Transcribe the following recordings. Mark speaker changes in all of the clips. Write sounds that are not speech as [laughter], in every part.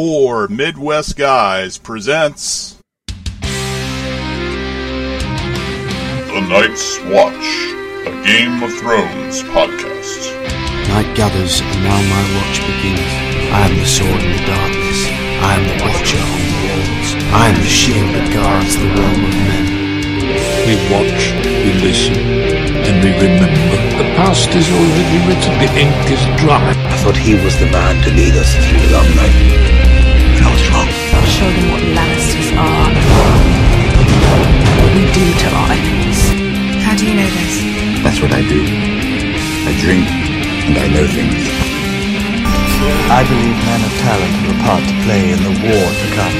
Speaker 1: Four Midwest Guys presents The Night's Watch, a Game of Thrones podcast.
Speaker 2: Night gathers, and now my watch begins. I am the sword in the darkness. I am the watcher on the walls. I am the shield that guards the realm of men.
Speaker 3: We watch, we listen, and we remember. The past is already written, the ink is dry.
Speaker 4: I thought he was the man to lead us through the long night. And I was wrong.
Speaker 5: I'll show them what Lannisters are. What we do to our enemies. How do you know this?
Speaker 4: That's what I do. I drink and I know things.
Speaker 6: I believe men of talent have a part to play in the war to come.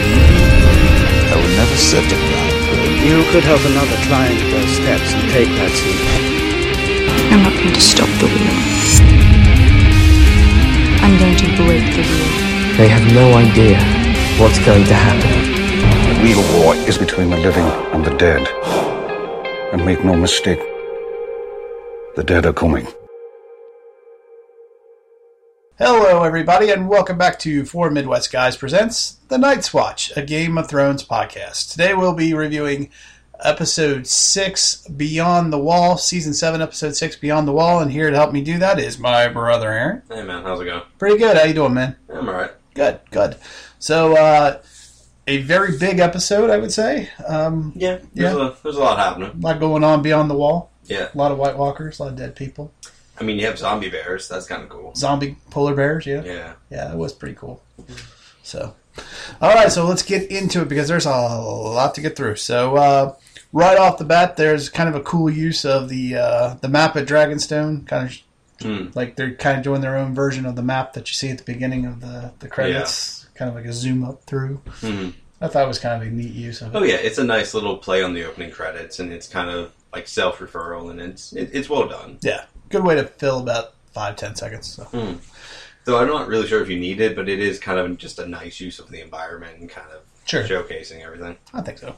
Speaker 6: I will never settle down.
Speaker 7: You could help another client with those steps and take that seat.
Speaker 5: I'm not going to stop the wheel. I'm going to break the wheel.
Speaker 8: They have no idea what's going to happen.
Speaker 4: The real war is between the living and the dead. And make no mistake, the dead are coming.
Speaker 9: Hello, everybody, and welcome back to Four Midwest Guys Presents The Night's Watch, a Game of Thrones podcast. Today we'll be reviewing episode 6, Beyond the Wall, season 7, episode 6, Beyond the Wall, and here to help me do that is my brother Aaron.
Speaker 10: Hey man, how's it going?
Speaker 9: Pretty good. How you doing, man?
Speaker 10: I'm alright.
Speaker 9: Good, good. So, uh, a very big episode, I would say. Um,
Speaker 10: Yeah, there's,
Speaker 9: Yeah.
Speaker 10: A, there's a lot happening.
Speaker 9: a lot going on beyond the wall.
Speaker 10: Yeah,
Speaker 9: A lot of White Walkers, a lot of dead people,
Speaker 10: I mean you have zombie bears. That's kind of cool.
Speaker 9: zombie polar bears, yeah.
Speaker 10: Yeah,
Speaker 9: yeah, it was pretty cool. So, all right, so let's get into it because there's a lot to get through. So, uh, right off the bat, there's kind of a cool use of the uh, the map at Dragonstone, kind of
Speaker 10: Hmm.
Speaker 9: like they're kind of doing their own version of the map that you see at the beginning of the the credits, kind of like a zoom up through.
Speaker 10: Mhm.
Speaker 9: I thought it was kind of a neat use of it.
Speaker 10: Oh yeah, it's a nice little play on the opening credits, and it's kind of like self referral, and it's it, it's well done.
Speaker 9: Yeah, good way to fill about five ten seconds. So.
Speaker 10: Though I'm not really sure if you need it, but it is kind of just a nice use of the environment and kind of
Speaker 9: Sure.
Speaker 10: showcasing everything.
Speaker 9: I think so.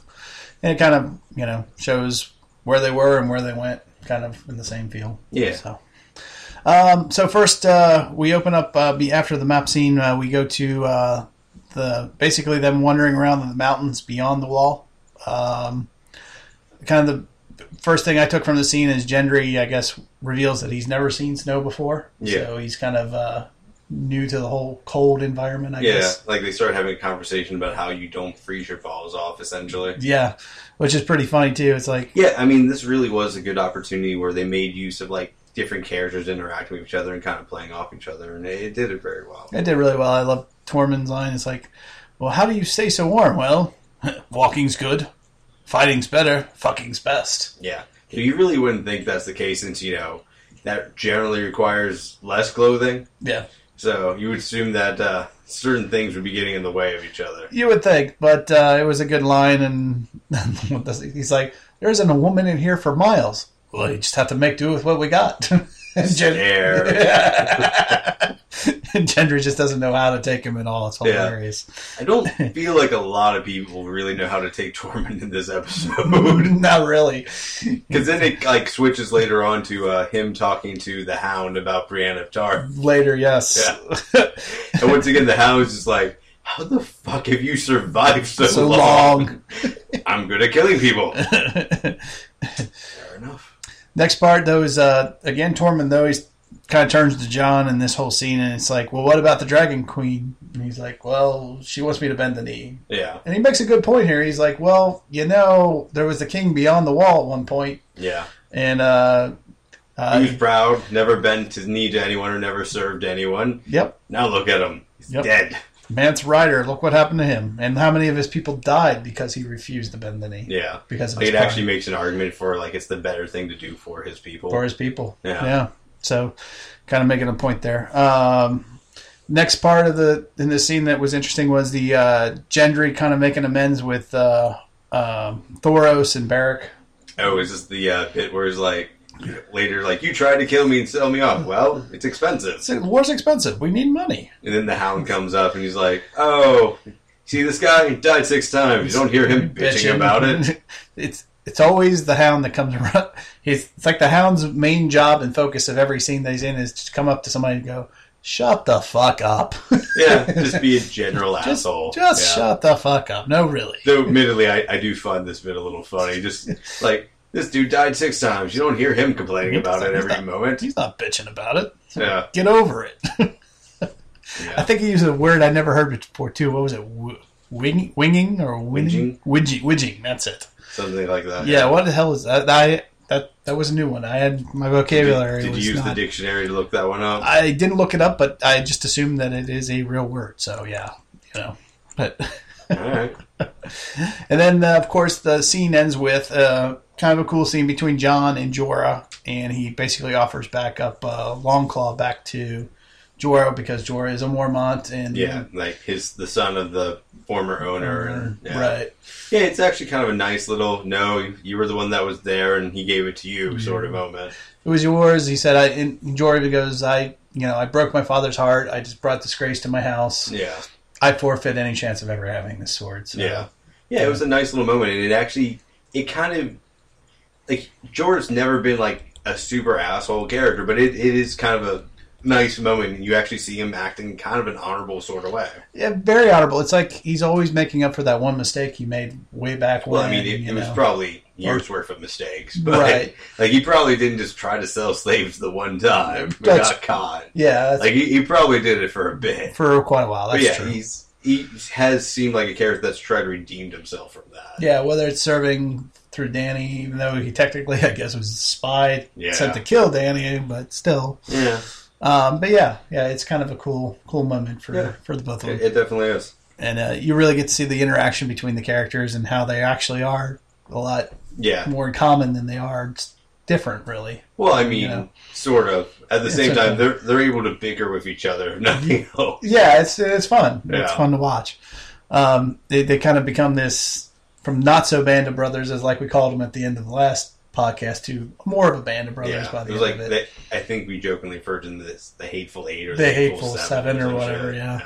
Speaker 9: And it kind of, you know, shows where they were and where they went, kind of in the same feel.
Speaker 10: Yeah.
Speaker 9: So, um, so first, uh, we open up uh, be after the map scene. Uh, we go to uh, the basically them wandering around the mountains beyond the wall. Um, kind of the first thing I took from the scene is Gendry, I guess, reveals that he's never seen snow before.
Speaker 10: Yeah.
Speaker 9: So he's kind of uh, new to the whole cold environment, I
Speaker 10: Yeah,
Speaker 9: guess.
Speaker 10: like they start having a conversation about how you don't freeze your balls off, essentially.
Speaker 9: Yeah. Which is pretty funny, too. It's like,
Speaker 10: Yeah, I mean, this really was a good opportunity where they made use of like different characters interacting with each other and kind of playing off each other, and it, it did it very well.
Speaker 9: It did really well. I love Tormund's line. It's like, well, how do you stay so warm? Well, [laughs] walking's good, fighting's better, fucking's best.
Speaker 10: Yeah. So you really wouldn't think that's the case since, you know, that generally requires less clothing.
Speaker 9: Yeah.
Speaker 10: So you would assume that uh, certain things would be getting in the way of each other.
Speaker 9: You would think, but uh, it was a good line. And [laughs] what does he- he's like, there isn't a woman in here for miles. Well, you just have to make do with what we got. [laughs] and, Gen-
Speaker 10: There.
Speaker 9: and Gendry just doesn't know how to take him at all. It's
Speaker 10: Yeah.
Speaker 9: hilarious. [laughs]
Speaker 10: I don't feel like a lot of people really know how to take Tormund in this episode. [laughs]
Speaker 9: Not really.
Speaker 10: Because then it like switches later on to uh, him talking to the Hound about Brienne of Tarth.
Speaker 9: Later, yes.
Speaker 10: Yeah. [laughs] And once again, the Hound is just like, how the fuck have you survived so,
Speaker 9: So long.
Speaker 10: [laughs] I'm good at
Speaker 9: [laughs]
Speaker 10: killing people. Fair enough.
Speaker 9: Next part though is uh, again Tormund though he's kind of turns to John in this whole scene and it's like, well, what about the Dragon Queen? And he's like, well, she wants me to bend the knee.
Speaker 10: Yeah.
Speaker 9: And he makes a good point here. He's like, well, you know, there was the king beyond the wall at one point,
Speaker 10: Yeah.
Speaker 9: and uh,
Speaker 10: He
Speaker 9: uh,
Speaker 10: was proud, never bent his knee to anyone or never served anyone.
Speaker 9: yep,
Speaker 10: Now look at him. He's
Speaker 9: Yep.
Speaker 10: dead.
Speaker 9: Mance Rider, look what happened to him, and how many of his people died because he refused to bend the knee
Speaker 10: Yeah.
Speaker 9: because of
Speaker 10: Like,
Speaker 9: his
Speaker 10: it actually
Speaker 9: pride
Speaker 10: makes an argument for like it's the better thing to do for his people.
Speaker 9: for his people.
Speaker 10: Yeah.
Speaker 9: so kind of making a point there. Um, next part of the in the scene that was interesting was the uh, Gendry kind of making amends with uh, um, Thoros and Barrack.
Speaker 10: oh, is this the uh, bit where he's like later like you tried to kill me and sell me off? Well, it's expensive.
Speaker 9: So war's expensive. We need money.
Speaker 10: And then the hound comes up and he's like, "Oh, see this guy He died six times. You don't hear him bitching about it."
Speaker 9: [laughs] it's it's always the hound that comes [laughs] around. He's, it's like the hound's main job and focus of every scene that he's in is to come up to somebody and go, shut the fuck up. [laughs]
Speaker 10: yeah, just be a general asshole.
Speaker 9: Just
Speaker 10: yeah.
Speaker 9: shut the fuck up. No, really.
Speaker 10: Though, admittedly, I, I do find this bit a little funny. Just like this dude died six times. You don't hear him complaining about it
Speaker 9: He's
Speaker 10: every
Speaker 9: not-
Speaker 10: moment.
Speaker 9: He's not bitching about it.
Speaker 10: Yeah,
Speaker 9: Get over it. [laughs] I
Speaker 10: yeah.
Speaker 9: think he used a word I never heard before too. What was it? W- Wing, winging or winging? Widging. Widging. That's it.
Speaker 10: something like that.
Speaker 9: Yeah. What the hell is that? I that that was a new one. I had my vocabulary.
Speaker 10: Did, did
Speaker 9: was
Speaker 10: you use the
Speaker 9: not-
Speaker 10: dictionary to look that one up?
Speaker 9: I didn't look it up, but I just assumed that it is a real word. So yeah, you know. But
Speaker 10: All right.
Speaker 9: and then uh, of course the scene ends with uh, kind of a cool scene between John and Jorah, and he basically offers back up uh, Longclaw back to Jorah because Jorah is a Mormont and
Speaker 10: Yeah, like his the son of the former owner. and- yeah.
Speaker 9: right.
Speaker 10: Yeah, it's actually kind of a nice little no. You were the one that was there, and he gave it to you sort of moment.
Speaker 9: it was yours. He said, I, and Jorah goes, I, you know, I broke my father's heart. I just brought disgrace to my house.
Speaker 10: Yeah,
Speaker 9: I forfeit any chance of ever having this sword. So.
Speaker 10: yeah, yeah. It was a nice little moment, and it actually it kind of like Jordan's never been like a super asshole character, but it, it is kind of a nice moment. and You actually see him acting kind of an honorable sort of way.
Speaker 9: Yeah, very honorable. It's like he's always making up for that one mistake he made way back
Speaker 10: Well,
Speaker 9: when.
Speaker 10: I mean, it,
Speaker 9: you
Speaker 10: it was
Speaker 9: know.
Speaker 10: probably years worth of mistakes, but
Speaker 9: Right.
Speaker 10: [laughs] like he probably didn't just try to sell slaves the one time, but
Speaker 9: That's-
Speaker 10: got caught.
Speaker 9: yeah, that's-
Speaker 10: Like he, he probably did it for a bit.
Speaker 9: for quite a while.
Speaker 10: But
Speaker 9: That's
Speaker 10: yeah,
Speaker 9: true.
Speaker 10: he's he has seemed like a character that's tried to redeem himself from that.
Speaker 9: Yeah, whether it's serving through Danny, even though he technically, [laughs] I guess, was a spy
Speaker 10: Yeah.
Speaker 9: sent to kill Danny, but still.
Speaker 10: Yeah,
Speaker 9: Um, but yeah, yeah, it's kind of a cool, cool moment for
Speaker 10: Yeah.
Speaker 9: for the both of them.
Speaker 10: it, it definitely is.
Speaker 9: and uh, you really get to see the interaction between the characters and how they actually are a lot
Speaker 10: Yeah.
Speaker 9: more in common than they are different, really.
Speaker 10: Well, I mean,
Speaker 9: Yeah.
Speaker 10: sort of. At the same
Speaker 9: okay.
Speaker 10: time, they're they're able to bicker with each other, [laughs] if nothing else.
Speaker 9: Yeah, it's it's fun. It's
Speaker 10: Yeah.
Speaker 9: fun to watch. Um, they they kind of become this from not so band of brothers as like we called them at the end of the last podcast to more of a band of brothers
Speaker 10: Yeah,
Speaker 9: by
Speaker 10: it
Speaker 9: the
Speaker 10: was
Speaker 9: end
Speaker 10: like
Speaker 9: of it.
Speaker 10: they, I think we jokingly referred to this the hateful eight or
Speaker 9: The Hateful Seven or
Speaker 10: some
Speaker 9: whatever,
Speaker 10: shit.
Speaker 9: yeah.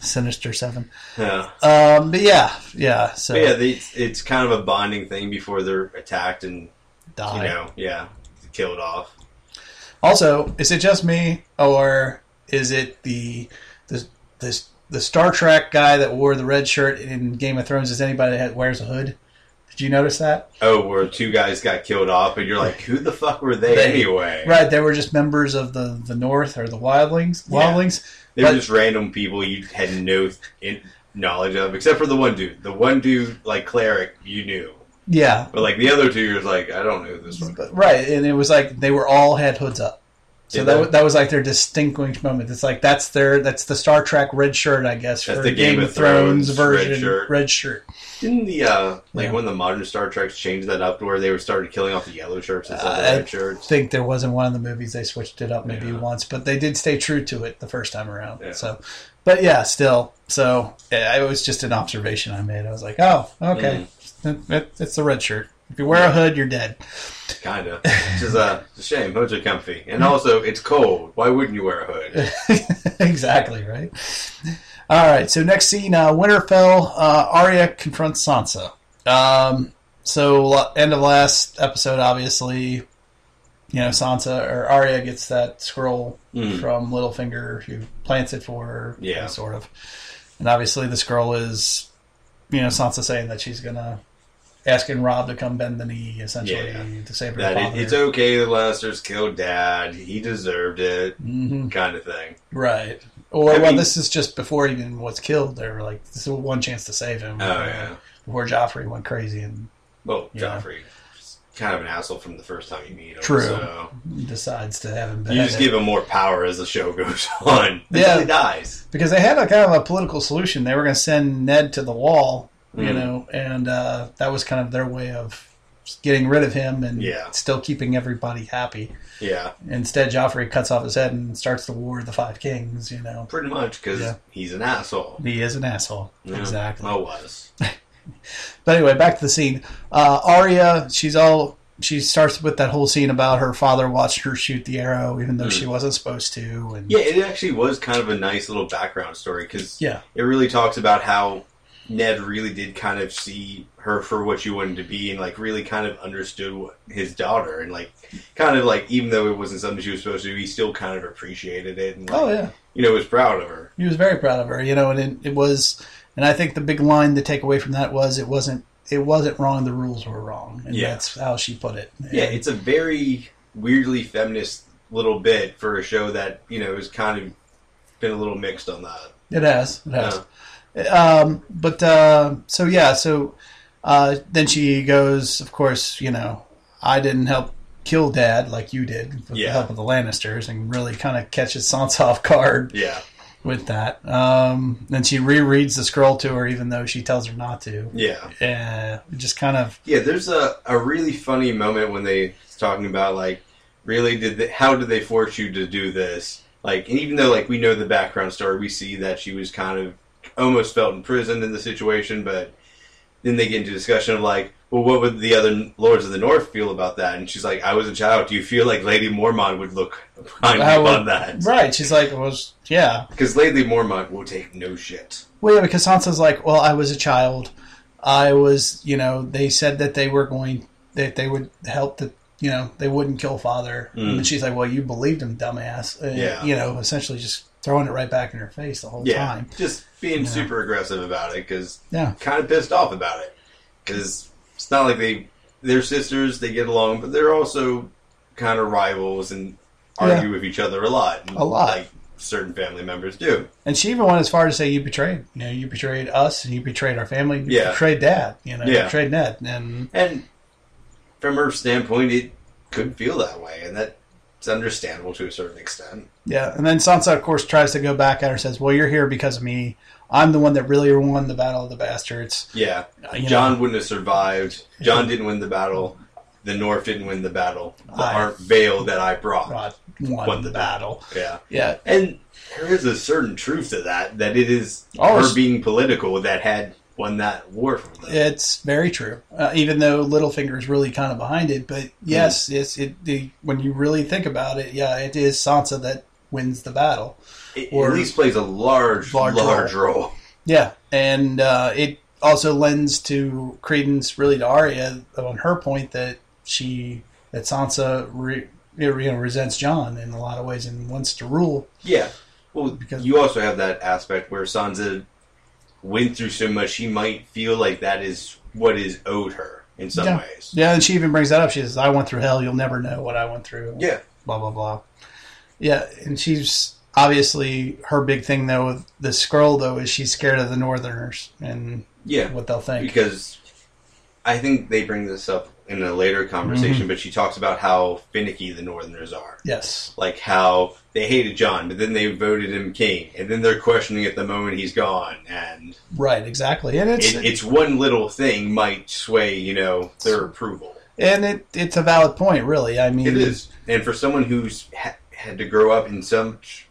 Speaker 9: Sinister Seven.
Speaker 10: yeah.
Speaker 9: Um, but yeah, yeah. So
Speaker 10: But yeah, they, it's- it's kind of a bonding thing before they're attacked and
Speaker 9: die.
Speaker 10: you know, yeah, killed off.
Speaker 9: Also, is it just me, or is it the the the, the Star Trek guy that wore the red shirt in Game of Thrones? Is anybody that wears a hood? Did you notice that?
Speaker 10: Oh, where two guys got killed off, and you're like, who the fuck were they,
Speaker 9: They-
Speaker 10: anyway?
Speaker 9: Right, they were just members of the the North or the Wildlings.
Speaker 10: Yeah.
Speaker 9: Wildlings.
Speaker 10: They were
Speaker 9: But-
Speaker 10: just random people you had no in- knowledge of, except for the one dude. The one dude, like cleric, you knew,
Speaker 9: Yeah.
Speaker 10: but like the other two, you're like, I don't know who this one.
Speaker 9: But- right, and it was like they were all had hoods up. So
Speaker 10: Did
Speaker 9: that,
Speaker 10: they?
Speaker 9: wa- that was like their distinguishing moment. It's like that's their that's the Star Trek red shirt, I guess,
Speaker 10: That's
Speaker 9: for
Speaker 10: the Game of Thrones red
Speaker 9: version
Speaker 10: shirt.
Speaker 9: red shirt.
Speaker 10: Didn't the uh, like
Speaker 9: Yeah.
Speaker 10: when the modern Star Treks changed that up to where they were started killing off the yellow shirts instead of the
Speaker 9: I-
Speaker 10: red shirts?
Speaker 9: think there wasn't one of the movies they switched it up maybe
Speaker 10: Yeah.
Speaker 9: once, but they did stay true to it the first time around.
Speaker 10: Yeah.
Speaker 9: So, but yeah, still, so yeah, it was just an observation I made. I was like, oh, okay,
Speaker 10: Mm-hmm.
Speaker 9: It- it- it's the red shirt. If you wear a hood, you're dead.
Speaker 10: Kind of, which is uh, it's a shame. Hoods are comfy, and also it's cold. Why wouldn't you wear a
Speaker 9: [laughs]
Speaker 10: hood?
Speaker 9: exactly right. All right. So next scene, uh, Winterfell. Uh, Arya confronts Sansa. Um, so la- end of last episode, obviously. You know, Sansa or Arya gets that scroll
Speaker 10: Mm.
Speaker 9: from Littlefinger, who plants it for her, you know,
Speaker 10: Yeah.
Speaker 9: sort of. And obviously, the scroll is, you know, Sansa saying that she's gonna asking Rob to come bend the knee, essentially,
Speaker 10: Yeah.
Speaker 9: to save her
Speaker 10: That it,
Speaker 9: father.
Speaker 10: it's okay. The Lannisters killed Dad. He deserved it.
Speaker 9: Mm. Mm-hmm.
Speaker 10: Kind of thing.
Speaker 9: Right. Or
Speaker 10: I
Speaker 9: well,
Speaker 10: mean-
Speaker 9: this is just before he even was killed. They were like, this is one chance to save him.
Speaker 10: Oh yeah.
Speaker 9: Before Joffrey went crazy and
Speaker 10: Well,
Speaker 9: Yeah.
Speaker 10: Joffrey, is kind of an asshole from the first time you meet him.
Speaker 9: True.
Speaker 10: So
Speaker 9: decides to have him
Speaker 10: you just
Speaker 9: beheaded.
Speaker 10: give him more power as the show [laughs] goes on.
Speaker 9: Yeah.
Speaker 10: Until he dies.
Speaker 9: because they had a kind of a political solution. They were going to send Ned to the wall, you
Speaker 10: Mhm.
Speaker 9: know, and uh, that was kind of their way of getting rid of him and
Speaker 10: Yeah.
Speaker 9: still keeping everybody happy.
Speaker 10: Yeah.
Speaker 9: Instead, Joffrey cuts off his head and starts the War of the Five Kings. You know,
Speaker 10: Pretty much because
Speaker 9: Yeah.
Speaker 10: he's an asshole.
Speaker 9: he is an asshole.
Speaker 10: Yeah.
Speaker 9: Exactly.
Speaker 10: Well, Oh, was.
Speaker 9: But anyway, back to the scene. Uh, Arya, she's all she starts with that whole scene about her father watched her shoot the arrow, even though
Speaker 10: Mm.
Speaker 9: she wasn't supposed to. And
Speaker 10: Yeah, it actually was kind of a nice little background story because
Speaker 9: Yeah.
Speaker 10: it really talks about how Ned really did kind of see her for what she wanted to be and like really kind of understood what, his daughter and like kind of like even though it wasn't something she was supposed to do he still kind of appreciated it and like,
Speaker 9: Oh, yeah.
Speaker 10: you know was proud of her
Speaker 9: He was very proud of her, you know, and it, it was, and I think the big line to take away from that was it wasn't it wasn't wrong. The rules were wrong, and
Speaker 10: Yeah.
Speaker 9: that's how she put it.
Speaker 10: yeah it's a very weirdly feminist little bit for a show that you know has kind of been a little mixed on that
Speaker 9: It has. It
Speaker 10: Uh.
Speaker 9: has. Um, but uh, so yeah, so uh, then she goes. Of course, you know, I didn't help kill Dad like you did with the
Speaker 10: Yeah.
Speaker 9: help of the Lannisters, and really kind of catches Sansa [laughs] off guard
Speaker 10: yeah
Speaker 9: with that. Um, then she rereads the scroll to her, even though she tells her not to.
Speaker 10: yeah
Speaker 9: Yeah, it just kind of
Speaker 10: Yeah, there's a, a really funny moment when they it's talking about like, really did they, how did they force you to do this? Like, and even though like we know the background story, we see that she was kind of almost felt imprisoned in the situation, but then they get into discussion of like, well, what would the other lords of the north feel about that? And she's like, I was a child. Do you feel like Lady Mormont would look [laughs] behind
Speaker 9: How
Speaker 10: you
Speaker 9: would-
Speaker 10: on that?
Speaker 9: right. She's like, well, s- yeah,
Speaker 10: Because Lady Mormont will take no shit.
Speaker 9: Well, yeah, because Sansa's like, well, I was a child. I was, you know, they said that they were going, that they would help, that, you know, they wouldn't kill father.
Speaker 10: Mm.
Speaker 9: And she's like, well, you believed him, dumbass. And,
Speaker 10: Yeah.
Speaker 9: You know, essentially just throwing it right back in her face the whole
Speaker 10: Yeah,
Speaker 9: time.
Speaker 10: just being super aggressive about it because
Speaker 9: Yeah.
Speaker 10: kind of pissed off about it because it's not like they they're sisters they get along but they're also kind of rivals and
Speaker 9: Yeah.
Speaker 10: argue with each other a lot
Speaker 9: A lot.
Speaker 10: like certain family members do
Speaker 9: And she even went as far to say, you betrayed, you know, you betrayed us and you betrayed our family. You
Speaker 10: Yeah.
Speaker 9: betrayed dad, you know, you
Speaker 10: Yeah.
Speaker 9: betrayed Ned. And
Speaker 10: and from her standpoint it could feel that way and that's understandable to a certain extent
Speaker 9: yeah. And then Sansa, of course, tries to go back at her, says, well, you're here because of me. I'm the one that really won the Battle of the Bastards.
Speaker 10: yeah
Speaker 9: you
Speaker 10: John wouldn't have survived John didn't win the battle the North didn't win the battle the
Speaker 9: I-
Speaker 10: ar- veil that I brought
Speaker 9: God won,
Speaker 10: Won
Speaker 9: the
Speaker 10: the
Speaker 9: battle.
Speaker 10: yeah
Speaker 9: Yeah.
Speaker 10: And there is a certain truth to that, that it is
Speaker 9: Oh, it's-
Speaker 10: her being political that had won that war for them.
Speaker 9: It's very true. Uh, even though Littlefinger is really kind of behind it, but yes,
Speaker 10: Mm.
Speaker 9: it's it. The, when you really think about it, yeah, it is Sansa that wins the battle.
Speaker 10: It
Speaker 9: or-
Speaker 10: at least plays a large,
Speaker 9: Large
Speaker 10: large, role.
Speaker 9: Yeah, and uh, it also lends to credence, really, to Arya on her point that she that Sansa re, you know, resents John in a lot of ways and wants to rule.
Speaker 10: Yeah. Well,
Speaker 9: Because-
Speaker 10: you also have that aspect where Sansa went through so much, she might feel like that is what is owed her in some
Speaker 9: yeah.
Speaker 10: ways.
Speaker 9: yeah, and she even brings that up. She says, "I went through hell. You'll never know what I went through."
Speaker 10: Yeah.
Speaker 9: blah blah blah. Yeah, and she's obviously her big thing though with the scroll though is she's scared of the Northerners and
Speaker 10: Yeah.
Speaker 9: what they'll think.
Speaker 10: because I think they bring this up in a later
Speaker 9: Mm-hmm.
Speaker 10: conversation, but she talks about how finicky the Northerners are.
Speaker 9: yes,
Speaker 10: like how they hated John, but then they voted him king, and then they're questioning at the moment he's gone, and
Speaker 9: right, exactly, and it's,
Speaker 10: it, it's one little thing might sway, you know, their approval.
Speaker 9: and it it's a valid point, really. I mean,
Speaker 10: It is, and for someone who's ha- had to grow up in such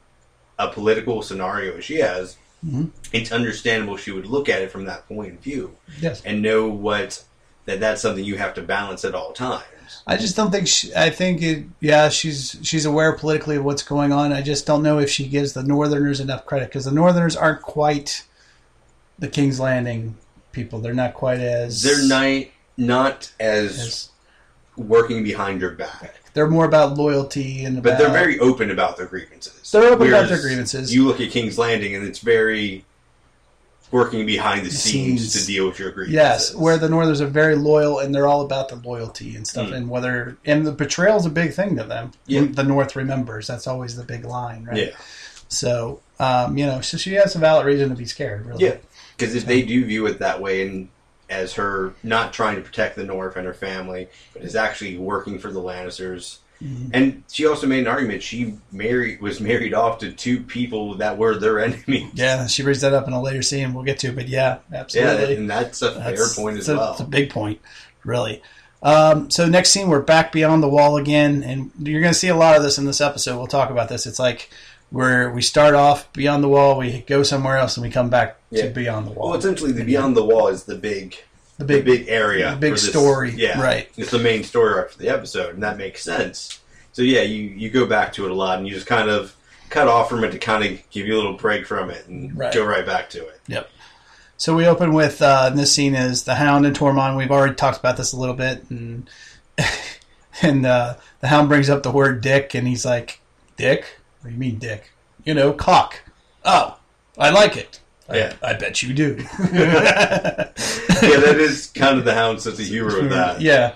Speaker 10: a political scenario as she has,
Speaker 9: Mhm.
Speaker 10: it's understandable she would look at it from that point of view
Speaker 9: Yes,
Speaker 10: and know what that that's something you have to balance at all times.
Speaker 9: I just don't think she, I think it. Yeah, she's she's aware politically of what's going on. I just don't know if she gives the Northerners enough credit because the Northerners aren't quite the King's Landing people. They're not quite as
Speaker 10: They're not not as
Speaker 9: as
Speaker 10: working behind your back.
Speaker 9: They're more about loyalty and
Speaker 10: But
Speaker 9: about,
Speaker 10: they're very open about their grievances.
Speaker 9: Uh, They're open about
Speaker 10: Whereas
Speaker 9: their grievances.
Speaker 10: You look at King's Landing, and it's very working behind the scenes,
Speaker 9: Scenes.
Speaker 10: to deal with your grievances.
Speaker 9: yes, where the Northerners are very loyal and they're all about the loyalty and stuff,
Speaker 10: Mm.
Speaker 9: and whether and the betrayal's a big thing to them.
Speaker 10: Yeah.
Speaker 9: The North remembers that's always the big line, right?
Speaker 10: yeah,
Speaker 9: So, um, you know, so she has a valid reason to be scared, really.
Speaker 10: yeah, because if they do view it that way, and as her not trying to protect the North and her family, but is actually working for the Lannisters.
Speaker 9: Mm-hmm.
Speaker 10: And she also made an argument. She married was married off to two people that were their [laughs] enemy.
Speaker 9: Yeah, she brings that up in a later scene. We'll get to, but yeah,
Speaker 10: Yeah,
Speaker 9: absolutely.
Speaker 10: and that's a fair point as
Speaker 9: it's a,
Speaker 10: well.
Speaker 9: It's a big point, really. Um, so next scene, we're back beyond the wall again, and you're going to see a lot of this in this episode. We'll talk about this. It's like where we start off beyond the wall, we go somewhere else, and we come back
Speaker 10: Yeah.
Speaker 9: to beyond the wall.
Speaker 10: Well, essentially, the Beyond the Wall is the big,
Speaker 9: The
Speaker 10: the
Speaker 9: big-
Speaker 10: big, area,
Speaker 9: the big
Speaker 10: for this-
Speaker 9: story, right.
Speaker 10: It's the main story arc for the episode, and that makes sense. So yeah, you you go back to it a lot, and you just kind of cut off from it to kind of give you a little break from it and
Speaker 9: Right.
Speaker 10: go right back to it.
Speaker 9: yep. So we open with uh, and this scene is the Hound and Tormund. We've already talked about this a little bit, and [laughs] and uh, the Hound brings up the word "dick," and he's like, "Dick? What do you mean, dick? You know, cock." Oh, I like it.
Speaker 10: Yeah.
Speaker 9: I, I bet you do. [laughs]
Speaker 10: yeah, that is kind of the hound sense of humor with that.
Speaker 9: yeah,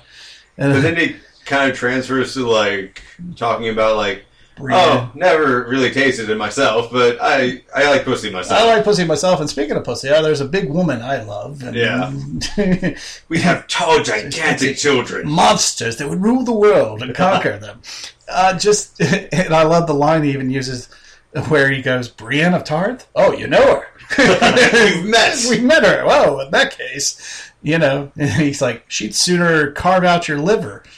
Speaker 10: But then it kind of transfers to like talking about like, oh, never really tasted it myself, but I I like pussy myself.
Speaker 9: I like pussy myself. And speaking of pussy, uh, there's a big woman I love. And
Speaker 10: Yeah. we have tall, gigantic
Speaker 9: [laughs]
Speaker 10: children. [laughs]
Speaker 9: monsters that would rule the world and conquer them. Uh, just [laughs] and I love the line he even uses where he goes, Brienne of Tarth. Oh, you know her.
Speaker 10: We've met.
Speaker 9: [laughs] We met her. Well, in that case, you know, [laughs] and he's like, she'd sooner carve out your liver. [laughs]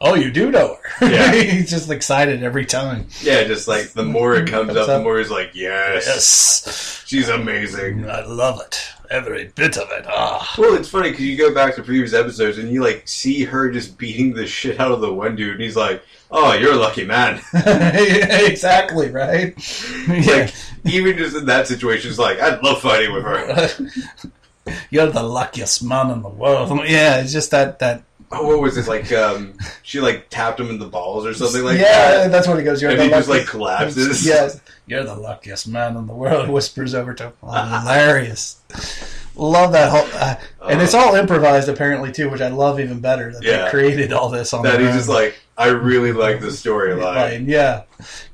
Speaker 9: Oh, you do know her. [laughs]
Speaker 10: Yeah.
Speaker 9: he's just excited every time.
Speaker 10: Yeah, just like the more it comes, up, the more he's like, yes,
Speaker 9: Yes,
Speaker 10: she's amazing.
Speaker 9: I love it. Every bit of it. Ah,
Speaker 10: Well, it's funny because you go back to previous episodes and you like see her just beating the shit out of the one dude, and he's like, "Oh, you're a lucky man."
Speaker 9: [laughs]
Speaker 10: [laughs]
Speaker 9: exactly right. Yeah.
Speaker 10: like even just in that situation, it's like I'd love fighting with [laughs] her.
Speaker 9: You're the luckiest man in the world. Yeah, it's just that that
Speaker 10: Oh, what was this? Like, um, she like tapped him in the balls or something like
Speaker 9: yeah,
Speaker 10: that.
Speaker 9: that's what he goes. You're
Speaker 10: And
Speaker 9: the
Speaker 10: he just,
Speaker 9: luckiest-
Speaker 10: like,
Speaker 9: [laughs]
Speaker 10: collapses.
Speaker 9: Yes, you're the luckiest man in the world. [laughs] Whispers over to him. hilarious. Love that whole, uh, and it's all improvised apparently too, which I love even better that
Speaker 10: Yeah.
Speaker 9: they created all this on
Speaker 10: That
Speaker 9: their
Speaker 10: he's just
Speaker 9: own.
Speaker 10: like, I really like the storyline.
Speaker 9: Like, yeah,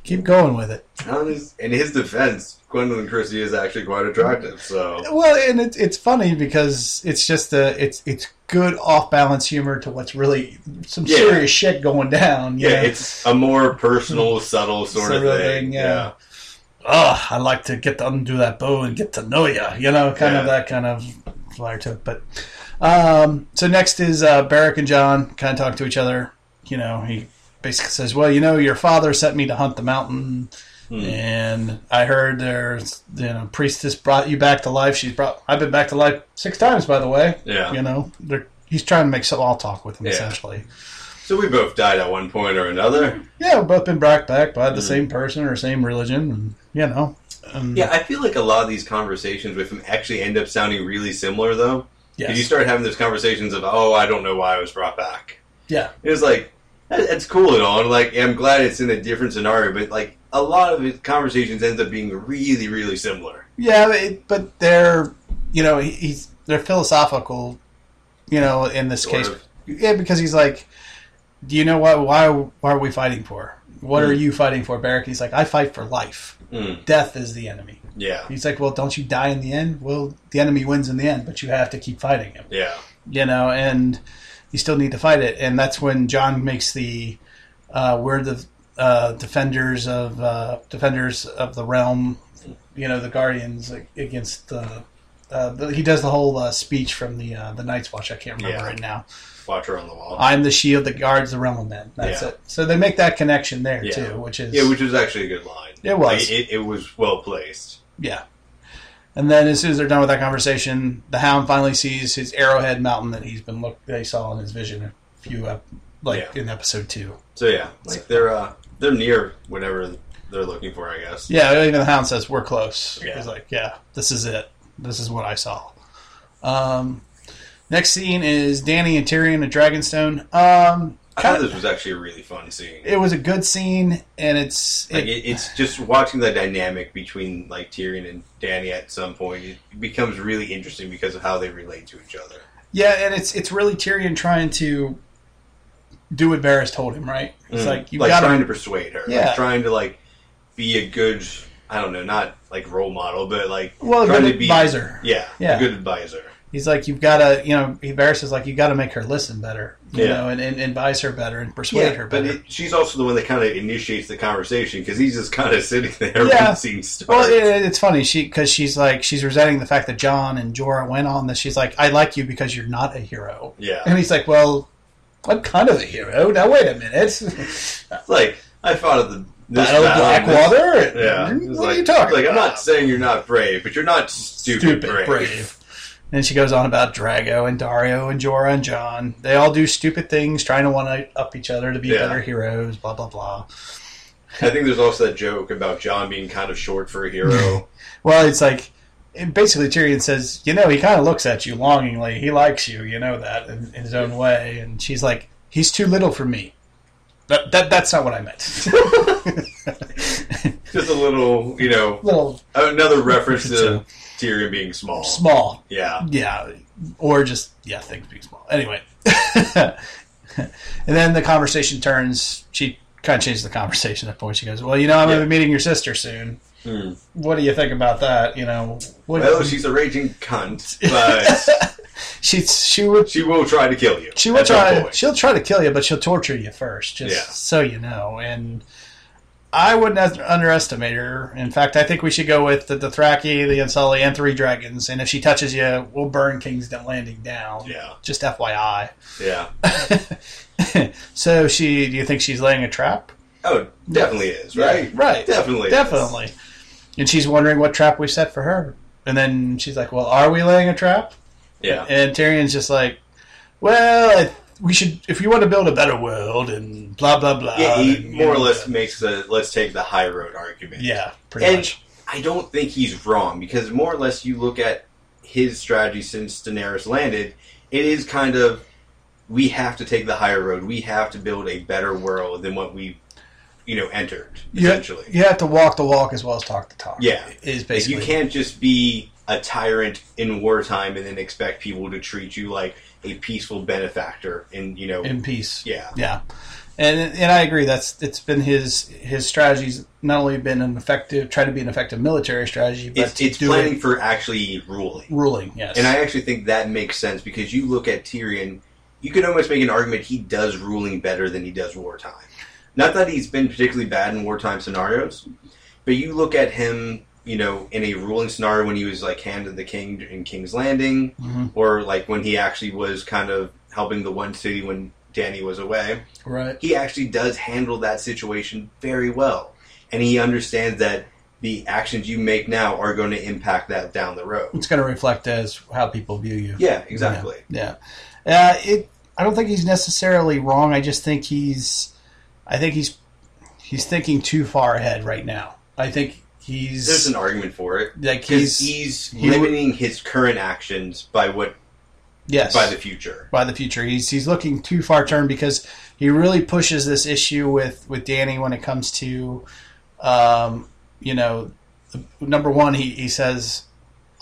Speaker 9: keep going with it.
Speaker 10: And his- In his defense, Gwendolyn Christie is actually quite attractive. So
Speaker 9: Well, and it's it's funny because it's just a it's it's good off balance humor to what's really some
Speaker 10: Yeah.
Speaker 9: serious shit going down. you
Speaker 10: yeah,
Speaker 9: know?
Speaker 10: it's a more
Speaker 9: [laughs]
Speaker 10: personal, subtle sort
Speaker 9: Sort
Speaker 10: of
Speaker 9: of
Speaker 10: thing.
Speaker 9: thing, yeah. oh, I like to get to undo that bow and get to know you, you know, kind of
Speaker 10: Yeah.
Speaker 9: that kind of flair to it. But um, so next is uh, Barrick and John kind of talk to each other. You know, he basically says, "Well, you know, your father sent me to hunt the mountain."
Speaker 10: Hmm.
Speaker 9: And I heard there's you know priestess brought you back to life. She's brought I've been back to life six times by the way.
Speaker 10: Yeah.
Speaker 9: you know they're, he's trying to make so I'll talk with him
Speaker 10: Yeah.
Speaker 9: essentially.
Speaker 10: So we both died at one point or another.
Speaker 9: Yeah, we've both been brought back by the
Speaker 10: Hmm.
Speaker 9: same person or same religion. And, you know, um,
Speaker 10: Yeah, I feel like a lot of these conversations with him actually end up sounding really similar, though.
Speaker 9: yes.
Speaker 10: If you start having those conversations of, oh, I don't know why I was brought back.
Speaker 9: yeah,
Speaker 10: It was like, that- that's cool and all. And like, I'm glad it's in a different scenario, but like, a lot of his conversations ends up being really, really similar.
Speaker 9: Yeah, but it- but they're you know he- he's they're philosophical, you know, in this
Speaker 10: Sort
Speaker 9: case.
Speaker 10: of.
Speaker 9: Yeah, because he's like, do you know why why why are we fighting for? What
Speaker 10: Hmm.
Speaker 9: are you fighting for, Barrick? He's like, I fight for life.
Speaker 10: Mm.
Speaker 9: Death is the enemy.
Speaker 10: Yeah.
Speaker 9: He's like, well, don't you die in the end? Well, the enemy wins in the end, but you have to keep fighting him
Speaker 10: Yeah.
Speaker 9: you know, and you still need to fight it. And that's when John makes the uh, we're the uh, defenders of uh, defenders of the realm, you know, the guardians ag- against the. Uh, the he does the whole uh, speech from the uh, the Night's Watch. I can't remember
Speaker 10: Yeah.
Speaker 9: right now.
Speaker 10: Watcher on the wall.
Speaker 9: I'm the shield that guards the realm of men. That's
Speaker 10: Yeah.
Speaker 9: it. So they make that connection there
Speaker 10: Yeah.
Speaker 9: too, which is
Speaker 10: yeah, which was actually a good line.
Speaker 9: It was.
Speaker 10: Like, it, it was well placed.
Speaker 9: Yeah. And then as soon as they're done with that conversation, the Hound finally sees his Arrowhead Mountain that he's been look they saw in his vision a few ep- like
Speaker 10: Yeah.
Speaker 9: in episode two.
Speaker 10: So yeah, like they're uh, they're near whatever they're looking for, I guess.
Speaker 9: Yeah, even the Hound says we're close.
Speaker 10: Yeah.
Speaker 9: He's like, yeah, this is it. This is what I saw. Um, next scene is Danny and Tyrion at Dragonstone. Um,
Speaker 10: I thought this was actually a really fun scene.
Speaker 9: it was a good scene, and it's
Speaker 10: like
Speaker 9: it-
Speaker 10: it, it's just watching the dynamic between like Tyrion and Danny at some point it becomes really interesting because of how they relate to each other.
Speaker 9: Yeah, and it's it's really Tyrion trying to do what Varys told him, right? It's
Speaker 10: Mm.
Speaker 9: like you
Speaker 10: like
Speaker 9: got
Speaker 10: trying
Speaker 9: to
Speaker 10: to persuade her,
Speaker 9: Yeah.
Speaker 10: like trying to like be a good I don't know, not like role model, but like
Speaker 9: Well, a
Speaker 10: trying
Speaker 9: good
Speaker 10: to be
Speaker 9: advisor.
Speaker 10: Yeah,
Speaker 9: Yeah.
Speaker 10: a good advisor.
Speaker 9: He's like, you've got to, you know, he- Varys is like, you got to make her listen better, you
Speaker 10: Yeah.
Speaker 9: know, and, and advise her better and persuade her
Speaker 10: but
Speaker 9: better.
Speaker 10: it, she's also the one that kind of initiates the conversation because he's just kind of [laughs] sitting there
Speaker 9: Yeah.
Speaker 10: when the scene starts.
Speaker 9: well, it, it's funny she because she's like she's resenting the fact that John and Jorah went on this. She's like, I like you because you're not a hero,
Speaker 10: yeah,
Speaker 9: and he's like, well, I'm kind of a hero. Now wait a minute, [laughs]
Speaker 10: It's like I fought at the this
Speaker 9: Battle of
Speaker 10: battle,
Speaker 9: Blackwater.
Speaker 10: this- Yeah,
Speaker 9: what
Speaker 10: It's
Speaker 9: are
Speaker 10: like-
Speaker 9: you talking?
Speaker 10: Like I'm
Speaker 9: about?
Speaker 10: not saying you're not brave, but you're not stupid, brave. [laughs]
Speaker 9: And she goes on about Drago and Dario and Jorah and John. They all do stupid things, trying to one up each other to be
Speaker 10: Yeah.
Speaker 9: better heroes. Blah blah blah. [laughs]
Speaker 10: I think there's also that joke about John being kind of short for a hero.
Speaker 9: Well, it's like and basically Tyrion says, you know, he kind of looks at you longingly. He likes you, you know that, in, in his own way. And she's like, he's too little for me. That, that that's not what I
Speaker 10: [laughs]
Speaker 9: meant.
Speaker 10: Just a little, you know,
Speaker 9: little
Speaker 10: another reference to Tyrion being small.
Speaker 9: small,
Speaker 10: Yeah,
Speaker 9: yeah, or just yeah, things being small. Anyway, [laughs] and then the conversation turns. She kind of changes the conversation at that point. She goes, "Well, you know, I'm gonna
Speaker 10: Yeah.
Speaker 9: be meeting your sister soon.
Speaker 10: Hmm.
Speaker 9: What do you think about that? You know, what,
Speaker 10: Well, she's a raging cunt,
Speaker 9: [laughs]
Speaker 10: but
Speaker 9: she she would
Speaker 10: she will try to kill you.
Speaker 9: She will
Speaker 10: at some
Speaker 9: try.
Speaker 10: point.
Speaker 9: She'll try to kill you, but she'll torture you first, just
Speaker 10: Yeah.
Speaker 9: so you know. And I wouldn't under- underestimate her. In fact, I think we should go with the Dothraki, the Unsullied, and three dragons. And if she touches you, we'll burn King's Landing down.
Speaker 10: Yeah,
Speaker 9: Just FYI.
Speaker 10: yeah.
Speaker 9: So she, do you think she's laying a trap?
Speaker 10: Oh, definitely is right.
Speaker 9: Right.
Speaker 10: Definitely. is.
Speaker 9: Definitely. And she's wondering what trap we set for her. And then she's like, "Well, are we laying a trap?"
Speaker 10: Yeah.
Speaker 9: And Tyrion's just like, "Well, I, we should. If you want to build a better world, and blah blah blah."
Speaker 10: Yeah, he
Speaker 9: and, you
Speaker 10: more or
Speaker 9: know,
Speaker 10: less makes the let's take the high road argument.
Speaker 9: Yeah, pretty
Speaker 10: and
Speaker 9: much.
Speaker 10: I don't think he's wrong because more or less you look at his strategy since Daenerys landed, it is kind of we have to take the higher road. We have to build a better world than what we, you know, entered
Speaker 9: You,
Speaker 10: essentially.
Speaker 9: you have to walk the walk as well as talk the talk.
Speaker 10: Yeah.
Speaker 9: is
Speaker 10: Like,
Speaker 9: basically
Speaker 10: you can't just be a tyrant in wartime and then expect people to treat you like a peaceful benefactor and you know
Speaker 9: in peace.
Speaker 10: yeah
Speaker 9: yeah and and i agree that's it's been his his strategies not only been an effective try to be an effective military strategy but
Speaker 10: it's,
Speaker 9: to
Speaker 10: it's
Speaker 9: do
Speaker 10: planning
Speaker 9: it
Speaker 10: for actually ruling
Speaker 9: ruling yes
Speaker 10: And I actually think that makes sense because you look at Tyrion, you could almost make an argument he does ruling better than he does wartime. Not that he's been particularly bad in wartime scenarios, but you look at him, you know, in a ruling scenario when he was like hand of the king in King's Landing,
Speaker 9: Mhm.
Speaker 10: or like when he actually was kind of helping the one city when Danny was away
Speaker 9: right
Speaker 10: he actually does handle that situation very well. And he understands that the actions you make now are going to impact that down the road.
Speaker 9: it's going to reflect as how people view you
Speaker 10: Yeah, exactly.
Speaker 9: yeah uh, it i don't think he's necessarily wrong i just think he's i think he's he's thinking too far ahead right now i think he's
Speaker 10: There's an argument for it.
Speaker 9: like
Speaker 10: Because
Speaker 9: he's,
Speaker 10: he's
Speaker 9: he-
Speaker 10: limiting his current actions by what
Speaker 9: yes
Speaker 10: by the future.
Speaker 9: by the future. He's he's looking too far term because he really pushes this issue with with Danny when it comes to, um, you know, the, number one he he says.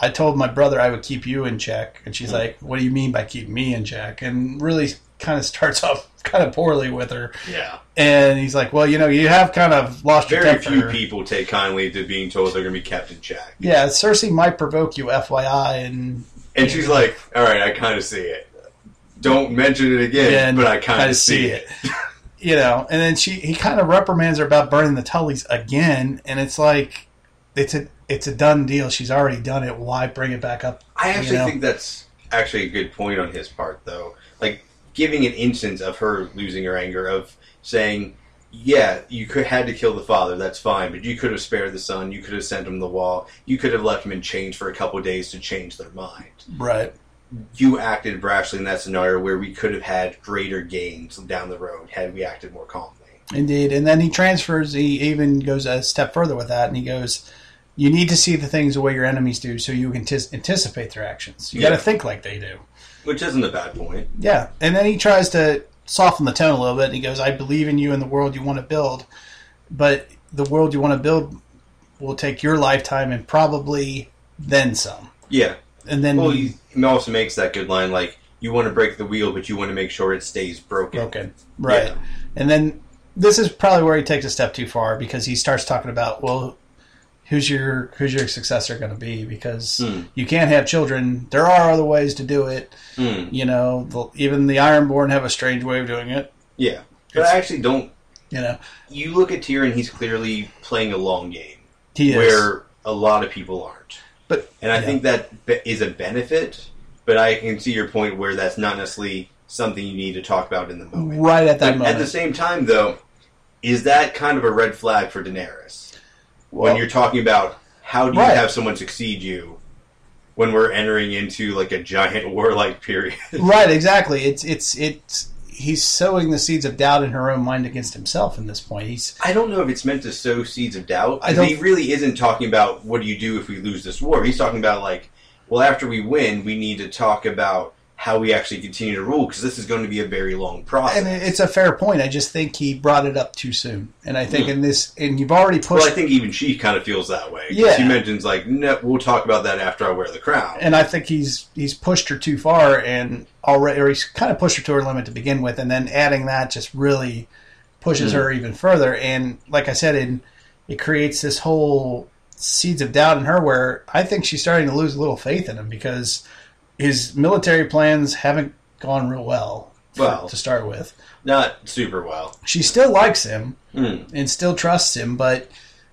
Speaker 9: I told my brother I would keep you in check, and
Speaker 10: Hmm.
Speaker 9: she's like, "What do you mean by keep me in check?" And really, kind of starts [laughs] off kind of poorly with her.
Speaker 10: Yeah.
Speaker 9: And he's like, "Well, you know, you have kind of lost your
Speaker 10: Very
Speaker 9: temper."
Speaker 10: few people take kindly to being told they're going to be kept in check.
Speaker 9: Yeah, Cersei might provoke you, FYI, and
Speaker 10: And she's like, "All right, I kind of see it. Don't mention it again,
Speaker 9: Yeah,
Speaker 10: but I kind
Speaker 9: kinda
Speaker 10: of
Speaker 9: see
Speaker 10: see
Speaker 9: it."
Speaker 10: it."
Speaker 9: you know, and then she he kind of reprimands her about burning the Tullys again, and it's like it's a it's a done deal. She's already done it. Why bring it back up?
Speaker 10: I actually
Speaker 9: know?
Speaker 10: think that's actually a good point on his part, though. Like giving an instance of her losing her anger, of saying, "Yeah, you could had to kill the father. That's fine, but you could have spared the son. You could have sent him the wall. You could have left him in chains for a couple of days to change their mind.
Speaker 9: Right.
Speaker 10: You acted brashly in that scenario where we could have had greater gains down the road had we acted more calmly."
Speaker 9: Indeed. And then he transfers. He even goes a step further with that, and he goes, "You need to see the things the way your enemies do, so you can tis- anticipate their actions. You got
Speaker 10: Yeah.
Speaker 9: to think like they do."
Speaker 10: Which isn't a bad point.
Speaker 9: Yeah. And then he tries to soften the tone a little bit, and he goes, "I believe in you and the world you want to build, but the world you want to build will take your lifetime and probably then some."
Speaker 10: Yeah.
Speaker 9: and then
Speaker 10: Well, he he also makes that good line like, "You want to break the wheel, but you want to make sure it stays broken."
Speaker 9: broken right
Speaker 10: Yeah.
Speaker 9: and then this is probably where he takes a step too far because he starts talking about well who's your who's your successor going to be because
Speaker 10: Hmm.
Speaker 9: you can't have children there are other ways to do it
Speaker 10: Hmm.
Speaker 9: you know the, even the ironborn have a strange way of doing it
Speaker 10: Yeah. But I actually don't.
Speaker 9: you know
Speaker 10: You look at Tyrion, he's clearly playing a long game
Speaker 9: he is
Speaker 10: where a lot of people aren't.
Speaker 9: but
Speaker 10: And I
Speaker 9: Yeah.
Speaker 10: think that be- is a benefit, but I can see your point where that's not necessarily something you need to talk about in the moment.
Speaker 9: right at that
Speaker 10: But
Speaker 9: moment
Speaker 10: At the same time, though, is that kind of a red flag for Daenerys? when
Speaker 9: well,
Speaker 10: you're talking about how do you
Speaker 9: Right.
Speaker 10: have someone succeed you when we're entering into like a giant [laughs] warlike period?
Speaker 9: right exactly it's it's it's he's sowing the seeds of doubt in her own mind against himself. In this point, he's
Speaker 10: I don't know if it's meant to sow seeds of doubt.
Speaker 9: I
Speaker 10: I
Speaker 9: don't-
Speaker 10: he really isn't talking about what do you do if we lose this war. He's talking about like, well, after we win, we need to talk about how we actually continue to rule because this is going to be a very long process.
Speaker 9: and it- it's a fair point. I just think he brought it up too soon, and I think in this, and you've already pushed.
Speaker 10: Hmm. well, I think even she kind of feels that way. 'cause
Speaker 9: Yeah.
Speaker 10: she mentions like, no, we'll talk about that after I wear the crown.
Speaker 9: and I think he's he's pushed her too far, and already, or he's kind of pushed her to her limit to begin with, and then adding that just really pushes
Speaker 10: Hmm.
Speaker 9: her even further. And like I said, in it creates this whole seeds of doubt in her, where I think she's starting to lose a little faith in him because his military plans haven't gone real well. for-
Speaker 10: Well.
Speaker 9: to start with,
Speaker 10: Not super well.
Speaker 9: she still likes him
Speaker 10: Mm.
Speaker 9: and still trusts him, but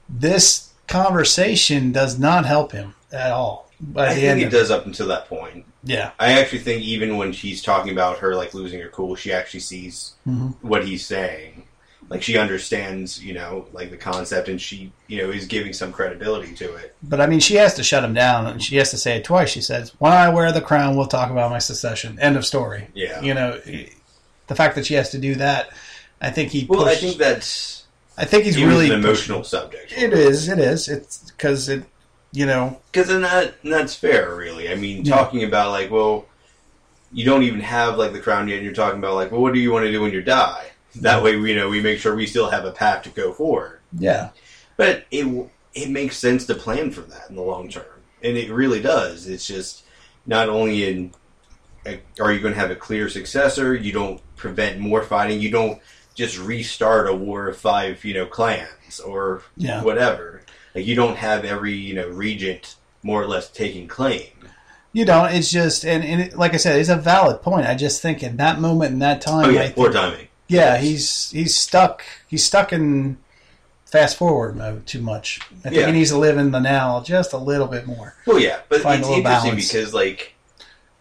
Speaker 9: this conversation does not help him at all. By
Speaker 10: I
Speaker 9: the
Speaker 10: think
Speaker 9: end,
Speaker 10: it
Speaker 9: of-
Speaker 10: does up until that point.
Speaker 9: yeah.
Speaker 10: I actually think even when she's talking about her like losing her cool, she actually sees
Speaker 9: Mhm.
Speaker 10: what he's saying. Like she understands, you know, like the concept, and she, you know, is giving some credibility to it.
Speaker 9: But I mean, she has to shut him down, and she has to say it twice. She says, "When I wear the crown, we'll talk about my secession." End of story.
Speaker 10: Yeah.
Speaker 9: You know, the fact that she has to do that, I think he.
Speaker 10: Well, I
Speaker 9: pushed-
Speaker 10: think that's
Speaker 9: I think he's
Speaker 10: it was
Speaker 9: really
Speaker 10: an emotional subject.
Speaker 9: It is. It is. It's because it. You know.
Speaker 10: because then that and that's fair, really. I mean,
Speaker 9: Yeah.
Speaker 10: talking about like, well, you don't even have like the crown yet, and you're talking about like, well, what do you want to do when you die? That way, you know, we make sure we still have a path to go forward.
Speaker 9: Yeah.
Speaker 10: But it it makes sense to plan for that in the long term, and it really does. It's just not only in are you going to have a clear successor, you don't prevent more fighting, you don't just restart a war of five, you know, clans or
Speaker 9: Yeah.
Speaker 10: whatever. Like you don't have every you know regent more or less taking claim.
Speaker 9: You don't. It's just, and, and it, like I said, it's a valid point. I just think in that moment, in that time,
Speaker 10: Oh
Speaker 9: I
Speaker 10: yeah,
Speaker 9: think-
Speaker 10: poor timing.
Speaker 9: yeah, he's he's stuck. He's stuck in fast forward mode too much. I think
Speaker 10: Yeah.
Speaker 9: he needs to live in the now just a little bit more.
Speaker 10: Well, yeah, but
Speaker 9: Find
Speaker 10: it's
Speaker 9: a little
Speaker 10: interesting
Speaker 9: balance.
Speaker 10: because like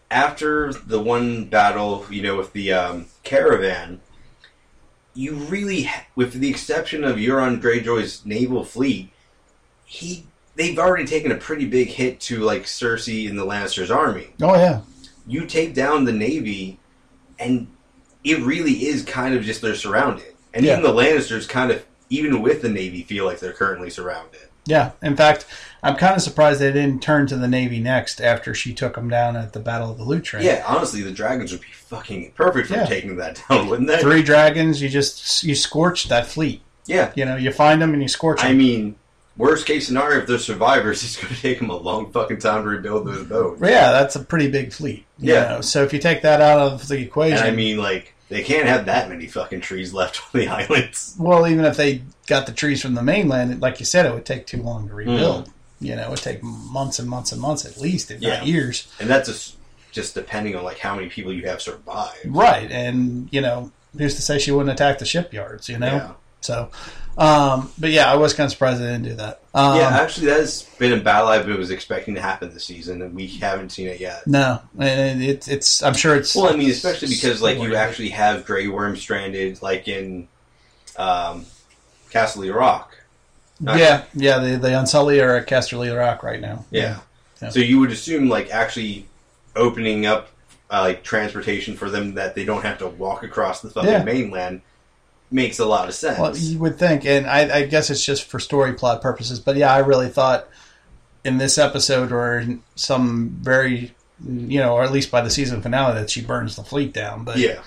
Speaker 10: after the one battle, you know, with the um, caravan, you really, ha- with the exception of Euron Greyjoy's naval fleet, he they've already taken a pretty big hit to like Cersei and the Lannisters' army.
Speaker 9: Oh yeah.
Speaker 10: You take down the navy, and it really is kind of just they're surrounded, and
Speaker 9: Yeah.
Speaker 10: even the Lannisters kind of, even with the navy, feel like they're currently surrounded.
Speaker 9: Yeah, in fact, I'm kind of surprised they didn't turn to the Navy next after she took them down at the Battle of the Lutrin.
Speaker 10: Yeah, honestly, the dragons would be fucking perfect for
Speaker 9: Yeah.
Speaker 10: taking that down, wouldn't they?
Speaker 9: three dragons. You just you scorched that fleet.
Speaker 10: Yeah.
Speaker 9: You know, you find them and you scorch them.
Speaker 10: I mean, worst case scenario, if they're survivors, [laughs] it's going to take them a long fucking time to rebuild those boats.
Speaker 9: yeah, that's a pretty big fleet. you
Speaker 10: Yeah.
Speaker 9: know. So if you take that out of the
Speaker 10: And
Speaker 9: equation,
Speaker 10: I mean, like, they can't have that many fucking trees left [laughs] on the islands.
Speaker 9: well, even if they got the trees from the mainland, it- like you said, it would take too long to
Speaker 10: Hmm.
Speaker 9: rebuild. You know, it would take months and months and months at least, if
Speaker 10: Yeah.
Speaker 9: not years.
Speaker 10: And that's just, just depending on, like, how many people you have survive.
Speaker 9: Right, and you know, who's to say she wouldn't attack the shipyards? You know.
Speaker 10: Yeah.
Speaker 9: So, um, but yeah, I was kind of surprised they didn't do that. Um,
Speaker 10: yeah, actually, that's been a battle I was expecting to happen this season, and we haven't seen it yet.
Speaker 9: No, and it, it's. I'm sure it's.
Speaker 10: Well, I mean, especially because like you
Speaker 9: Story.
Speaker 10: actually have Grey Worm stranded, like in um, Castle Rock. Not-
Speaker 9: yeah, yeah. The the Unsullied are at Casterly Rock right now.
Speaker 10: Yeah.
Speaker 9: Yeah.
Speaker 10: So you would assume like actually opening up uh, like transportation for them that they don't have to walk across the fucking
Speaker 9: Yeah.
Speaker 10: mainland makes a lot of sense.
Speaker 9: Well, you would think, and I, I guess it's just for story plot purposes. But yeah, I really thought in this episode or in some very, you know, or at least by the season finale that she burns the fleet down. But
Speaker 10: yeah.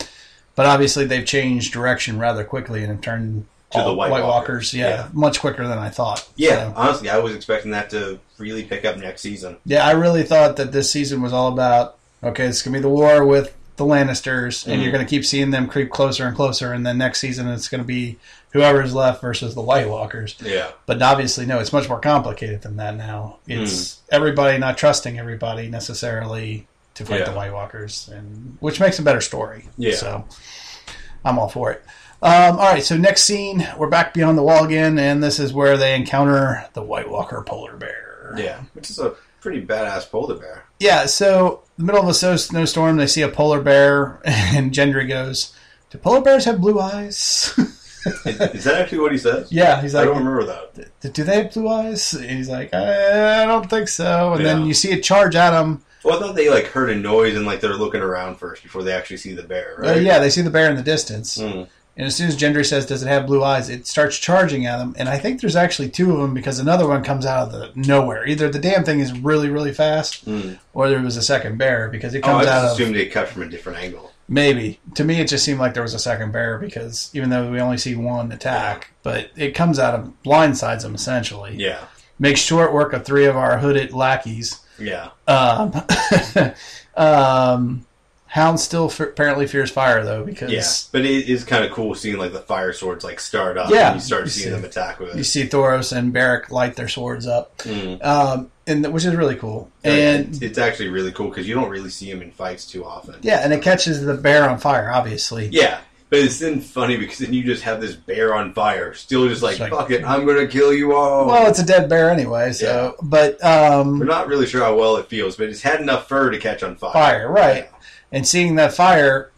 Speaker 9: but obviously they've changed direction rather quickly and have turned
Speaker 10: To the
Speaker 9: all
Speaker 10: White Walkers,
Speaker 9: Walkers. Yeah,
Speaker 10: yeah.
Speaker 9: much quicker than I thought.
Speaker 10: Yeah,
Speaker 9: So-
Speaker 10: honestly, I was expecting that to really pick up next season.
Speaker 9: Yeah, I really thought that this season was all about okay, it's gonna be the war with the Lannisters, and
Speaker 10: Mm-hmm.
Speaker 9: you're gonna keep seeing them creep closer and closer, and then next season it's gonna be whoever's left versus the White Walkers.
Speaker 10: Yeah.
Speaker 9: But obviously, no, it's much more complicated than that now. It's everybody not trusting everybody necessarily to fight
Speaker 10: Yeah.
Speaker 9: the White Walkers, and which makes a better story.
Speaker 10: Yeah.
Speaker 9: So I'm all for it. Um, all right, so next scene, we're back beyond the wall again, and this is where they encounter the White Walker polar bear.
Speaker 10: Yeah. Which is a pretty badass polar bear.
Speaker 9: Yeah, so in the middle of a snow- snowstorm, they see a polar bear, [laughs] and Gendry goes, "Do polar bears have blue eyes?" [laughs]
Speaker 10: is that actually what he says?
Speaker 9: yeah, he's
Speaker 10: I
Speaker 9: like,
Speaker 10: don't remember that.
Speaker 9: "Do they have blue eyes?" And he's like, "I don't think so." And then
Speaker 10: Yeah.
Speaker 9: you see it charge at him,
Speaker 10: Well, I thought they like heard a noise and like they're looking around first before they actually see the bear,
Speaker 9: Uh,
Speaker 10: right?
Speaker 9: yeah, they see the bear in the distance.
Speaker 10: Mm.
Speaker 9: And as soon as Gendry says, "Does it have blue eyes?" it starts charging at them. And I think there's actually two of them because another one comes out of the nowhere. Either the damn thing is really, really fast,
Speaker 10: Mm.
Speaker 9: or there was a second bear because it
Speaker 10: Oh, I
Speaker 9: comes
Speaker 10: just
Speaker 9: out of
Speaker 10: assumed they cut from a different angle.
Speaker 9: maybe. To me, it just seemed like there was a second bear because even though we only see one attack, but it comes out of blindsides them essentially.
Speaker 10: Yeah,
Speaker 9: Makes short work of three of our hooded lackeys.
Speaker 10: yeah.
Speaker 9: Um, um, Hound still f- apparently fears fire though because
Speaker 10: Yeah, but it is kind of cool seeing like the fire swords like start up.
Speaker 9: Yeah,
Speaker 10: and you start
Speaker 9: you
Speaker 10: seeing
Speaker 9: see-
Speaker 10: them attack with
Speaker 9: you
Speaker 10: it.
Speaker 9: see Thoros and Barrack light their swords up,
Speaker 10: Mm.
Speaker 9: um, and th- which is really cool.
Speaker 10: It's-
Speaker 9: And
Speaker 10: it's actually really cool because you don't really see them in fights too often.
Speaker 9: yeah, and it catches the bear on fire, obviously.
Speaker 10: yeah. But it's then funny because then you just have this bear on fire, still just like,
Speaker 9: It's like-
Speaker 10: fuck it, I'm gonna kill you all.
Speaker 9: Well, it's a dead bear anyway, so but um,
Speaker 10: We're not really sure how well it feels, but it's had enough fur to catch on fire.
Speaker 9: fire, right? And seeing that fire,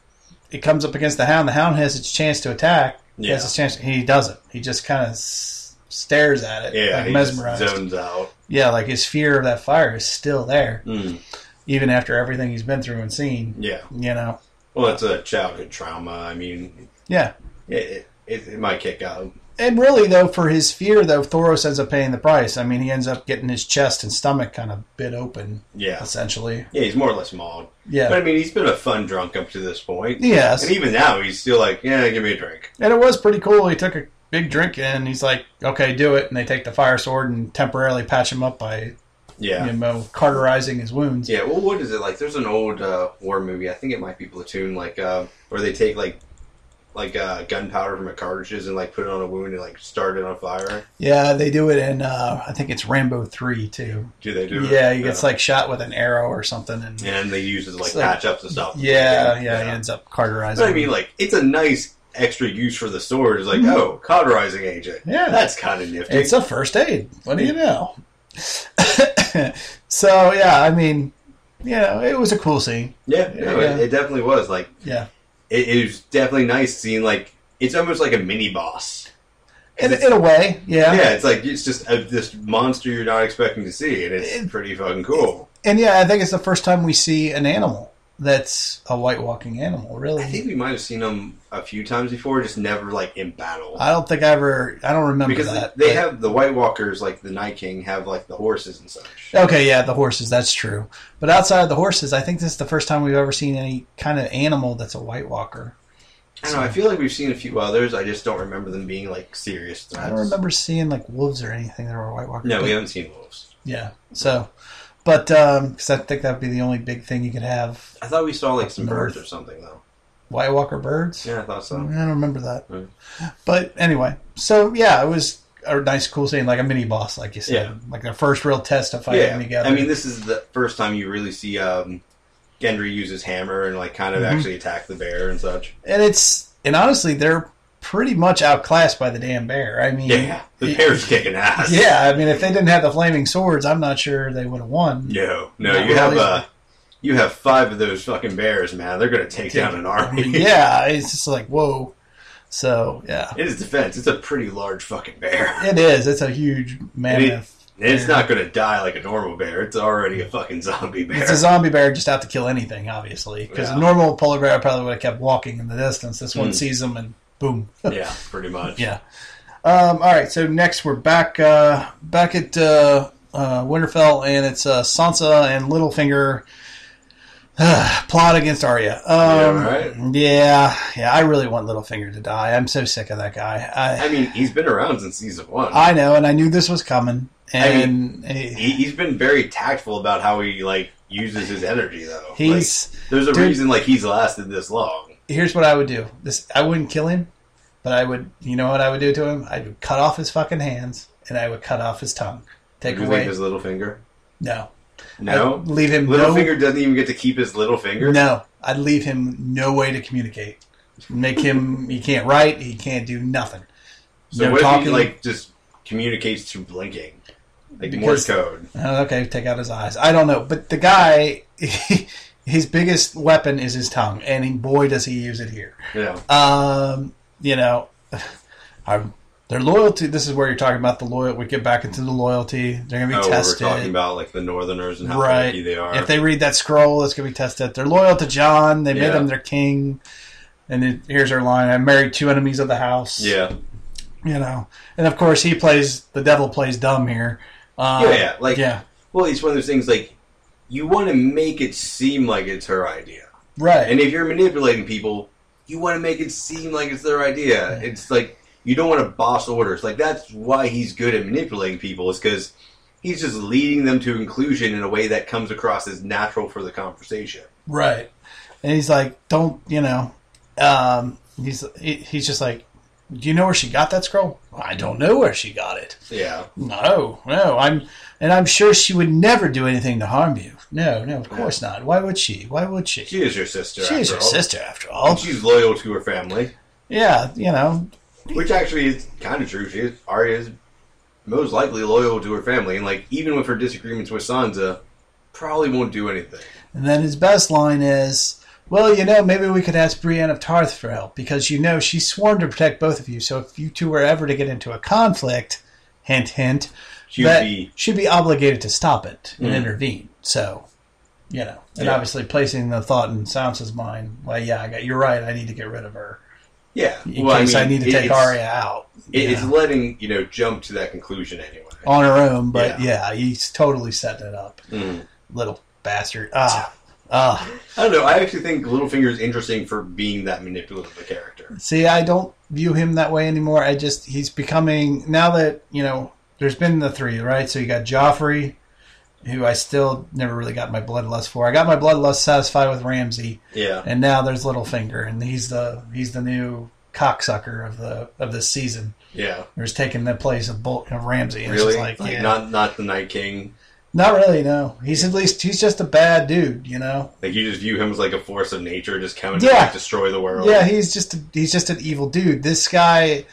Speaker 9: it comes up against the hound. The hound has its chance to attack. He has
Speaker 10: Yeah.
Speaker 9: its chance. He doesn't. He just kind of s- stares at it,
Speaker 10: Yeah,
Speaker 9: like
Speaker 10: he
Speaker 9: mesmerized.
Speaker 10: Just zones out.
Speaker 9: Yeah, like his fear of that fire is still there,
Speaker 10: Mm,
Speaker 9: even after everything he's been through and seen.
Speaker 10: yeah.
Speaker 9: You know,
Speaker 10: Well, that's a childhood trauma. I mean,
Speaker 9: yeah.
Speaker 10: it, it, it might kick out.
Speaker 9: And really, though, for his fear, though, Thoros ends up paying the price. I mean, he ends up getting his chest and stomach kind of bit open,
Speaker 10: Yeah.
Speaker 9: essentially.
Speaker 10: Yeah, he's more or less mauled.
Speaker 9: Yeah.
Speaker 10: But I mean, he's been a fun drunk up to this point.
Speaker 9: Yes.
Speaker 10: And even now, he's still like, yeah, give me a drink.
Speaker 9: And it was pretty cool. He took a big drink and he's like, okay, do it. And they take the fire sword and temporarily patch him up by,
Speaker 10: Yeah.
Speaker 9: you know, carterizing his wounds.
Speaker 10: Yeah, well, what is it like? There's an old uh, war movie. I think it might be Platoon, like uh, where they take like like uh, gunpowder from a cartridges and like put it on a wound and like start it on fire.
Speaker 9: Yeah, they do it in, uh, I think it's Rambo 3, too.
Speaker 10: Do they do? it?
Speaker 9: Yeah, he gets like shot with an arrow or something. And yeah,
Speaker 10: and they use it to, like
Speaker 9: It's like-
Speaker 10: patch up the stuff.
Speaker 9: yeah, he ends up
Speaker 10: But
Speaker 9: carterizing.
Speaker 10: I mean, like it's a nice extra use for the sword. It's like oh, cauterizing agent.
Speaker 9: Mm-hmm. Yeah.
Speaker 10: that's kind of nifty.
Speaker 9: It's a first aid. What do you know? [laughs] so yeah, I mean, you know, it was a cool scene.
Speaker 10: yeah, no, it-
Speaker 9: Yeah.
Speaker 10: It, definitely was. Like
Speaker 9: Yeah,
Speaker 10: it, it was definitely nice seeing like it's almost like a mini boss.
Speaker 9: in, in a way, yeah.
Speaker 10: Yeah, it's like it's just a, this monster you're not expecting to see, and it's pretty fucking cool.
Speaker 9: And yeah, I think it's the first time we see an animal that's a white walking animal. Really,
Speaker 10: I think we might have seen them a few times before, just never like in battle.
Speaker 9: I don't think I ever. I don't remember
Speaker 10: because
Speaker 9: that.
Speaker 10: they
Speaker 9: but-
Speaker 10: have the White Walkers, like the Night King, have like the horses and such.
Speaker 9: Okay, yeah, the horses. That's true. But outside of the horses, I think this is the first time we've ever seen any kind of animal that's a White Walker.
Speaker 10: I don't know. I feel like we've seen a few others. I just don't remember them being like serious threats.
Speaker 9: I don't remember seeing like wolves or anything that were White Walkers.
Speaker 10: No,
Speaker 9: but-
Speaker 10: we haven't seen wolves.
Speaker 9: Yeah. So, but because I think that'd be the only big thing you could have
Speaker 10: I thought we saw like some
Speaker 9: Nerf.
Speaker 10: birds or something though.
Speaker 9: White Walker birds.
Speaker 10: Yeah, I thought so.
Speaker 9: I don't remember that.
Speaker 10: Mm.
Speaker 9: But anyway, so yeah, it was a nice, cool scene, like a mini boss, like you said,
Speaker 10: Yeah.
Speaker 9: like their first real test of fighting
Speaker 10: yeah,
Speaker 9: together.
Speaker 10: I mean, this is the first time you really see um, Gendry use his hammer and like kind of
Speaker 9: Mm-hmm.
Speaker 10: actually attack the bear and such.
Speaker 9: and it's and honestly, they're pretty much outclassed by the damn bear. I mean,
Speaker 10: Yeah, the bear's kicking ass.
Speaker 9: yeah. I mean, if they didn't have the flaming swords, I'm not sure they would have won.
Speaker 10: No, no,
Speaker 9: Not
Speaker 10: you have
Speaker 9: really.
Speaker 10: uh, you have five of those fucking bears, man. They're gonna take down an army.
Speaker 9: [laughs] yeah, it's just like whoa. So yeah,
Speaker 10: In his defense, it's a pretty large fucking bear.
Speaker 9: it is. It's a huge
Speaker 10: [laughs] And, it-
Speaker 9: mammoth.
Speaker 10: and it's not gonna die like a normal bear. It's already a fucking zombie bear.
Speaker 9: It's a zombie bear just out to kill anything, obviously. Because
Speaker 10: Yeah.
Speaker 9: a normal polar bear probably would have kept walking in the distance. This one
Speaker 10: Mm.
Speaker 9: sees them and boom. [laughs]
Speaker 10: yeah, pretty much.
Speaker 9: yeah. Um, all right. So next we're back uh, back at uh, uh, Winterfell, and it's uh, Sansa and Littlefinger [sighs] plot against Arya. Um,
Speaker 10: Yeah, right.
Speaker 9: Yeah, yeah. I really want Littlefinger to die. I'm so sick of that guy. I
Speaker 10: I mean, he's been around since season one.
Speaker 9: I know, and I knew this was coming. And eh, he-
Speaker 10: he, he's been very tactful about how he like uses his energy, though.
Speaker 9: he's.
Speaker 10: Like, there's a
Speaker 9: dude.
Speaker 10: reason like he's lasted this long.
Speaker 9: here's what I would do. This I wouldn't kill him, but I would. You know what I would do to him? I would cut off his fucking hands and I would cut off his tongue. Take
Speaker 10: You
Speaker 9: away
Speaker 10: think his little finger?
Speaker 9: no,
Speaker 10: No,
Speaker 9: I'd leave him
Speaker 10: little
Speaker 9: no
Speaker 10: finger doesn't even get to keep his little finger.
Speaker 9: no. I'd leave him no way to communicate. Make him he can't write. He can't do nothing.
Speaker 10: So
Speaker 9: no
Speaker 10: what
Speaker 9: talking.
Speaker 10: if he like just communicates through blinking, like
Speaker 9: Because-
Speaker 10: Morse code?
Speaker 9: Oh, okay, take out his eyes. I don't know, but the guy. [laughs] His biggest weapon is his tongue, and boy, does he use it here. [laughs]
Speaker 10: You know,
Speaker 9: Um, you know, I Their loyalty. This is where you're talking about the loyal. We get back into the loyalty. They're going to be
Speaker 10: Oh,
Speaker 9: tested.
Speaker 10: we're talking about like the Northerners and how
Speaker 9: right.
Speaker 10: lucky they are.
Speaker 9: If they read that scroll, it's going to be tested. They're loyal to John. They
Speaker 10: Yeah.
Speaker 9: made him their king. And then here's her line: "I married two enemies of the house."
Speaker 10: yeah,
Speaker 9: You know, and of course he plays the devil plays dumb here. Um,
Speaker 10: yeah, yeah, like
Speaker 9: yeah,
Speaker 10: Well, it's one of those things like you want to make it seem like it's her idea,
Speaker 9: right.
Speaker 10: and if you're manipulating people, you want to make it seem like it's their idea.
Speaker 9: Mm-hmm.
Speaker 10: It's like you don't want to boss orders. Like that's why he's good at manipulating people is because he's just leading them to inclusion in a way that comes across as natural for the conversation.
Speaker 9: Right. And he's like, don't, you know, um, he's he- he's just like, do you know where she got that scroll? I don't know where she got it.
Speaker 10: Yeah,
Speaker 9: No, no, I'm, and I'm sure she would never do anything to harm you. No, no, of course not. Why would she? Why would she?
Speaker 10: she is your sister.
Speaker 9: She is
Speaker 10: after
Speaker 9: your
Speaker 10: all.
Speaker 9: sister, after
Speaker 10: And
Speaker 9: all.
Speaker 10: she's loyal to her family,
Speaker 9: Yeah, you know,
Speaker 10: which actually is kind of true. She is Arya is most likely loyal to her family, and like even with her disagreements with Sansa, probably won't do anything.
Speaker 9: And then his best line is, "Well, you know, maybe we could ask Brienne of Tarth for help because you know she's sworn to protect both of you. So if you two were ever to get into a conflict, hint, hint,
Speaker 10: She'd
Speaker 9: that
Speaker 10: be-
Speaker 9: she'd be obligated to stop it and
Speaker 10: Mm.
Speaker 9: intervene." So, you know, and
Speaker 10: Yeah.
Speaker 9: obviously placing the thought in Sansa's mind, "Well, yeah, I got, you're right. I need to get rid of her
Speaker 10: Yeah,
Speaker 9: in case I, need to take Arya out
Speaker 10: It,
Speaker 9: you
Speaker 10: It's
Speaker 9: know,
Speaker 10: letting you know jump to that conclusion anyway.
Speaker 9: on her own." But
Speaker 10: Yeah.
Speaker 9: yeah, he's totally setting it up,
Speaker 10: Mm.
Speaker 9: little bastard. Ah, ah.
Speaker 10: I don't know. I actually think Littlefinger is interesting for being that manipulative a character.
Speaker 9: See, I don't view him that way anymore. I just he's becoming now that you know there's been the three right. So you got Joffrey, who I still never really got my bloodlust for. I got my bloodlust satisfied with Ramsey,
Speaker 10: Yeah,
Speaker 9: and now there's Littlefinger, and he's the he's the new cocksucker of the of this season.
Speaker 10: yeah.
Speaker 9: He's taking the place of Bolt of Ramsey. And
Speaker 10: Really,
Speaker 9: it's just like, yeah. not
Speaker 10: not not the Night King.
Speaker 9: really. No, he's at least he's just a bad dude, you know.
Speaker 10: Like you just view him as like a force of nature, just coming to
Speaker 9: Yeah.
Speaker 10: like, destroy the world.
Speaker 9: Yeah, he's just a, he's just an evil dude. This guy,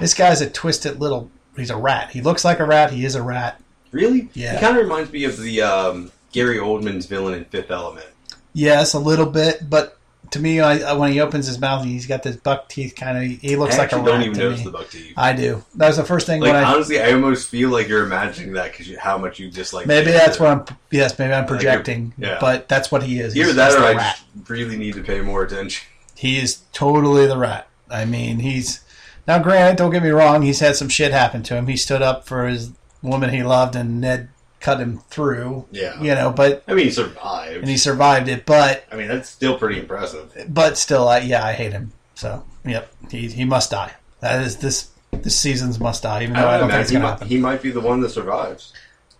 Speaker 9: this guy's a twisted little. He's a rat. He looks like a rat. He is a rat.
Speaker 10: really.
Speaker 9: Yeah.
Speaker 10: he kind of reminds me of the um, Gary Oldman's villain in Fifth Element.
Speaker 9: Yes, a little bit, but to me, I, I, when he opens his mouth, he's got this buck teeth kind of. He looks
Speaker 10: I
Speaker 9: like a
Speaker 10: actually don't
Speaker 9: rat
Speaker 10: even
Speaker 9: to
Speaker 10: notice
Speaker 9: me.
Speaker 10: the buck teeth.
Speaker 9: I do. That was the first thing
Speaker 10: Like
Speaker 9: when I.
Speaker 10: honestly, I almost feel like you're imagining that because how much you dislike.
Speaker 9: Maybe
Speaker 10: the
Speaker 9: that's
Speaker 10: character.
Speaker 9: what I'm. Yes, maybe I'm projecting.
Speaker 10: you're- yeah.
Speaker 9: But that's what he is.
Speaker 10: Either
Speaker 9: He's
Speaker 10: that,
Speaker 9: just
Speaker 10: or
Speaker 9: a
Speaker 10: I
Speaker 9: rat.
Speaker 10: just really need to pay more attention. [laughs]
Speaker 9: He is totally the rat. I mean, he's now. Granted, don't get me wrong. He's had some shit happen to him. He stood up for his woman he loved, and Ned cut him through.
Speaker 10: Yeah.
Speaker 9: you know, but
Speaker 10: I mean, he survived.
Speaker 9: and he survived it. But
Speaker 10: I mean, that's still pretty impressive.
Speaker 9: but still, I, yeah, I hate him. So yep, he he must die. That is this this season's must die. Even though I don't think it's
Speaker 10: Oh, he,
Speaker 9: gonna
Speaker 10: might,
Speaker 9: happen.
Speaker 10: he might be the one that survives.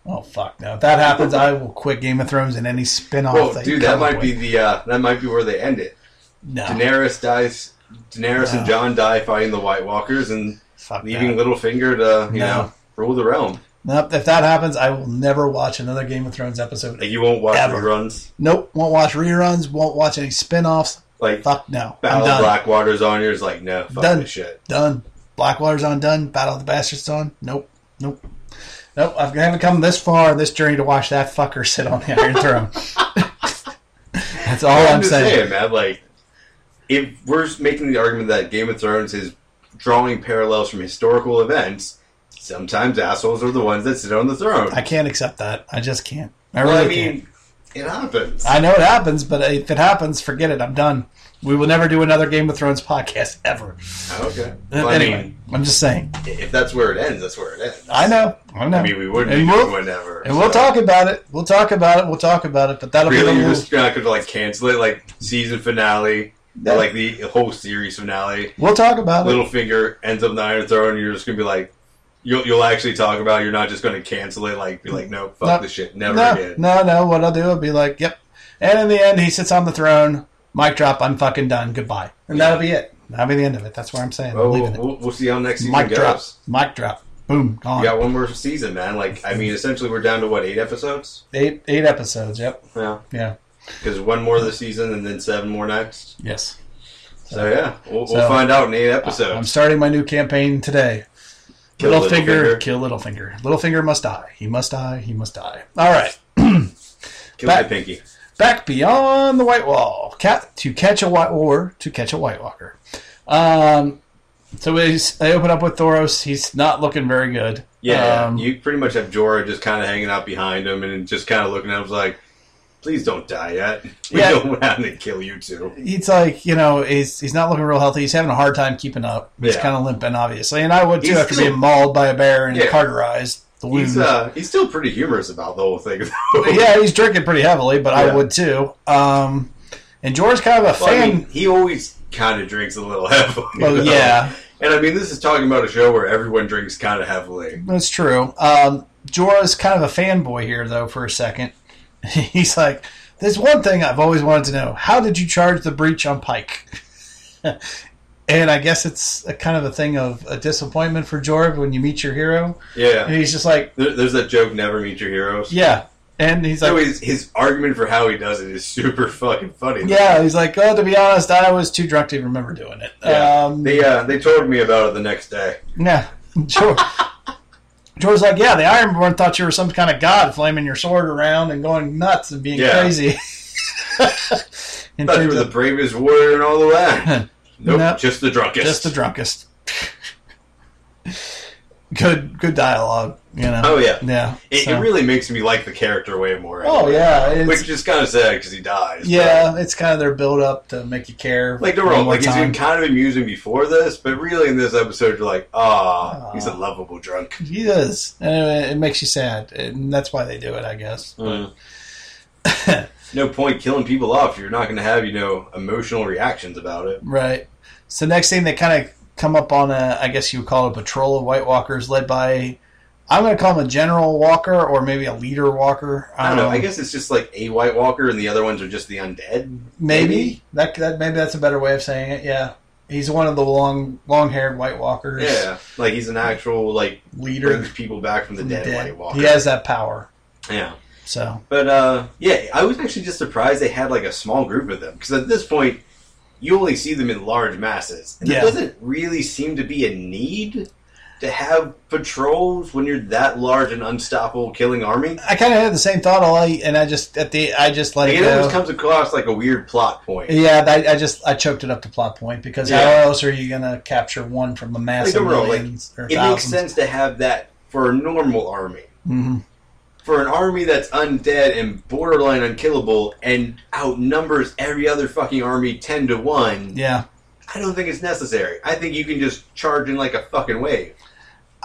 Speaker 9: Oh fuck no! If that happens, I will quit Game of Thrones and any spin off.
Speaker 10: Well, dude, that might be the uh, that might be where they end it.
Speaker 9: no.
Speaker 10: Daenerys dies. Daenerys
Speaker 9: No.
Speaker 10: and John die fighting the White Walkers and
Speaker 9: Fuck
Speaker 10: leaving
Speaker 9: that.
Speaker 10: Littlefinger to you
Speaker 9: No.
Speaker 10: know rule the realm.
Speaker 9: Nope, if that happens, I will never watch another Game of Thrones episode
Speaker 10: Like you won't watch
Speaker 9: Ever.
Speaker 10: reruns.
Speaker 9: Nope, won't watch reruns, won't watch any spin-offs.
Speaker 10: Like
Speaker 9: Fuck no.
Speaker 10: Battle
Speaker 9: I'm
Speaker 10: of
Speaker 9: done.
Speaker 10: Blackwater's on. You're just like, no, fuck
Speaker 9: Done.
Speaker 10: this shit.
Speaker 9: Done. Blackwater's on done. Battle of the Bastards on. Nope. Nope. Nope. I haven't come this far in this journey to watch that fucker sit on the
Speaker 10: [laughs]
Speaker 9: Iron Throne. That's all I'm,
Speaker 10: I'm just
Speaker 9: saying.
Speaker 10: saying, man. Like, if we're making the argument that Game of Thrones is drawing parallels from historical events, sometimes assholes are the ones that sit on the throne.
Speaker 9: I can't accept that. I just can't. I really
Speaker 10: Well, I
Speaker 9: can't.
Speaker 10: mean, it happens.
Speaker 9: I know it happens, but if it happens, forget it. I'm done. We will never do another Game of Thrones podcast ever.
Speaker 10: okay. Well, I
Speaker 9: Uh, anyway,
Speaker 10: mean,
Speaker 9: I'm just saying.
Speaker 10: if that's where it ends, that's where it ends.
Speaker 9: I know. I know.
Speaker 10: I mean, we wouldn't
Speaker 9: And
Speaker 10: be
Speaker 9: we'll-
Speaker 10: doing whatever.
Speaker 9: And we'll
Speaker 10: so.
Speaker 9: talk about it. We'll talk about it. We'll talk about it. But that'll be
Speaker 10: Really,
Speaker 9: the
Speaker 10: you're
Speaker 9: rule.
Speaker 10: just not going to like cancel it, like season finale,
Speaker 9: Yeah.
Speaker 10: or, like the whole series finale.
Speaker 9: We'll talk about it.
Speaker 10: Littlefinger ends up in the Iron Throne. and You're just going to be like. You'll, you'll actually talk about it, you're not just going to cancel it like be like no fuck
Speaker 9: No.
Speaker 10: this shit never
Speaker 9: no,
Speaker 10: again
Speaker 9: no, no. What I'll do, I'll be like, yep. And in the end, he sits on the throne. Mic drop. I'm fucking done. Goodbye. And that'll be it. That'll be the end of it. That's where I'm saying.
Speaker 10: Well,
Speaker 9: I'm
Speaker 10: we'll,
Speaker 9: leaving it.
Speaker 10: we'll, we'll see how next season
Speaker 9: Mic
Speaker 10: goes.
Speaker 9: drop. Mic drop. Boom.
Speaker 10: We
Speaker 9: Gone.
Speaker 10: got one more season, man. Like I mean, essentially we're down to what eight episodes?
Speaker 9: Eight eight episodes. Yep.
Speaker 10: Yeah,
Speaker 9: Yeah.
Speaker 10: because one more this season and then seven more next.
Speaker 9: Yes.
Speaker 10: So yeah, we'll,
Speaker 9: So-
Speaker 10: we'll find out in eight
Speaker 9: I'm
Speaker 10: episodes.
Speaker 9: starting my new campaign today.
Speaker 10: Kill
Speaker 9: Littlefinger,
Speaker 10: Littlefinger.
Speaker 9: kill Littlefinger. Littlefinger must die. He must die. He must die. All right.
Speaker 10: Kill my
Speaker 9: back.
Speaker 10: pinky.
Speaker 9: back beyond the White Wall, cat to catch a white or to catch a White Walker. Um, So he's, they open up with Thoros. He's not looking very good.
Speaker 10: Yeah,
Speaker 9: Um,
Speaker 10: you pretty much have Jorah just kind of hanging out behind him and just kind of looking at him like, "Please don't die yet. We
Speaker 9: Yeah.
Speaker 10: don't want to kill you two.
Speaker 9: he's like, you know, he's he's not looking real healthy. He's having a hard time keeping up. He's
Speaker 10: Yeah.
Speaker 9: kind of limping, obviously. And I would too
Speaker 10: He's
Speaker 9: after
Speaker 10: still-
Speaker 9: being mauled by a bear and
Speaker 10: Yeah.
Speaker 9: carterized the wound.
Speaker 10: He's uh, he's still pretty humorous about the whole thing. [laughs] though.
Speaker 9: yeah, he's drinking pretty heavily, but I
Speaker 10: Yeah.
Speaker 9: would too. Um, and Jorah's kind of a
Speaker 10: Well, I
Speaker 9: fan.
Speaker 10: mean, he always kind of drinks a little [laughs] heavily.
Speaker 9: Well,
Speaker 10: though.
Speaker 9: yeah.
Speaker 10: And I mean, this is talking about a show where everyone drinks kind of heavily.
Speaker 9: That's true. Um, Jorah's kind of a fanboy here, though, for a second. [laughs] He's like, there's one thing I've always wanted to know. How did you charge the breach on Pike? [laughs] and I guess it's a kind of a thing of a disappointment for Jorah when you meet your hero.
Speaker 10: Yeah.
Speaker 9: And he's just like,
Speaker 10: There, there's that joke, never meet your heroes.
Speaker 9: yeah. And he's
Speaker 10: So
Speaker 9: like,
Speaker 10: his, his argument for how he does it is super fucking funny.
Speaker 9: yeah. He's like, oh, to be honest, I was too drunk to even remember doing it.
Speaker 10: Yeah.
Speaker 9: Um,
Speaker 10: they uh, they told me about it the next day.
Speaker 9: Yeah,
Speaker 10: [laughs]
Speaker 9: sure. Jorah's like, yeah, the Ironborn thought you were some kind of god, flaming your sword around and going nuts and being
Speaker 10: Yeah. [laughs]
Speaker 9: crazy. and
Speaker 10: Thought you
Speaker 9: Tyrion-
Speaker 10: were the bravest warrior in all
Speaker 9: [laughs]
Speaker 10: the land. nope,
Speaker 9: Nope.
Speaker 10: just the drunkest.
Speaker 9: just the drunkest. good, good dialogue. You know.
Speaker 10: Oh, yeah.
Speaker 9: yeah.
Speaker 10: It,
Speaker 9: so-
Speaker 10: it really makes me like the character way more.
Speaker 9: Oh
Speaker 10: anyway.
Speaker 9: yeah, it's,
Speaker 10: which is kind of sad because he dies. but-
Speaker 9: yeah. It's kind of their build up to make you care.
Speaker 10: Like the
Speaker 9: one
Speaker 10: role,
Speaker 9: more
Speaker 10: like he's
Speaker 9: time.
Speaker 10: been kind of amusing before this, but really in this episode, you're like, ah, he's a
Speaker 9: Aw.
Speaker 10: lovable drunk.
Speaker 9: He is, and it- it makes you sad, and that's why they do it, I guess. [laughs]
Speaker 10: no point killing people off. if You're not going to have you know emotional reactions about it.
Speaker 9: Right. So next thing they kind of come up on a, I guess you would call it a patrol of White Walkers led by, I'm going to call him a general walker or maybe a leader walker.
Speaker 10: I don't know.
Speaker 9: Um,
Speaker 10: I guess it's just like a White Walker, and the other ones are just the undead.
Speaker 9: maybe, that that maybe that's a better way of saying it. Yeah, he's one of the long long haired White Walkers.
Speaker 10: Yeah, like he's an actual like
Speaker 9: leader.
Speaker 10: brings people back from the
Speaker 9: from
Speaker 10: dead,
Speaker 9: the
Speaker 10: White
Speaker 9: dead.
Speaker 10: Walker.
Speaker 9: He has that power.
Speaker 10: yeah.
Speaker 9: So
Speaker 10: But uh, yeah, I was actually just surprised they had like a small group of them because at this point you only see them in large masses, and
Speaker 9: Yeah.
Speaker 10: there doesn't really seem to be a need to have patrols when you're that large and unstoppable killing army.
Speaker 9: I kind of had the same thought. All I and I just at the I just let
Speaker 10: Like,
Speaker 9: it
Speaker 10: it
Speaker 9: go.
Speaker 10: almost comes across like a weird plot point.
Speaker 9: yeah, I, I just I choked it up to plot point because
Speaker 10: Yeah.
Speaker 9: how else are you gonna capture one from the mass
Speaker 10: Like,
Speaker 9: of
Speaker 10: overall, like,
Speaker 9: millions or
Speaker 10: It makes
Speaker 9: thousands?
Speaker 10: sense to have that for a normal army.
Speaker 9: Mhm.
Speaker 10: For an army that's undead and borderline unkillable and outnumbers every other fucking army 10 to 1,
Speaker 9: Yeah,
Speaker 10: I don't think it's necessary. I think you can just charge in like a fucking wave.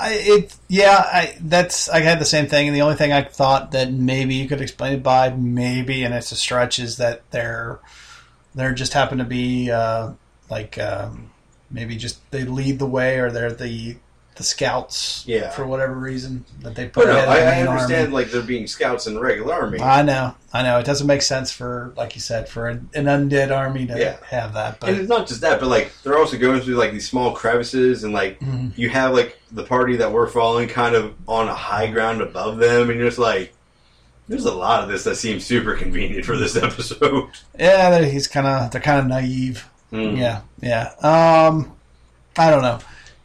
Speaker 9: I, it yeah I that's I had the same thing and the only thing I thought that maybe you could explain it by maybe and it's a stretch is that they're they're just happen to be uh, like um, maybe just they lead the way or they're the the scouts
Speaker 10: Yeah.
Speaker 9: for whatever reason that they put
Speaker 10: But no,
Speaker 9: ahead of the
Speaker 10: I, I
Speaker 9: main army.
Speaker 10: understand like there being scouts in the regular army.
Speaker 9: I know I know it doesn't make sense for like you said for an, an undead army to
Speaker 10: Yeah.
Speaker 9: have that
Speaker 10: and
Speaker 9: but
Speaker 10: it's not just that, but like they're also going through like these small crevices, and like
Speaker 9: Mhm.
Speaker 10: you have like the party that we're following kind of on a high ground above them, and you're just like, there's a lot of this that seems super convenient for this [laughs] episode.
Speaker 9: yeah they're- he's kind of they're kind of naive
Speaker 10: Mm.
Speaker 9: yeah yeah um I don't know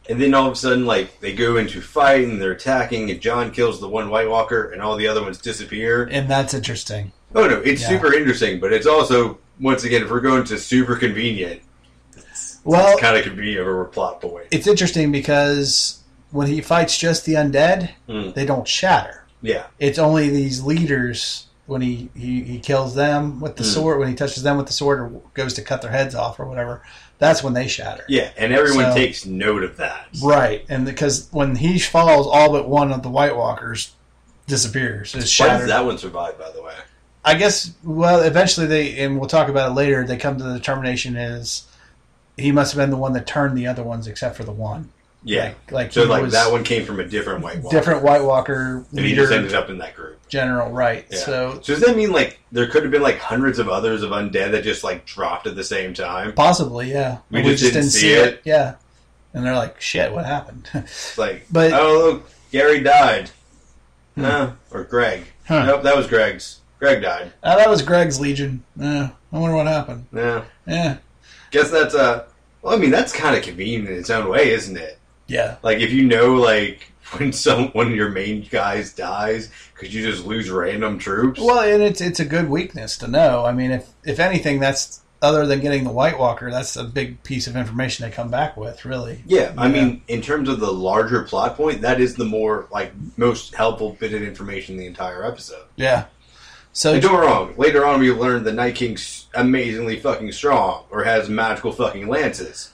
Speaker 10: And then all of a sudden, like they go into fight and they're attacking, and John kills the one White Walker, and all the other ones disappear.
Speaker 9: and that's interesting.
Speaker 10: Oh no, it's
Speaker 9: Yeah.
Speaker 10: super interesting, but it's also once again, if we're going to super convenient,
Speaker 9: Well,
Speaker 10: it's kind of convenient over a plot point.
Speaker 9: it's interesting because when he fights just the undead,
Speaker 10: Mm.
Speaker 9: they don't shatter.
Speaker 10: Yeah,
Speaker 9: It's only these leaders when he, he, he kills them with the
Speaker 10: Mm.
Speaker 9: sword, when he touches them with the sword or goes to cut their heads off or whatever, that's when they shatter.
Speaker 10: yeah, and everyone
Speaker 9: So-
Speaker 10: takes note of that.
Speaker 9: Right. And because when he falls, all but one of the White Walkers disappears, is
Speaker 10: Why does
Speaker 9: shattered.
Speaker 10: that one survive, by the way?
Speaker 9: I guess, well, eventually they, and we'll talk about it later, they come to the determination is he must have been the one that turned the other ones except for the one.
Speaker 10: Yeah,
Speaker 9: Like, like
Speaker 10: so
Speaker 9: he
Speaker 10: like
Speaker 9: was-
Speaker 10: that one came from a different White Walker,
Speaker 9: different White Walker
Speaker 10: and he just
Speaker 9: leader
Speaker 10: ended up in that group.
Speaker 9: general, right?
Speaker 10: Yeah.
Speaker 9: So
Speaker 10: So does that mean like there could have been like hundreds of others of undead that just like dropped at the same time?
Speaker 9: possibly, yeah.
Speaker 10: We just didn't see it.
Speaker 9: yeah. And they're like, "Shit, what happened?" [laughs] Uh,
Speaker 10: It's like,
Speaker 9: But- Hmm.
Speaker 10: oh look, Gary died, Huh, or Greg.
Speaker 9: Huh.
Speaker 10: Nope, that was Greg's. Greg died.
Speaker 9: oh, that was Greg's Legion. Yeah, I wonder what happened.
Speaker 10: Yeah.
Speaker 9: Yeah,
Speaker 10: Guess that's uh well I mean that's kinda convenient in its own way, isn't it?
Speaker 9: yeah,
Speaker 10: Like if you know like [laughs] when some one of your main guys dies, could you just lose random troops?
Speaker 9: Well, and it's it's a good weakness to know. I mean, if if anything, that's other than getting the White Walker, that's a big piece of information they come back with, really.
Speaker 10: Yeah, I
Speaker 9: Yeah.
Speaker 10: mean, in terms of the larger plot point, that is the more like most helpful bit of information in the entire episode.
Speaker 9: Yeah. So
Speaker 10: And don't get me wrong. Later on, we learned the Night King's amazingly fucking strong, or has magical fucking lances.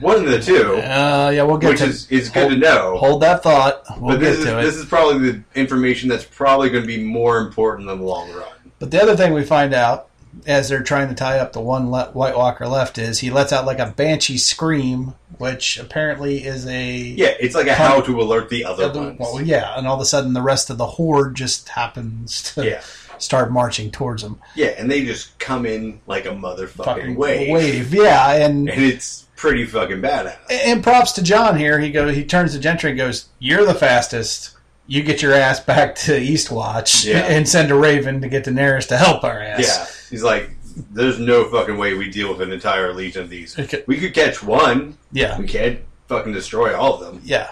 Speaker 10: One of the two,
Speaker 9: Uh, yeah, we'll get
Speaker 10: which
Speaker 9: to
Speaker 10: is is good to know.
Speaker 9: Hold that thought. We'll get
Speaker 10: but this is
Speaker 9: to it.
Speaker 10: this is probably the information that's probably going to be more important in the long run.
Speaker 9: But the other thing we find out as they're trying to tie up the one le- White Walker left is he lets out like a banshee scream, which apparently is a
Speaker 10: Yeah, it's like a
Speaker 9: Con-
Speaker 10: how to alert the other
Speaker 9: other-
Speaker 10: ones.
Speaker 9: well, yeah, and all of a sudden the rest of the horde just happens to
Speaker 10: Yeah.
Speaker 9: start marching towards him.
Speaker 10: Yeah, and they just come in like a motherfucking
Speaker 9: Fucking
Speaker 10: wave.
Speaker 9: wave, yeah, and
Speaker 10: and it's pretty fucking badass.
Speaker 9: and props to John here. He go he turns to Gentry and goes, "You're the fastest." You get your ass back to Eastwatch [laughs]
Speaker 10: Yeah.
Speaker 9: and send a Raven to get Daenerys to help our ass.
Speaker 10: Yeah, he's like, there's no fucking way we deal with an entire legion of these.
Speaker 9: Okay.
Speaker 10: We could catch one.
Speaker 9: Yeah.
Speaker 10: we can't fucking destroy all of them.
Speaker 9: Yeah,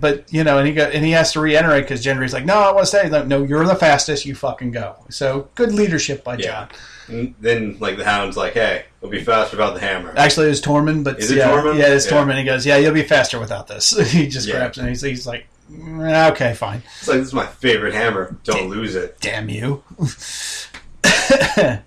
Speaker 9: but you know, and he got and he has to re-enter it because Gendry's like, "No, I want to stay." He's like, "No, you're the fastest. You fucking go." So good leadership by
Speaker 10: Yeah.
Speaker 9: John.
Speaker 10: And then like the hound's like, hey, we'll be faster without the hammer.
Speaker 9: Actually, it was Tormund, but
Speaker 10: Is it
Speaker 9: yeah,
Speaker 10: Tormund?
Speaker 9: yeah, it's
Speaker 10: Yeah.
Speaker 9: Tormund. He goes, "Yeah, you'll be faster without this." [laughs] he just
Speaker 10: Yeah.
Speaker 9: grabs it and he's, he's like, "Mm, "Okay, fine.
Speaker 10: It's like this is my favorite hammer. Don't lose it.
Speaker 9: Damn you." [laughs]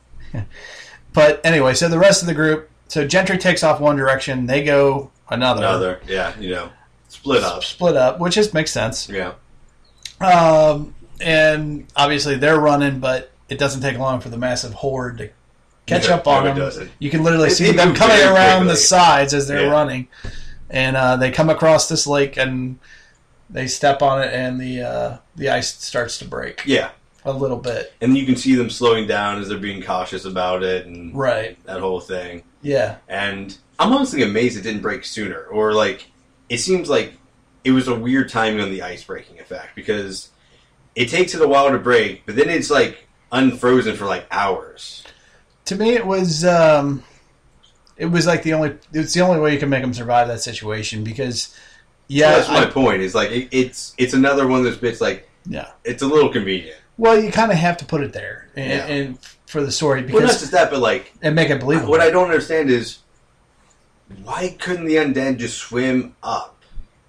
Speaker 9: but anyway, so the rest of the group, so Gentry takes off one direction, they go another,
Speaker 10: Another, yeah, you know, split up.
Speaker 9: split up, which is makes sense.
Speaker 10: Yeah,
Speaker 9: Um, and obviously they're running, but it doesn't take long for the massive horde to catch
Speaker 10: Yeah,
Speaker 9: up on
Speaker 10: no, it
Speaker 9: them.
Speaker 10: doesn't.
Speaker 9: You can literally
Speaker 10: They-
Speaker 9: see
Speaker 10: they
Speaker 9: them
Speaker 10: move
Speaker 9: coming
Speaker 10: very
Speaker 9: around the
Speaker 10: quickly.
Speaker 9: sides as they're
Speaker 10: Yeah.
Speaker 9: running, and uh, they come across this lake and they step on it, and the uh, the ice starts to break
Speaker 10: yeah.
Speaker 9: a little bit.
Speaker 10: And you can see them slowing down as they're being cautious about it and
Speaker 9: Right?
Speaker 10: that whole thing.
Speaker 9: Yeah.
Speaker 10: And I'm honestly amazed it didn't break sooner. Or like, it seems like it was a weird timing on the ice breaking effect because it takes it a while to break, but then it's like unfrozen for like hours.
Speaker 9: To me, it was um, it was like the only it's the only way you can make them survive that situation because yeah,
Speaker 10: Yeah, that's my
Speaker 9: I-
Speaker 10: point. Is like it, it's it's another one of those bits like
Speaker 9: yeah.
Speaker 10: it's a little convenient.
Speaker 9: Well, you kind of have to put it there, and,
Speaker 10: Yeah.
Speaker 9: and for the story because
Speaker 10: Well, not just that, but like
Speaker 9: and make it believable.
Speaker 10: what I don't understand is why couldn't the undead just swim up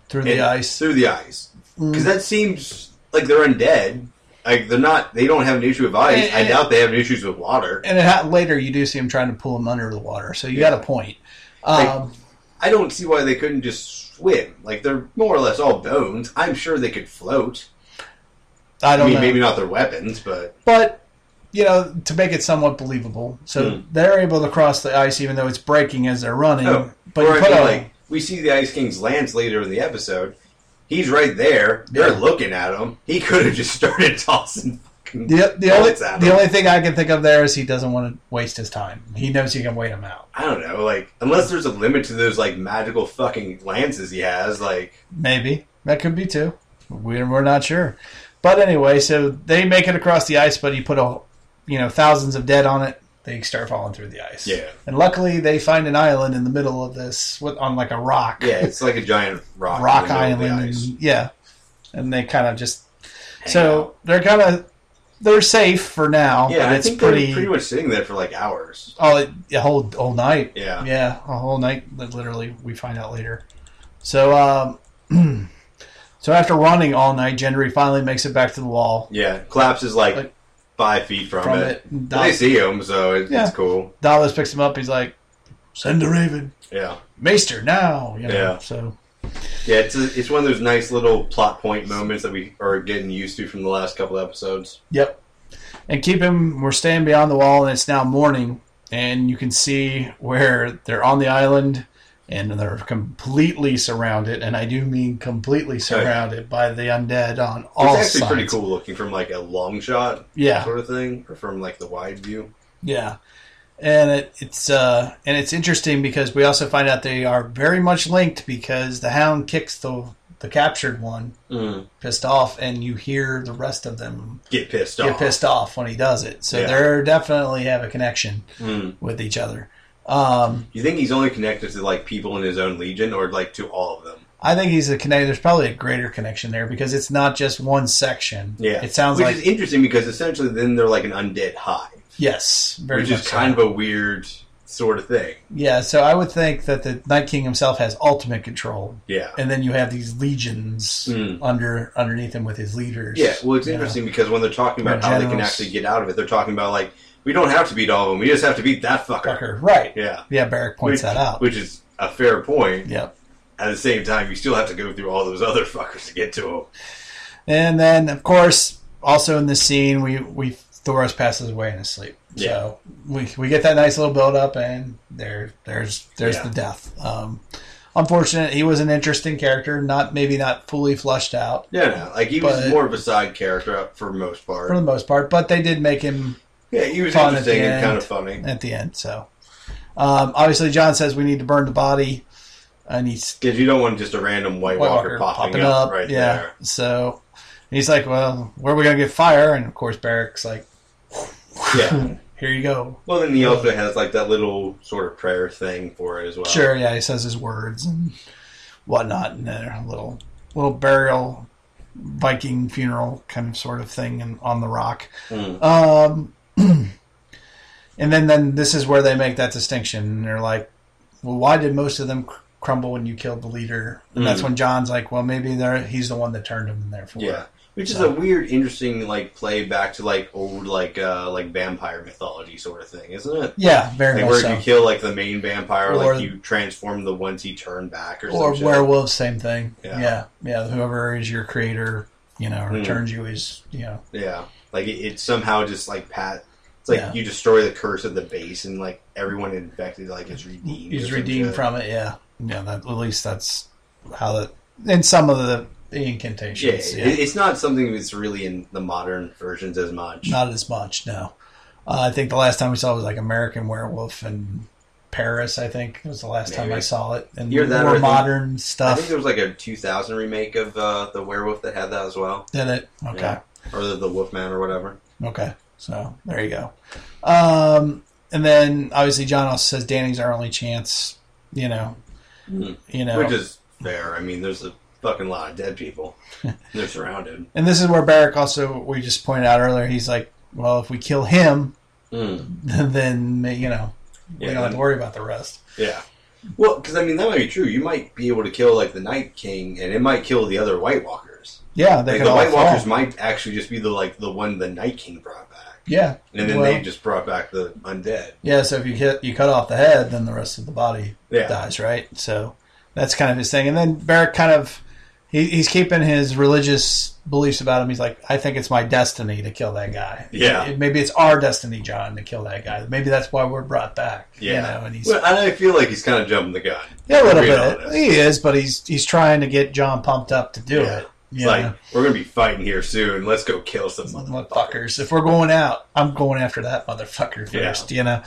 Speaker 9: through the
Speaker 10: and-
Speaker 9: ice.
Speaker 10: through the ice?
Speaker 9: Mm.
Speaker 10: Because that seems like they're undead. Like they're not. They don't have an issue with ice.
Speaker 9: And-
Speaker 10: I
Speaker 9: and-
Speaker 10: doubt they have issues with water.
Speaker 9: And it ha- later, you do see him trying to pull him under the water, so you
Speaker 10: Yeah.
Speaker 9: got a point. Um,
Speaker 10: I don't see why they couldn't just swim. Like they're more or less all bones. I'm sure they could float.
Speaker 9: I
Speaker 10: I,
Speaker 9: don't
Speaker 10: mean,
Speaker 9: know,
Speaker 10: maybe not their weapons, but
Speaker 9: but you know, to make it somewhat believable, so
Speaker 10: Hmm.
Speaker 9: they're able to cross the ice, even though it's breaking as they're running.
Speaker 10: no.
Speaker 9: But
Speaker 10: Oh, or
Speaker 9: you
Speaker 10: I
Speaker 9: put
Speaker 10: mean,
Speaker 9: a-
Speaker 10: like we see the Ice King's lance later in the episode. He's right there. They're
Speaker 9: Yeah.
Speaker 10: looking at him. He could have just started [laughs] tossing. fucking
Speaker 9: the, the only
Speaker 10: bullets at
Speaker 9: the
Speaker 10: him.
Speaker 9: only thing I can think of there is he doesn't want to waste his time. He knows he can wait him out.
Speaker 10: I don't know, like unless there's a limit to those like magical fucking lances he has, like
Speaker 9: Maybe that could be too. We're, we're not sure. But anyway, so they make it across the ice, but you put a, you know, thousands of dead on it. They start falling through the ice.
Speaker 10: Yeah.
Speaker 9: And luckily, they find an island in the middle of this with, on like a rock.
Speaker 10: yeah, it's like a giant rock, in
Speaker 9: Rock
Speaker 10: the middle of the
Speaker 9: island.
Speaker 10: ice.
Speaker 9: And, yeah. And they kind of just
Speaker 10: Hang
Speaker 9: so
Speaker 10: out.
Speaker 9: they're kind of they're safe for now.
Speaker 10: yeah,
Speaker 9: but
Speaker 10: I
Speaker 9: it's
Speaker 10: think pretty...
Speaker 9: pretty
Speaker 10: they're pretty much sitting there for like hours.
Speaker 9: Oh, it, a whole whole night.
Speaker 10: Yeah.
Speaker 9: yeah, a whole night. That literally, we find out later. So, um, [clears throat] so after running all night, Gendry finally makes it back to the wall.
Speaker 10: Yeah, collapse is like,
Speaker 9: Like-
Speaker 10: five feet from,
Speaker 9: from
Speaker 10: it.
Speaker 9: it.
Speaker 10: But They see him, so it,
Speaker 9: Yeah.
Speaker 10: it's cool.
Speaker 9: Davos picks him up. He's like, "Send a raven,
Speaker 10: Yeah,
Speaker 9: Maester, now!" You know,
Speaker 10: Yeah.
Speaker 9: So
Speaker 10: yeah, it's a, it's one of those nice little plot point moments that we are getting used to from the last couple episodes.
Speaker 9: Yep. And keep him. We're staying beyond the wall, and it's now morning, and you can see where they're on the island, and they're completely surrounded, and I do mean completely surrounded by the undead on all
Speaker 10: it's actually
Speaker 9: sides.
Speaker 10: pretty cool looking from like a long shot,
Speaker 9: Yeah.
Speaker 10: sort of thing, or from like the wide view.
Speaker 9: Yeah. And it, it's uh, and it's interesting because we also find out they are very much linked because the hound kicks the the captured one
Speaker 10: Mm.
Speaker 9: pissed off, and you hear the rest of them
Speaker 10: Get pissed
Speaker 9: get
Speaker 10: off.
Speaker 9: pissed off when he does it. So
Speaker 10: Oh. Yeah. Mm.
Speaker 9: they're definitely have a connection with each other. Um,
Speaker 10: You think he's only connected to like people in his own legion, or like to all of them?
Speaker 9: I think he's a connect. There's probably a greater connection there because it's not just one section.
Speaker 10: Yeah,
Speaker 9: it sounds
Speaker 10: which
Speaker 9: like
Speaker 10: is interesting because essentially then they're like an undead hive,
Speaker 9: yes, very
Speaker 10: which
Speaker 9: much
Speaker 10: is kind
Speaker 9: so.
Speaker 10: of a weird sort of thing.
Speaker 9: Yeah, so I would think that the Night King himself has ultimate control.
Speaker 10: Yeah.
Speaker 9: and then you have these legions
Speaker 10: Mm.
Speaker 9: under underneath him with his leaders.
Speaker 10: Yeah, well, it's
Speaker 9: Yeah.
Speaker 10: interesting because when they're talking about
Speaker 9: They're
Speaker 10: how they can
Speaker 9: generals.
Speaker 10: actually get out of it, they're talking about like we don't have to beat all of them; we just have to beat that fucker.
Speaker 9: Fucker, right?
Speaker 10: Yeah,
Speaker 9: Yeah, Barrack points
Speaker 10: which,
Speaker 9: that out.
Speaker 10: which is a fair point.
Speaker 9: Yep.
Speaker 10: At the same time, you still have to go through all those other [laughs] fuckers to get to them.
Speaker 9: And then, of course, also in this scene, we we Thoros passes away in his sleep. So we we get that nice little build up, and there there's there's
Speaker 10: Yeah.
Speaker 9: the death. Um, unfortunate, he was an interesting character, not maybe not fully fleshed out
Speaker 10: Yeah, no, like he was
Speaker 9: But-
Speaker 10: more of a side character for the most part.
Speaker 9: for the most part, but they did make him
Speaker 10: yeah, he was
Speaker 9: fun at the
Speaker 10: interesting
Speaker 9: end.
Speaker 10: and kind of funny.
Speaker 9: at the end. So um, obviously, John says we need to burn the body, and he's
Speaker 10: Because you don't want just a random White,
Speaker 9: White
Speaker 10: Walker,
Speaker 9: Walker
Speaker 10: popping, up, right
Speaker 9: yeah.
Speaker 10: there.
Speaker 9: So and he's like, "Well, where are we gonna get fire?" And of course, Barrack's like, [laughs]
Speaker 10: Yeah.
Speaker 9: "Here you go."
Speaker 10: Well, then he also has like that little sort of prayer thing for it as well.
Speaker 9: Sure, yeah, he says his words and whatnot, and then a little little burial, Viking funeral kind of sort of thing, and on the rock.
Speaker 10: Mm.
Speaker 9: Um, [clears throat] and then then this is where they make that distinction. And they're like, well, why did most of them cr- crumble when you killed the leader? And that's
Speaker 10: Mm.
Speaker 9: when John's like, well, maybe they're, he's the one that turned him, and therefore,
Speaker 10: Yeah. Which is
Speaker 9: So-
Speaker 10: a weird, interesting like play back to like old like uh like vampire mythology sort of thing, isn't it?
Speaker 9: yeah, very
Speaker 10: Like
Speaker 9: much
Speaker 10: where if
Speaker 9: so.
Speaker 10: you kill like the main vampire,
Speaker 9: Or-
Speaker 10: like you transform the ones he turned back or,
Speaker 9: or
Speaker 10: some shit.
Speaker 9: werewolf, same thing.
Speaker 10: Yeah.
Speaker 9: Yeah. yeah, Whoever is your creator, you know,
Speaker 10: Mm.
Speaker 9: returns you is you know,
Speaker 10: Yeah. Like it, it somehow just like pat it's like
Speaker 9: Yeah.
Speaker 10: you destroy the curse of the base and like everyone infected like is redeemed. or
Speaker 9: is
Speaker 10: some
Speaker 9: redeemed
Speaker 10: shit.
Speaker 9: from it. Yeah, yeah. That, at least that's how that in some of the, the
Speaker 10: yeah,
Speaker 9: incantations.
Speaker 10: It, it's not something that's really in the modern versions as much.
Speaker 9: Not as much, no. Uh, I think the last time we saw it was like American Werewolf in Paris. I think was the last time
Speaker 10: Maybe.
Speaker 9: I saw it, and
Speaker 10: Either that or I
Speaker 9: more
Speaker 10: think-
Speaker 9: modern
Speaker 10: I
Speaker 9: stuff.
Speaker 10: think there was like a 2000 remake of uh, the werewolf that had that as well,
Speaker 9: Did it? Okay,
Speaker 10: Yeah. or the, the Wolfman or whatever.
Speaker 9: okay. So there you go. Um, and then obviously John also says Danny's our only chance. You know,
Speaker 10: Mhm.
Speaker 9: you know,
Speaker 10: Which is fair. I mean, there's a fucking lot of
Speaker 9: [laughs]
Speaker 10: dead people. They're surrounded.
Speaker 9: and this is where Barrick also we just pointed out earlier. He's like, well, if we kill him, [laughs] then you know we
Speaker 10: Hmm. Yeah,
Speaker 9: don't have
Speaker 10: then-
Speaker 9: to worry about the rest.
Speaker 10: Yeah. Well, because I mean that might be true. You might be able to kill like the Night King, and it might kill the other White Walkers.
Speaker 9: Yeah, they
Speaker 10: Like,
Speaker 9: could
Speaker 10: the
Speaker 9: all
Speaker 10: White
Speaker 9: fall.
Speaker 10: Walkers might actually just be the like the one the Night King brought back,
Speaker 9: Yeah,
Speaker 10: and then
Speaker 9: Well-
Speaker 10: they just brought back the undead.
Speaker 9: Yeah, so if you hit, you cut off the head, then the rest of the body
Speaker 10: Yeah.
Speaker 9: dies, right? So that's kind of his thing. And then Barrick kind of he, he's keeping his religious beliefs about him. He's like, I think it's my destiny to kill that guy.
Speaker 10: Yeah.
Speaker 9: It- maybe it's our destiny, John, to kill that guy. Maybe that's why we're brought back.
Speaker 10: Yeah.
Speaker 9: you know. And he's
Speaker 10: well, and I feel like he's kind of jumping the gun.
Speaker 9: yeah, a little
Speaker 10: Being
Speaker 9: bit.
Speaker 10: honest.
Speaker 9: He is, but he's he's trying to get John pumped up to do it.
Speaker 10: Yeah. It's
Speaker 9: You know?
Speaker 10: like we're gonna be fighting here soon. Let's go kill some motherfuckers.
Speaker 9: motherfuckers. If we're going out, I'm going after that motherfucker
Speaker 10: Yeah.
Speaker 9: first, you know?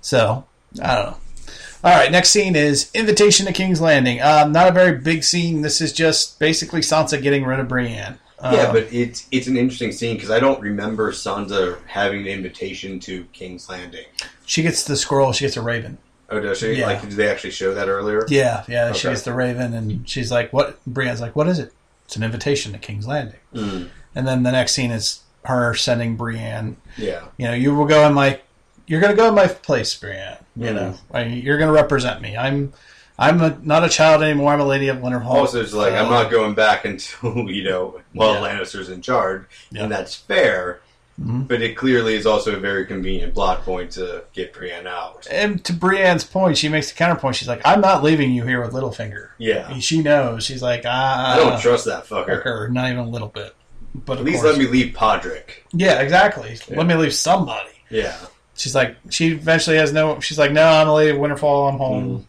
Speaker 9: So, I don't know. All right, next scene is Invitation to King's Landing. Um, not a very big scene. This is just basically Sansa getting rid of Brienne. Um,
Speaker 10: Yeah, but it's it's an interesting scene because I don't remember Sansa having an invitation to King's Landing.
Speaker 9: she gets the squirrel, she gets a raven.
Speaker 10: Oh, does she?
Speaker 9: Yeah.
Speaker 10: Like, did they actually show that earlier?
Speaker 9: Yeah, yeah, she
Speaker 10: Okay.
Speaker 9: gets the raven, and she's like, What? Brienne's like, What is it? It's an invitation to King's Landing.
Speaker 10: Mm,
Speaker 9: And then the next scene is her sending Brienne
Speaker 10: yeah.
Speaker 9: you know, you will go in my, you're going to go in my place, Brienne. You
Speaker 10: Mhm.
Speaker 9: know, I, you're going to represent me. I'm, I'm a, not a child anymore. I'm a lady of Winterfell.
Speaker 10: Also, it's like
Speaker 9: So-
Speaker 10: I'm not going back until [laughs] you know while
Speaker 9: Uh, Yeah.
Speaker 10: Lannister's in charge,
Speaker 9: Yeah.
Speaker 10: and that's fair.
Speaker 9: Mhm.
Speaker 10: But it clearly is also a very convenient plot point to get Brienne out.
Speaker 9: And to Brienne's point, she makes the counterpoint. She's like, I'm not leaving you here with Littlefinger.
Speaker 10: Yeah,
Speaker 9: She knows. She's like, ah,
Speaker 10: I don't trust that fucker.
Speaker 9: her, not even a little bit. But
Speaker 10: At
Speaker 9: of
Speaker 10: least
Speaker 9: course-
Speaker 10: let me leave Podrick.
Speaker 9: Yeah, exactly. Let me leave somebody.
Speaker 10: Yeah,
Speaker 9: She's like, she eventually has no. She's like, no, I'm a lady of Winterfell. I'm home.
Speaker 10: Mm-hmm.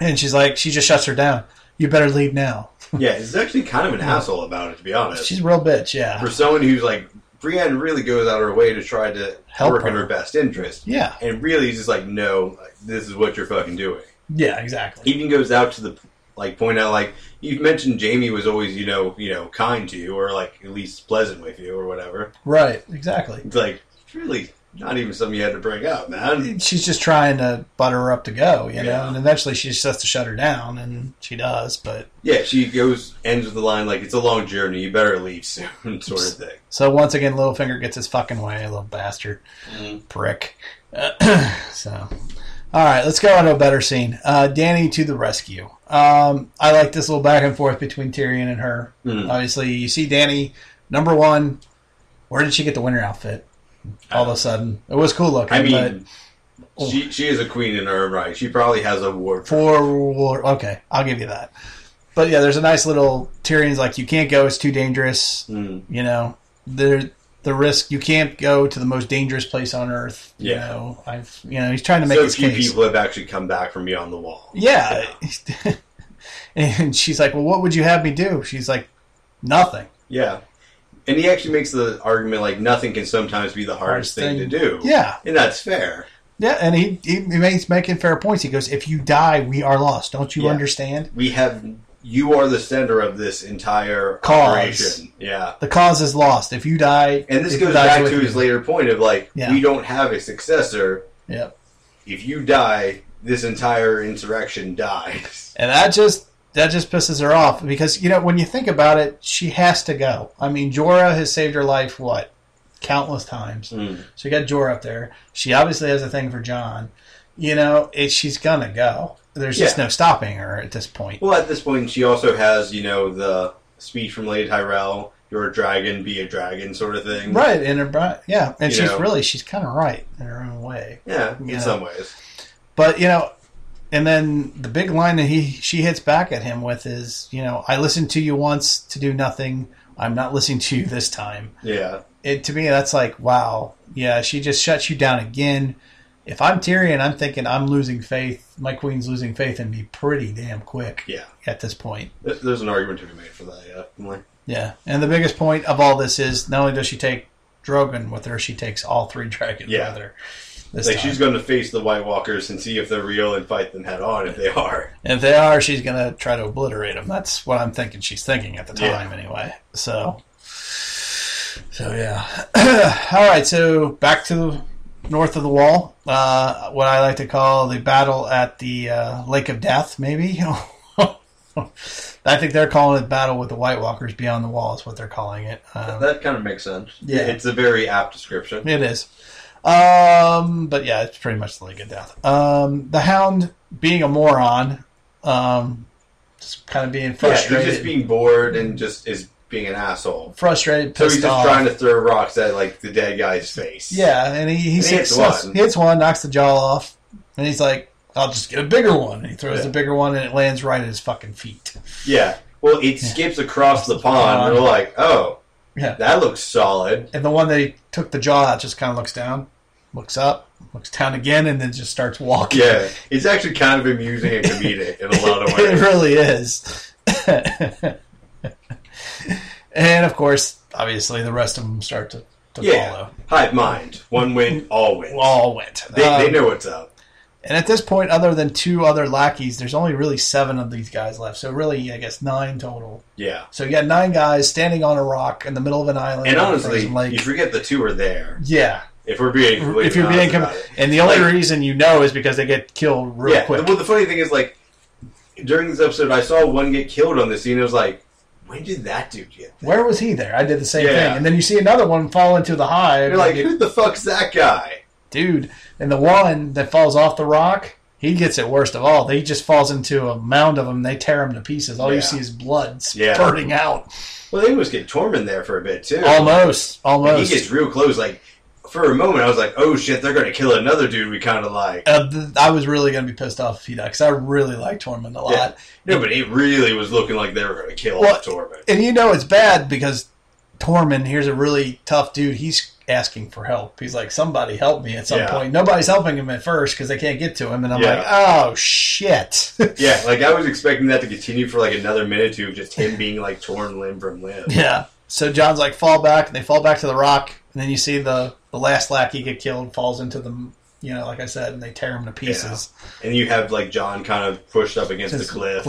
Speaker 9: And she's like, she just shuts her down. You better leave now.
Speaker 10: yeah. He's actually kind of an asshole about it, to be honest.
Speaker 9: She's a real bitch. Yeah.
Speaker 10: For someone who's like Brienne, really goes out of her way to try to
Speaker 9: Help
Speaker 10: work in
Speaker 9: her.
Speaker 10: her best interest,
Speaker 9: Yeah.
Speaker 10: and really is just like, no, this is what you're fucking doing.
Speaker 9: Yeah, exactly.
Speaker 10: even goes out to the like point out like you mentioned Jamie was always you know you know kind to you or like at least pleasant with you or whatever.
Speaker 9: Right, exactly.
Speaker 10: It's like it's really not even something you had to bring up, man.
Speaker 9: She's just trying to butter her up to go, you know,
Speaker 10: Yeah.
Speaker 9: and eventually she just has to shut her down, and she does. But
Speaker 10: Yeah, she goes ends with the line like it's a long journey, you better leave soon, [laughs] sort of thing.
Speaker 9: so once again,
Speaker 10: Mm-hmm.
Speaker 9: Littlefinger gets his fucking way, little bastard, prick. [clears throat] so, All right, let's go on to a better scene. Uh, Danny to the rescue. Um, I like this little back and forth between Tyrion and her.
Speaker 10: Mhm.
Speaker 9: Obviously, you see Danny, number one, where did she get the winter outfit? All of a sudden, it was cool looking.
Speaker 10: Uh, I
Speaker 9: but
Speaker 10: mean,
Speaker 9: uh, oh.
Speaker 10: she she is a queen in her own right. She probably has a wardrobe.
Speaker 9: for war. Okay, I'll give you that. But yeah, there's a nice little Tyrion's like, you can't go; it's too dangerous.
Speaker 10: Mm.
Speaker 9: You know, there the risk. You can't go to the most dangerous place on earth. You
Speaker 10: Yeah.
Speaker 9: know, I've you know he's trying to make
Speaker 10: so E
Speaker 9: his
Speaker 10: few
Speaker 9: case.
Speaker 10: people have actually come back from beyond the wall.
Speaker 9: Yeah. [laughs] and she's like, well, what would you have me do? She's like, nothing.
Speaker 10: Yeah. And he actually makes the argument like nothing can sometimes be the hardest thing,
Speaker 9: thing.
Speaker 10: to do.
Speaker 9: Yeah.
Speaker 10: And that's fair.
Speaker 9: Yeah, and he, he he makes making fair points. He goes, if you die, we are lost. Don't you
Speaker 10: Yeah.
Speaker 9: understand?
Speaker 10: We have you are the center of this entire
Speaker 9: Cause.
Speaker 10: operation. Yeah.
Speaker 9: The cause is lost. If you die,
Speaker 10: And this
Speaker 9: it
Speaker 10: goes
Speaker 9: dies
Speaker 10: back
Speaker 9: with
Speaker 10: to his
Speaker 9: you."
Speaker 10: later point of like
Speaker 9: Yeah.
Speaker 10: we don't have a successor.
Speaker 9: Yeah.
Speaker 10: If you die, this entire insurrection dies.
Speaker 9: And that just that just pisses her off because you know when you think about it, she has to go. I mean, Jorah has saved her life what countless times.
Speaker 10: Mm.
Speaker 9: So you got Jorah up there. She obviously has a thing for John. You know, it, she's gonna go. There's just
Speaker 10: Yeah.
Speaker 9: no stopping her at this point.
Speaker 10: Well, at this point, she also has you know the speech from Lady Tyrell, "You're a dragon, be a dragon," sort of thing.
Speaker 9: Right, and her, bri- yeah, and
Speaker 10: You
Speaker 9: she's
Speaker 10: know.
Speaker 9: really she's kind of right in her own way.
Speaker 10: Yeah, in
Speaker 9: Yeah.
Speaker 10: some ways.
Speaker 9: But you know, and then the big line that he she hits back at him with is, you know, I listened to you once to do nothing. I'm not listening to you this time.
Speaker 10: Yeah.
Speaker 9: It to me that's like, wow, yeah, she just shuts you down again. If I'm Tyrion, I'm thinking I'm losing faith. My queen's losing faith in me pretty damn quick
Speaker 10: Yeah.
Speaker 9: at this point.
Speaker 10: Th- There's an argument to be made for that, yeah. I'm like,
Speaker 9: Yeah, and the biggest point of all this is not only does she take Drogon with her, she takes all three [laughs] dragons
Speaker 10: Yeah.
Speaker 9: with her. This
Speaker 10: like
Speaker 9: time.
Speaker 10: she's going to face the White Walkers and see if they're real and fight them head on if they are.
Speaker 9: And if they are, she's going to try to obliterate them. That's what I'm thinking she's thinking at the
Speaker 10: Yeah.
Speaker 9: time, anyway. So, so yeah. [clears throat] All right. So back to the north of the wall. Uh, what I like to call the battle at the uh, Lake of Death, maybe. [laughs] I think they're calling it battle with the White Walkers beyond the wall. Is what they're calling it. Um,
Speaker 10: That kind of makes sense.
Speaker 9: Yeah.
Speaker 10: It's a very apt description.
Speaker 9: it is. Um, but yeah, it's pretty much the League of Death. Um, the Hound being a moron, um, just kind of being
Speaker 10: Yeah, he's
Speaker 9: frustrated,
Speaker 10: just being bored and just is being an asshole.
Speaker 9: frustrated,
Speaker 10: So
Speaker 9: pissed
Speaker 10: he's just
Speaker 9: off.
Speaker 10: trying to throw rocks at like the dead guy's face.
Speaker 9: yeah, and he, he,
Speaker 10: And he hits
Speaker 9: success-
Speaker 10: one.
Speaker 9: he hits one, knocks the jaw off, and he's like, "I'll just get a bigger one." And he throws
Speaker 10: Yeah.
Speaker 9: the bigger one, and it lands right at his fucking feet.
Speaker 10: Yeah. Well, it skips across the pond, and we're like, oh,
Speaker 9: Yeah.
Speaker 10: that looks solid.
Speaker 9: And the one that he took the jaw out just kind of looks down, looks up, looks down again, and then just starts walking.
Speaker 10: Yeah. It's actually kind of amusing and comedic in a
Speaker 9: [laughs]
Speaker 10: lot of
Speaker 9: it
Speaker 10: ways.
Speaker 9: really is. and of course, obviously, the rest of them start to, to
Speaker 10: Yeah.
Speaker 9: follow.
Speaker 10: Hive mind. One win, all wins.
Speaker 9: All went.
Speaker 10: They, they
Speaker 9: Um,
Speaker 10: know what's up.
Speaker 9: And at this point, other than two other lackeys, there's only really seven of these guys left. So really, I guess nine total.
Speaker 10: Yeah.
Speaker 9: So you got nine guys standing on a rock in the middle of an island.
Speaker 10: And
Speaker 9: on a
Speaker 10: honestly,
Speaker 9: frozen lake.
Speaker 10: you forget the two are there.
Speaker 9: yeah.
Speaker 10: If we're being completely
Speaker 9: If you're being,
Speaker 10: honest
Speaker 9: com-
Speaker 10: about it.
Speaker 9: and the only
Speaker 10: Like-
Speaker 9: reason you know is because they get killed real
Speaker 10: yeah.
Speaker 9: quick.
Speaker 10: Well, the funny thing is, like during this episode, I saw one get killed on the scene. I was like, when did that dude get? there?
Speaker 9: Where was he there? I did the same
Speaker 10: Yeah.
Speaker 9: thing. And then you see another one fall into the hive.
Speaker 10: You're like,
Speaker 9: and you-
Speaker 10: who the fuck's that guy?
Speaker 9: dude. And the one that falls off the rock, he gets it worst of all. He just falls into a mound of them. They tear him to pieces. All you
Speaker 10: Yeah.
Speaker 9: see is blood
Speaker 10: Yeah. [laughs]
Speaker 9: spurting out.
Speaker 10: Well, they almost get Tormund there for a bit too.
Speaker 9: Almost,
Speaker 10: And he
Speaker 9: almost.
Speaker 10: gets real close. Like for a moment, I was like, oh shit, they're gonna kill another dude. We kind of like.
Speaker 9: Uh, th- I was really gonna be pissed off if he died because I really like Tormund a lot.
Speaker 10: Yeah. No, but it really was looking like they were gonna kill
Speaker 9: Well,
Speaker 10: Tormund.
Speaker 9: And you know it's bad because Tormund here's a really tough dude. He's asking for help. He's like, somebody help me at some
Speaker 10: Yeah.
Speaker 9: point. Nobody's helping him at first because they can't get to him. And I'm
Speaker 10: Yeah.
Speaker 9: like, oh shit. [laughs]
Speaker 10: Yeah, like I was expecting that to continue for like another minute or two of just him being like torn limb from limb.
Speaker 9: Yeah. So John's like fall back, and they fall back to the rock, and then you see the the last lackey get killed, falls into the you know, like I said, and they tear him to pieces.
Speaker 10: And you have like John kind of pushed up against
Speaker 9: Just
Speaker 10: the cliff.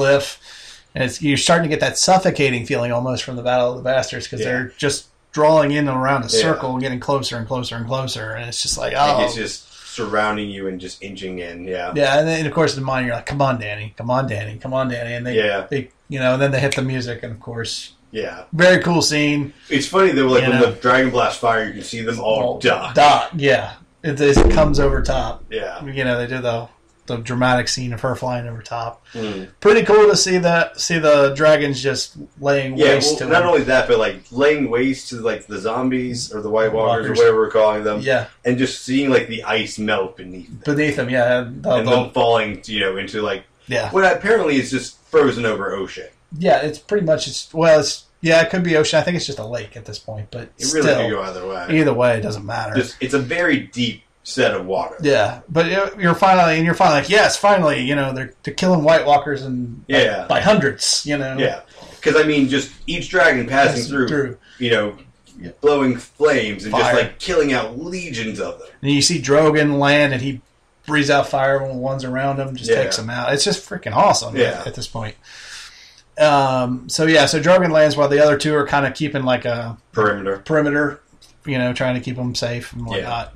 Speaker 9: and it's, you're starting to get that suffocating feeling almost from the Battle of the Bastards because
Speaker 10: Yeah.
Speaker 9: they're just drawing in and around a
Speaker 10: Yeah.
Speaker 9: circle, and getting closer and closer and closer, and it's just like oh
Speaker 10: Like it's just surrounding you and just inching in. Yeah.
Speaker 9: yeah, and then of course in mind you're like come on Danny, come on Danny, come on Danny, and they
Speaker 10: Yeah.
Speaker 9: they you know, and then they hit the music, and of course
Speaker 10: Yeah.
Speaker 9: very cool scene.
Speaker 10: It's funny though, like
Speaker 9: You
Speaker 10: when
Speaker 9: know.
Speaker 10: the dragon blast fire, you can see them all duck.
Speaker 9: Dot, yeah. It just comes over top.
Speaker 10: Yeah.
Speaker 9: you know they do the the dramatic scene of her flying over top.
Speaker 10: Mm.
Speaker 9: Pretty cool to see that see the dragons just laying
Speaker 10: Yeah,
Speaker 9: waste
Speaker 10: well,
Speaker 9: to
Speaker 10: not
Speaker 9: them.
Speaker 10: only that, but like laying waste to like the zombies or the White Walkers,
Speaker 9: Walkers.
Speaker 10: or whatever we're calling them,
Speaker 9: yeah,
Speaker 10: and just seeing like the ice melt beneath,
Speaker 9: beneath them. Yeah, the-
Speaker 10: and
Speaker 9: the-
Speaker 10: them falling, you know, into like
Speaker 9: yeah,
Speaker 10: what apparently is just frozen over ocean.
Speaker 9: yeah. It's pretty much it's well, it's yeah, it could be ocean. I think it's just a lake at this point, but
Speaker 10: It
Speaker 9: still,
Speaker 10: really could go either way.
Speaker 9: either way, it doesn't matter.
Speaker 10: Just- it's a very deep set of water.
Speaker 9: Yeah, but you're- you're finally, and you're finally like, yes, finally, you know, they're, they're killing White Walkers and
Speaker 10: Yeah.
Speaker 9: by hundreds, you know.
Speaker 10: Yeah, because I mean, just each dragon passing
Speaker 9: Passing
Speaker 10: through,
Speaker 9: through.
Speaker 10: you know, blowing flames and
Speaker 9: Fire.
Speaker 10: just like killing out legions of them.
Speaker 9: And you see Drogon land, and he breathes out fire when the ones around him just
Speaker 10: Yeah.
Speaker 9: takes them out. It's just freaking awesome. at-
Speaker 10: Yeah.
Speaker 9: At, this point. Um. So yeah. So Drogon lands while the other two are kind of keeping like a
Speaker 10: Perimeter.
Speaker 9: perimeter, you know, trying to keep them safe and whatnot.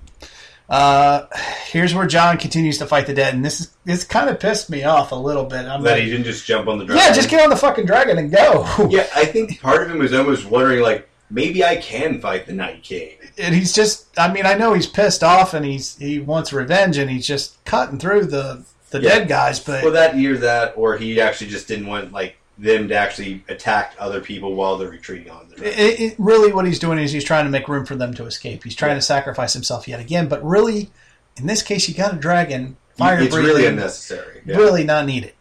Speaker 9: Uh, here's where John continues to fight the dead, and this is this kind of pissed me off a little bit. I'm
Speaker 10: That
Speaker 9: like,
Speaker 10: he didn't just jump on the dragon.
Speaker 9: yeah, just get on the fucking dragon and go.
Speaker 10: [laughs] Yeah, I think part of him was almost wondering, like, maybe I can fight the Night King.
Speaker 9: and he's just I mean, I know he's pissed off and he's he wants revenge and he's just cutting through the the
Speaker 10: Yeah.
Speaker 9: dead guys, but
Speaker 10: Well, that either that, or he actually just didn't want like them to actually attack other people while they're retreating on the dragon.
Speaker 9: it, it, really what he's doing is he's trying to make room for them to escape. He's trying to sacrifice himself yet again, but really in this case you got a dragon fire
Speaker 10: it's
Speaker 9: breathing
Speaker 10: really unnecessary. Yeah.
Speaker 9: really not needed.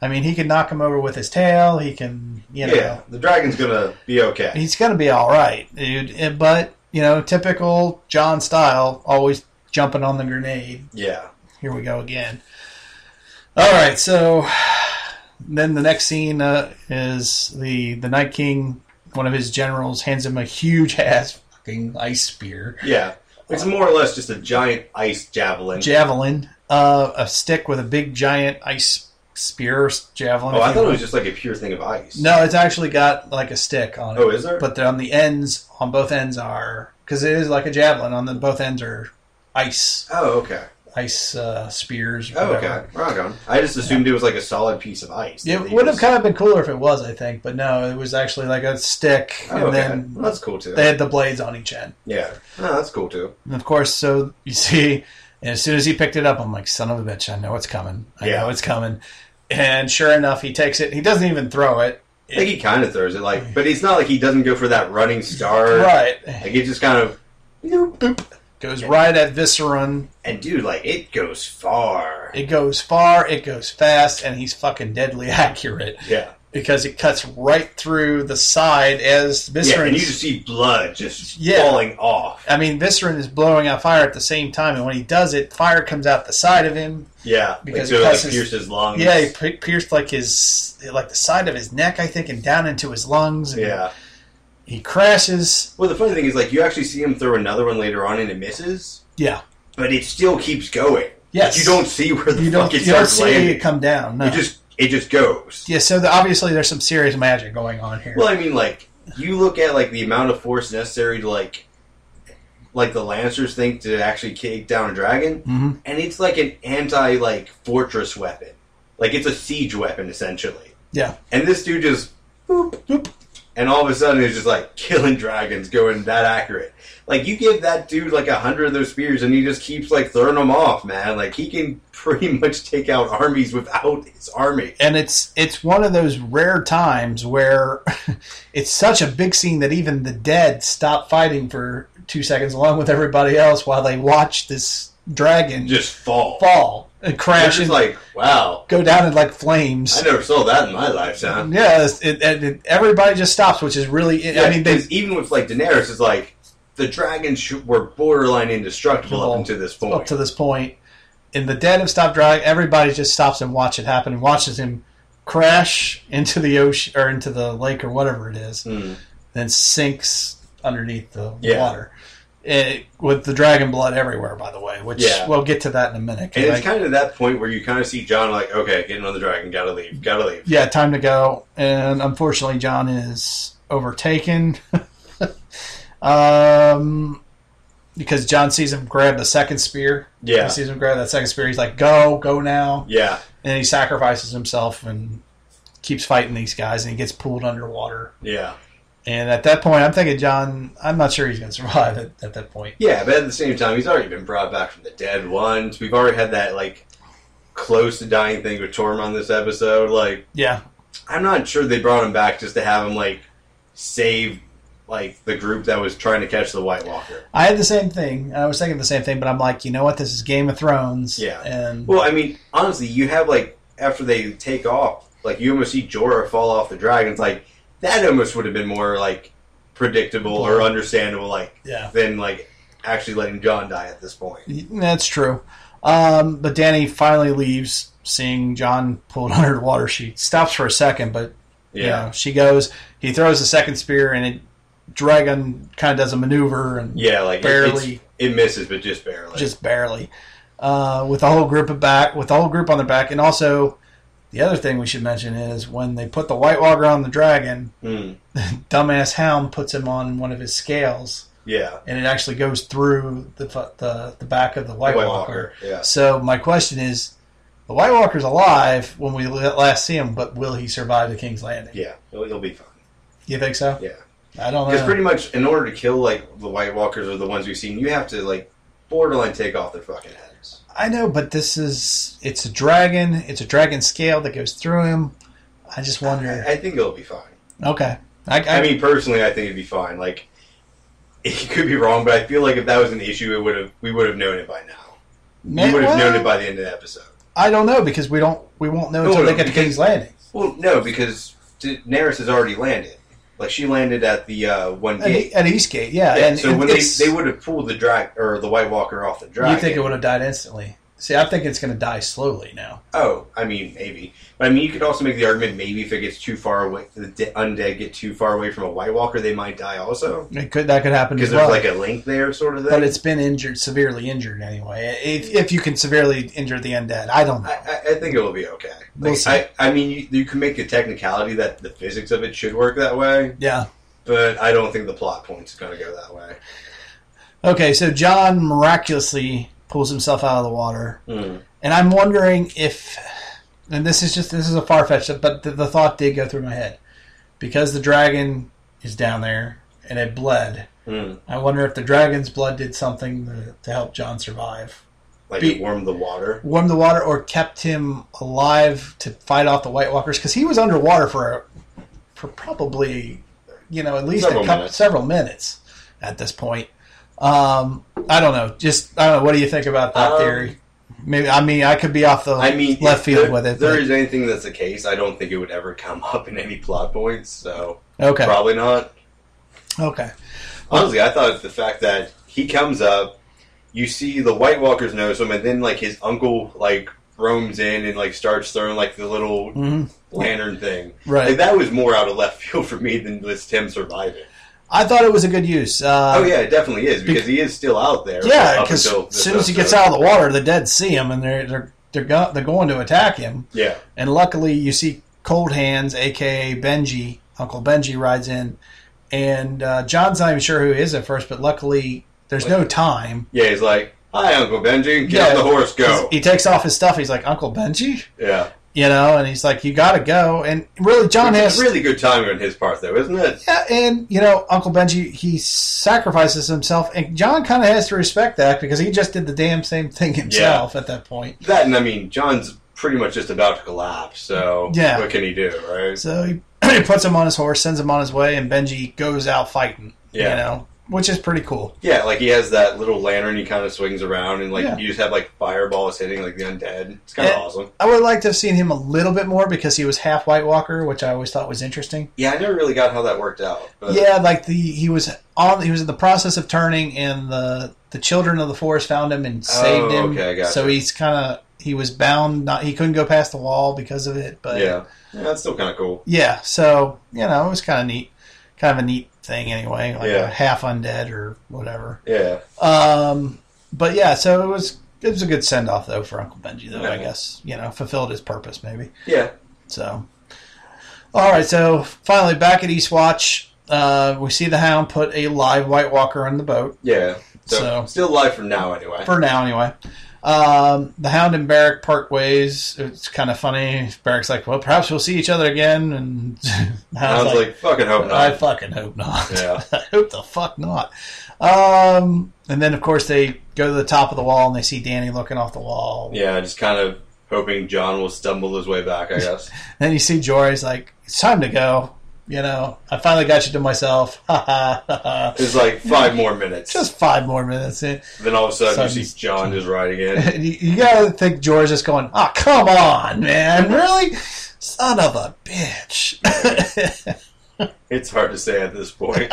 Speaker 9: I mean, he can knock him over with his tail, he can, you know,
Speaker 10: yeah, the dragon's gonna be okay.
Speaker 9: he's going to be all right, dude. Eh, But, you know, typical John style, always jumping on the grenade.
Speaker 10: Yeah,
Speaker 9: here we go again. All right, so then the next scene uh, is the the Night King, one of his generals, hands him a huge [laughs] ass fucking ice spear,
Speaker 10: yeah. It's more or less just a giant ice javelin.
Speaker 9: javelin, uh, a stick with a big giant ice spear or s- javelin.
Speaker 10: oh,
Speaker 9: if
Speaker 10: I
Speaker 9: you
Speaker 10: thought it
Speaker 9: will.
Speaker 10: was just like a pure thing of ice.
Speaker 9: no, it's actually got like a stick on it.
Speaker 10: Oh, is there?
Speaker 9: But on the ends, on both ends are because it is like a javelin. On the both ends are ice,
Speaker 10: Oh, okay.
Speaker 9: ice uh, spears.
Speaker 10: Oh,
Speaker 9: whatever.
Speaker 10: okay. Rock on. I just assumed it was like a solid piece of ice. that
Speaker 9: It
Speaker 10: they
Speaker 9: would have
Speaker 10: just-
Speaker 9: kind of been cooler if it was, I think, but no, it was actually like a stick,
Speaker 10: Oh,
Speaker 9: and
Speaker 10: okay.
Speaker 9: then
Speaker 10: Well, that's cool too.
Speaker 9: they had the blades on each end.
Speaker 10: yeah, no, that's cool too.
Speaker 9: And of course, so you see, and as soon as he picked it up, I'm like, son of a bitch, I know it's coming. I
Speaker 10: Yeah.
Speaker 9: know it's coming. And sure enough, he takes it. He doesn't even throw it.
Speaker 10: I think he kind of throws it like, but it's not like he doesn't go for that running start.
Speaker 9: Right.
Speaker 10: Like it just kind of, nope, boop.
Speaker 9: Goes right at Visceron.
Speaker 10: And dude, like it goes far.
Speaker 9: It goes far, it goes fast, and he's fucking deadly [laughs] accurate
Speaker 10: Yeah.
Speaker 9: because it cuts right through the side as Visceron's.
Speaker 10: Yeah, and you just see blood just
Speaker 9: Yeah.
Speaker 10: falling off.
Speaker 9: I mean, Visceron is blowing out fire at the same time, and when he does it, fire comes out the side of him.
Speaker 10: Yeah,
Speaker 9: Because it
Speaker 10: because like, so it like
Speaker 9: cuts his-
Speaker 10: pierced his lungs.
Speaker 9: Yeah, he pi- pierced like his like the side of his neck, I think, and down into his lungs. And
Speaker 10: yeah.
Speaker 9: he crashes.
Speaker 10: Well, the funny thing is, like, you actually see him throw another one later on, and it misses,
Speaker 9: Yeah,
Speaker 10: but it still keeps going.
Speaker 9: Yes.
Speaker 10: Like, you don't see where the
Speaker 9: you
Speaker 10: fuck
Speaker 9: don't you
Speaker 10: it
Speaker 9: don't
Speaker 10: starts
Speaker 9: see
Speaker 10: landing.
Speaker 9: it come down. No.
Speaker 10: It just it just goes.
Speaker 9: yeah, so the, obviously there's some serious magic going on here.
Speaker 10: Well, I mean, like you look at like the amount of force necessary to like, like the Lancers think to actually kick down a dragon,
Speaker 9: Mhm.
Speaker 10: and it's like an anti like fortress weapon, like it's a siege weapon essentially.
Speaker 9: yeah,
Speaker 10: And this dude just, boop, boop, and all of a sudden it's just like killing dragons, going that accurate. Like you give that dude like a hundred of those spears, and he just keeps like throwing them off, man. Like he can [laughs] pretty much take out armies without his army.
Speaker 9: and it's it's one of those rare times where [laughs] it's such a big scene that even the dead stop fighting for two seconds, along with everybody else, while they watch this dragon
Speaker 10: Just fall.
Speaker 9: fall and
Speaker 10: They're
Speaker 9: crash
Speaker 10: just
Speaker 9: and
Speaker 10: like, wow.
Speaker 9: go down in like flames.
Speaker 10: I never saw that in my lifetime.
Speaker 9: Yeah, it's- it, it, it- everybody just stops, which is really. I mean, they,
Speaker 10: because even with like Daenerys, it's like the dragons sh- were borderline indestructible
Speaker 9: Well,
Speaker 10: up until this
Speaker 9: up
Speaker 10: point.
Speaker 9: to this point, in the dead have stopped driving. Everybody just stops and watch it happen and watches him crash into the ocean or into the lake or whatever it is,
Speaker 10: Mm.
Speaker 9: then sinks underneath the
Speaker 10: Yeah.
Speaker 9: water. It, with the dragon blood everywhere, by the way, which
Speaker 10: Yeah.
Speaker 9: we'll get to that in a minute. 'cause
Speaker 10: and
Speaker 9: I-
Speaker 10: it's kind of that point where you kind of see John like, okay, get another dragon, gotta leave, gotta leave.
Speaker 9: yeah, time to go. And unfortunately, John is overtaken. [laughs] um, because John sees him grab the second spear.
Speaker 10: Yeah.
Speaker 9: He sees him grab that second spear. He's like, go, go now.
Speaker 10: Yeah,
Speaker 9: And he sacrifices himself and keeps fighting these guys and he gets pulled underwater.
Speaker 10: yeah,
Speaker 9: And at that point, I'm thinking, John, I'm not sure he's going to survive at, at that point.
Speaker 10: yeah. But at the same time, he's already been brought back from the dead once. We've already had that like close to dying thing with Tormund this episode. Like,
Speaker 9: yeah,
Speaker 10: I'm not sure they brought him back just to have him like save like the group that was trying to catch the White Walker.
Speaker 9: I had the same thing. I was thinking the same thing, but I'm like, you know what? This is Game of Thrones.
Speaker 10: Yeah.
Speaker 9: And
Speaker 10: Well, I mean, honestly, you have like after they take off, like you almost see Jorah fall off the dragon. It's like that almost would have been more like predictable or understandable, like
Speaker 9: Yeah.
Speaker 10: than like actually letting John die at this point.
Speaker 9: that's true. Um, but Danny finally leaves, seeing John pulled [laughs] under the water. She stops for a second, but yeah, you know, she goes. He throws the second spear, and it dragon kind of does a maneuver and
Speaker 10: Yeah, like it-
Speaker 9: barely
Speaker 10: it's- it misses, but just barely.
Speaker 9: just barely, uh, with the whole group of back, with the whole group on their back, and also the other thing we should mention is when they put the White Walker on the dragon,
Speaker 10: Mm,
Speaker 9: [laughs] dumbass Hound puts him on one of his scales,
Speaker 10: yeah,
Speaker 9: and it actually goes through the fu- the, the back of the White,
Speaker 10: White
Speaker 9: Walker.
Speaker 10: Walker, yeah.
Speaker 9: So my question is, the White Walker's alive when we la- last see him, but will he survive the King's Landing?
Speaker 10: yeah, it'll, it'll be fine.
Speaker 9: You think so?
Speaker 10: Yeah.
Speaker 9: I don't
Speaker 10: Because
Speaker 9: know.
Speaker 10: pretty much, in order to kill like the White Walkers or the ones we've seen, you have to like borderline take off their fucking heads.
Speaker 9: I know, but this is it's a dragon. It's a dragon scale that goes through him. I just wonder.
Speaker 10: I, I think it'll be fine.
Speaker 9: Okay. I, I,
Speaker 10: I mean, personally, I think it'd be fine. Like, [laughs] it could be wrong, but I feel like if that was an issue, it would have we would have known it by now.
Speaker 9: may-
Speaker 10: we would have
Speaker 9: well,
Speaker 10: known it by the end of the episode.
Speaker 9: I don't know because we don't we won't know
Speaker 10: No,
Speaker 9: until
Speaker 10: no,
Speaker 9: they get to
Speaker 10: because-
Speaker 9: King's Landing.
Speaker 10: Well, no, because Daenerys has already landed. Like, she landed at the uh, one
Speaker 9: At, E,
Speaker 10: gate.
Speaker 9: at Eastgate, yeah.
Speaker 10: Yeah,
Speaker 9: and
Speaker 10: so
Speaker 9: it-
Speaker 10: when they,
Speaker 9: it's-
Speaker 10: they would have pulled the drag or the White Walker off the dragon,
Speaker 9: you think it would have died instantly? See, I think it's going to die slowly now.
Speaker 10: Oh, I mean, maybe. But I mean, you could also make the argument maybe if it gets too far away, if the de- undead get too far away from a White Walker, they might die also.
Speaker 9: It could that could happen
Speaker 10: Because
Speaker 9: as
Speaker 10: there's
Speaker 9: well.
Speaker 10: like a link there, sort of thing.
Speaker 9: but it's been injured, severely injured anyway. If, if you can severely injure the undead, I don't
Speaker 10: I,
Speaker 9: know.
Speaker 10: I- I think it'll be okay.
Speaker 9: We'll
Speaker 10: Like,
Speaker 9: see.
Speaker 10: I, I mean, you, you can make the technicality that the physics of it should work that way,
Speaker 9: Yeah.
Speaker 10: but I don't think the plot point's going to go that way.
Speaker 9: Okay, so John miraculously pulls himself out of the water, and I'm wondering if, and this is just this is a far fetched, but the, the thought did go through my head because the dragon is down there and it bled.
Speaker 10: Mm.
Speaker 9: I wonder if the dragon's blood did something to, to help John survive,
Speaker 10: Like,
Speaker 9: Be-
Speaker 10: it warmed the water.
Speaker 9: warmed the water, or kept him alive to fight off the White Walkers because he was underwater for for probably you know at least
Speaker 10: Several
Speaker 9: a couple
Speaker 10: minutes.
Speaker 9: several minutes at this point. Um, I don't know. Just I don't know. What do you think about that
Speaker 10: Um,
Speaker 9: theory? Maybe I mean I could be off the
Speaker 10: I mean,
Speaker 9: left
Speaker 10: if
Speaker 9: field
Speaker 10: there-
Speaker 9: with it.
Speaker 10: there
Speaker 9: but-
Speaker 10: is anything that's the case, I don't think it would ever come [laughs] up in any plot points, so
Speaker 9: okay,
Speaker 10: probably not.
Speaker 9: okay,
Speaker 10: Honestly, I thought the fact that he comes up, you see the White Walkers notice him, and then like his uncle like roams in and like starts throwing like the little
Speaker 9: Mhm.
Speaker 10: lantern thing.
Speaker 9: Right.
Speaker 10: Like, that was more out of left [laughs] field for me than just him surviving.
Speaker 9: I thought it was a good use. Uh,
Speaker 10: oh yeah, it definitely is because he is still out there.
Speaker 9: yeah,
Speaker 10: up
Speaker 9: because
Speaker 10: until
Speaker 9: as
Speaker 10: this
Speaker 9: soon as he gets
Speaker 10: episode.
Speaker 9: out of the water, the dead see him and they're they're they're, go- they're going to attack him.
Speaker 10: yeah,
Speaker 9: And luckily, you see Cold Hands, aka Benji, Uncle Benji, rides in, and uh, John's not even sure who he is at first, but luckily, there's no time.
Speaker 10: yeah, he's like, "Hi, Uncle Benji, get
Speaker 9: Yeah,
Speaker 10: on the horse, go."
Speaker 9: He takes off his stuff. He's like, Uncle Benji,
Speaker 10: yeah,
Speaker 9: you know, and he's like, you gotta go. And really, John
Speaker 10: Which is
Speaker 9: has
Speaker 10: really good timing on his part, though, isn't it?
Speaker 9: Yeah, and you know, Uncle Benji, he sacrifices himself, and John kind of has to respect that because he just did the damn same thing himself at that point.
Speaker 10: That and I mean, John's pretty much just about to collapse. So
Speaker 9: Yeah.
Speaker 10: what can he do, right?
Speaker 9: So he, [clears throat] he puts him on his horse, sends him on his way, and Benji goes out fighting.
Speaker 10: Yeah.
Speaker 9: You know, which is pretty cool.
Speaker 10: Yeah, like he has that little lantern he kind of swings around, and like
Speaker 9: Yeah.
Speaker 10: you just have like fireballs hitting like the undead. It's kind of
Speaker 9: Yeah.
Speaker 10: awesome.
Speaker 9: I would like to have seen him a little bit more because he was half White Walker, which I always thought was interesting.
Speaker 10: Yeah, I never really got how that worked out. But
Speaker 9: yeah, like the he was on he was in the process of turning, and the the children of the forest found him and saved him.
Speaker 10: Oh, okay, I gotcha.
Speaker 9: So he's kind of he was bound. Not he couldn't go past the wall because of it. But
Speaker 10: yeah, Yeah, that's still kind of cool.
Speaker 9: yeah, So you know, it was kind of neat, kind of a neat thing anyway, like
Speaker 10: Yeah.
Speaker 9: a half undead or whatever.
Speaker 10: Yeah,
Speaker 9: Um, but yeah, so it was it was a good send off though for Uncle Benji though. I
Speaker 10: Yeah.
Speaker 9: guess you know fulfilled his purpose maybe.
Speaker 10: yeah,
Speaker 9: So, all right. So finally, back at Eastwatch, uh, we see the Hound put a live White Walker on the boat
Speaker 10: yeah. So,
Speaker 9: So-
Speaker 10: still alive from now anyway.
Speaker 9: for now, anyway. Um, the Hound and Barrack part ways. It's kind of funny. Barrack's like, "Well, perhaps we'll see each other again," and [laughs] the
Speaker 10: I was
Speaker 9: Hound's
Speaker 10: like, fucking hope not.
Speaker 9: I fucking hope not.
Speaker 10: Yeah.
Speaker 9: [laughs] I hope the fuck not. Um, and then, of course, they go to the top of the wall and they see Danny looking off the wall.
Speaker 10: yeah, just kind of hoping John will stumble his way back. I guess.
Speaker 9: Then you see Jory's like, it's time to go. You know, I finally got you to myself. [laughs] Ha ha ha ha.
Speaker 10: It's like five more minutes.
Speaker 9: Just five more minutes. in.
Speaker 10: Then all of a sudden, you
Speaker 9: Sudden-
Speaker 10: see John just riding in. [laughs]
Speaker 9: And you, you gotta think George is going, ah, come on, man, really? Son of a bitch. [laughs]
Speaker 10: It's hard to say at this [laughs] point.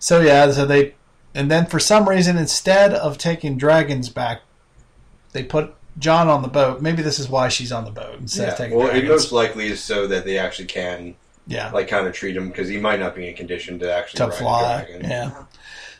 Speaker 9: so yeah, so they, and then for some reason, instead of taking dragons back, they put John on the boat. Maybe this is why she's on the boat instead of
Speaker 10: Yeah.
Speaker 9: taking
Speaker 10: Well, it
Speaker 9: dragons.
Speaker 10: most likely is so that they actually can,
Speaker 9: Yeah.
Speaker 10: like, kind of treat him because he might not be in condition to actually
Speaker 9: to
Speaker 10: ride a
Speaker 9: fly.
Speaker 10: dragon.
Speaker 9: Yeah.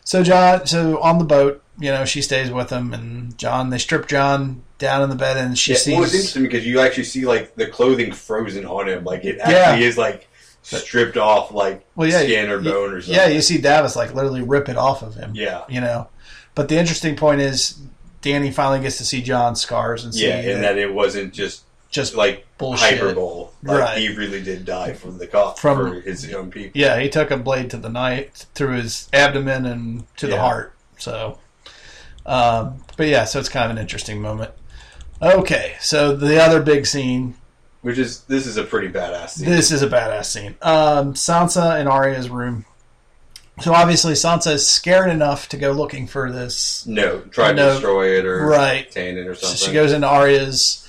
Speaker 9: So John, so on the boat, you know, she stays with him, and John, they strip John down in the bed, and she
Speaker 10: Yeah,
Speaker 9: sees.
Speaker 10: well, it's interesting because you actually see like the clothing frozen on him. Like it actually is like stripped off, like
Speaker 9: Well, yeah,
Speaker 10: skin or
Speaker 9: you-
Speaker 10: bone or something.
Speaker 9: Yeah, you see Davis like literally rip it off of him.
Speaker 10: Yeah.
Speaker 9: You know, but the interesting point is Danny finally gets to see John's scars and see
Speaker 10: yeah, and that it wasn't just
Speaker 9: just
Speaker 10: like
Speaker 9: bullshit.
Speaker 10: hyperbole. Like,
Speaker 9: Right.
Speaker 10: He really did die from the cop
Speaker 9: From-
Speaker 10: for his own people.
Speaker 9: Yeah, he took a blade to the night through his abdomen and to the
Speaker 10: Yeah.
Speaker 9: heart. So, um, but yeah, so it's kind of an interesting moment. Okay, so the other big scene.
Speaker 10: Which is this is a pretty badass scene.
Speaker 9: This is a badass scene. Um, Sansa in Arya's room. So obviously Sansa is scared enough to go looking for this
Speaker 10: no, try to
Speaker 9: No.
Speaker 10: destroy it or
Speaker 9: Right.
Speaker 10: obtain it or
Speaker 9: So
Speaker 10: something.
Speaker 9: she goes into Arya's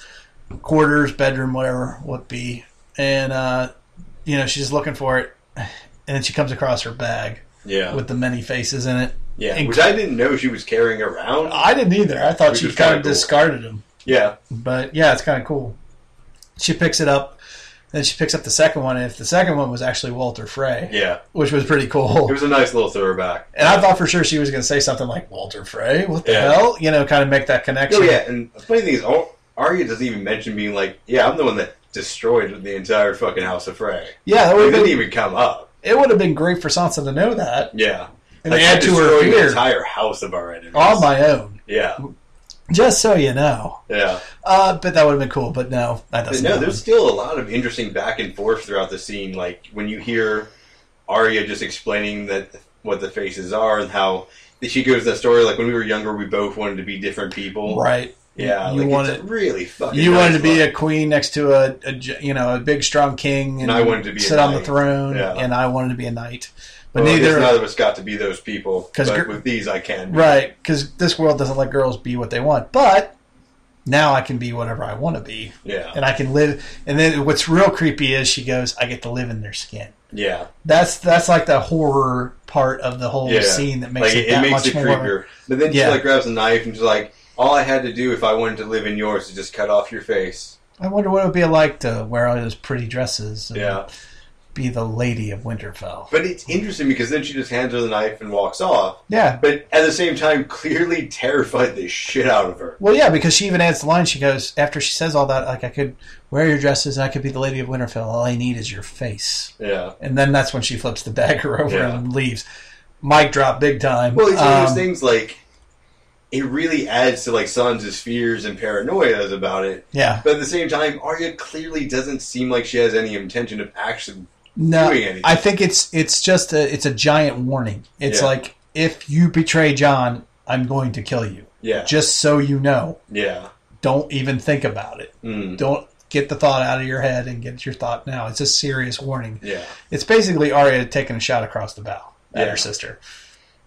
Speaker 9: quarters, bedroom, whatever would be, and uh, you know she's looking for it, and then she comes across her bag
Speaker 10: yeah,
Speaker 9: with the many faces in it.
Speaker 10: yeah,
Speaker 9: and-
Speaker 10: which I didn't know she was carrying around.
Speaker 9: I didn't either. I thought
Speaker 10: Which
Speaker 9: she
Speaker 10: is
Speaker 9: kind
Speaker 10: kinda
Speaker 9: of
Speaker 10: cool.
Speaker 9: discarded them,
Speaker 10: yeah,
Speaker 9: but yeah, it's kind of cool. She picks it up, then she picks up the second one, and if the second one was actually Walter Frey,
Speaker 10: yeah,
Speaker 9: which was pretty cool.
Speaker 10: it was a nice little throwback.
Speaker 9: and I thought for sure she was going to say something like Walter Frey, what the
Speaker 10: Yeah.
Speaker 9: hell, you know, kind of make that
Speaker 10: Oh
Speaker 9: connection.
Speaker 10: yeah, and the funny thing is, Ar- Arya doesn't even mention being like, "Yeah, I'm the one that destroyed the entire fucking House of Frey."
Speaker 9: Yeah, that
Speaker 10: It
Speaker 9: would have
Speaker 10: didn't
Speaker 9: been
Speaker 10: even come up.
Speaker 9: it would have been great for Sansa to know that.
Speaker 10: Yeah,
Speaker 9: And they
Speaker 10: Like,
Speaker 9: add
Speaker 10: I
Speaker 9: to her
Speaker 10: destroyed the
Speaker 9: fear.
Speaker 10: entire house of our enemies.
Speaker 9: on my own,
Speaker 10: yeah,
Speaker 9: just so you know.
Speaker 10: yeah.
Speaker 9: Uh, but that would have been cool. But no, that
Speaker 10: But
Speaker 9: doesn't.
Speaker 10: no,
Speaker 9: happen.
Speaker 10: there's still a lot of interesting back and forth throughout the scene. Like when you hear Arya just explaining that what the faces are and how that she goes in the story. Like when we were younger, we both wanted to be different people.
Speaker 9: right.
Speaker 10: Yeah,
Speaker 9: you
Speaker 10: like,
Speaker 9: wanted
Speaker 10: it's a really fucking.
Speaker 9: you
Speaker 10: nice
Speaker 9: wanted to be
Speaker 10: look.
Speaker 9: a queen next to a, a j- you know a big strong king, and,
Speaker 10: And I wanted to be a
Speaker 9: sit on the
Speaker 10: knight.
Speaker 9: throne,
Speaker 10: Yeah.
Speaker 9: and I wanted to be a knight. But
Speaker 10: Well, I guess
Speaker 9: neither,
Speaker 10: neither of us got to be those people.
Speaker 9: 'Cause
Speaker 10: But
Speaker 9: gr-
Speaker 10: with these, I can. Be.
Speaker 9: right? Because this world doesn't let girls be what they want. But now I can be whatever I want to be,
Speaker 10: Yeah.
Speaker 9: and I can live. And then what's real creepy is she goes, "I get to live in their skin."
Speaker 10: yeah.
Speaker 9: That's that's like the horror part of the whole
Speaker 10: Yeah.
Speaker 9: scene that makes
Speaker 10: Like,
Speaker 9: it that much more.
Speaker 10: creepier. But then
Speaker 9: Yeah.
Speaker 10: she like grabs a knife and she's like, "All I had to do if I wanted to live in yours is just cut off your face."
Speaker 9: I wonder what it would be like to wear all those pretty dresses and
Speaker 10: Yeah.
Speaker 9: be the lady of Winterfell.
Speaker 10: But it's interesting because then she just hands her the knife and walks off.
Speaker 9: Yeah.
Speaker 10: But at the same time, clearly terrified the shit out of her.
Speaker 9: Well, yeah, because she even adds the line. She goes after she says all that, like I could wear your dresses and I could be the lady of Winterfell. All I need is your face.
Speaker 10: Yeah.
Speaker 9: And then that's when she flips the dagger [laughs] over
Speaker 10: Yeah.
Speaker 9: and leaves. Mic drop, big time.
Speaker 10: Well, it's one of those
Speaker 9: Um,
Speaker 10: things like it really adds to like Sansa's fears and paranoias about it.
Speaker 9: Yeah.
Speaker 10: But at the same time, Arya clearly doesn't seem like she has any intention of actually
Speaker 9: No,
Speaker 10: doing anything.
Speaker 9: I think it's it's just a it's a giant warning. It's
Speaker 10: Yeah.
Speaker 9: like if you betray John, I'm going to kill you.
Speaker 10: Yeah.
Speaker 9: Just so you know,
Speaker 10: yeah.
Speaker 9: don't even think about it.
Speaker 10: Mm.
Speaker 9: don't get the thought out of your head and get your thought now. It's a serious warning.
Speaker 10: Yeah.
Speaker 9: It's basically Arya taking a shot across the bow at
Speaker 10: Yeah.
Speaker 9: her sister.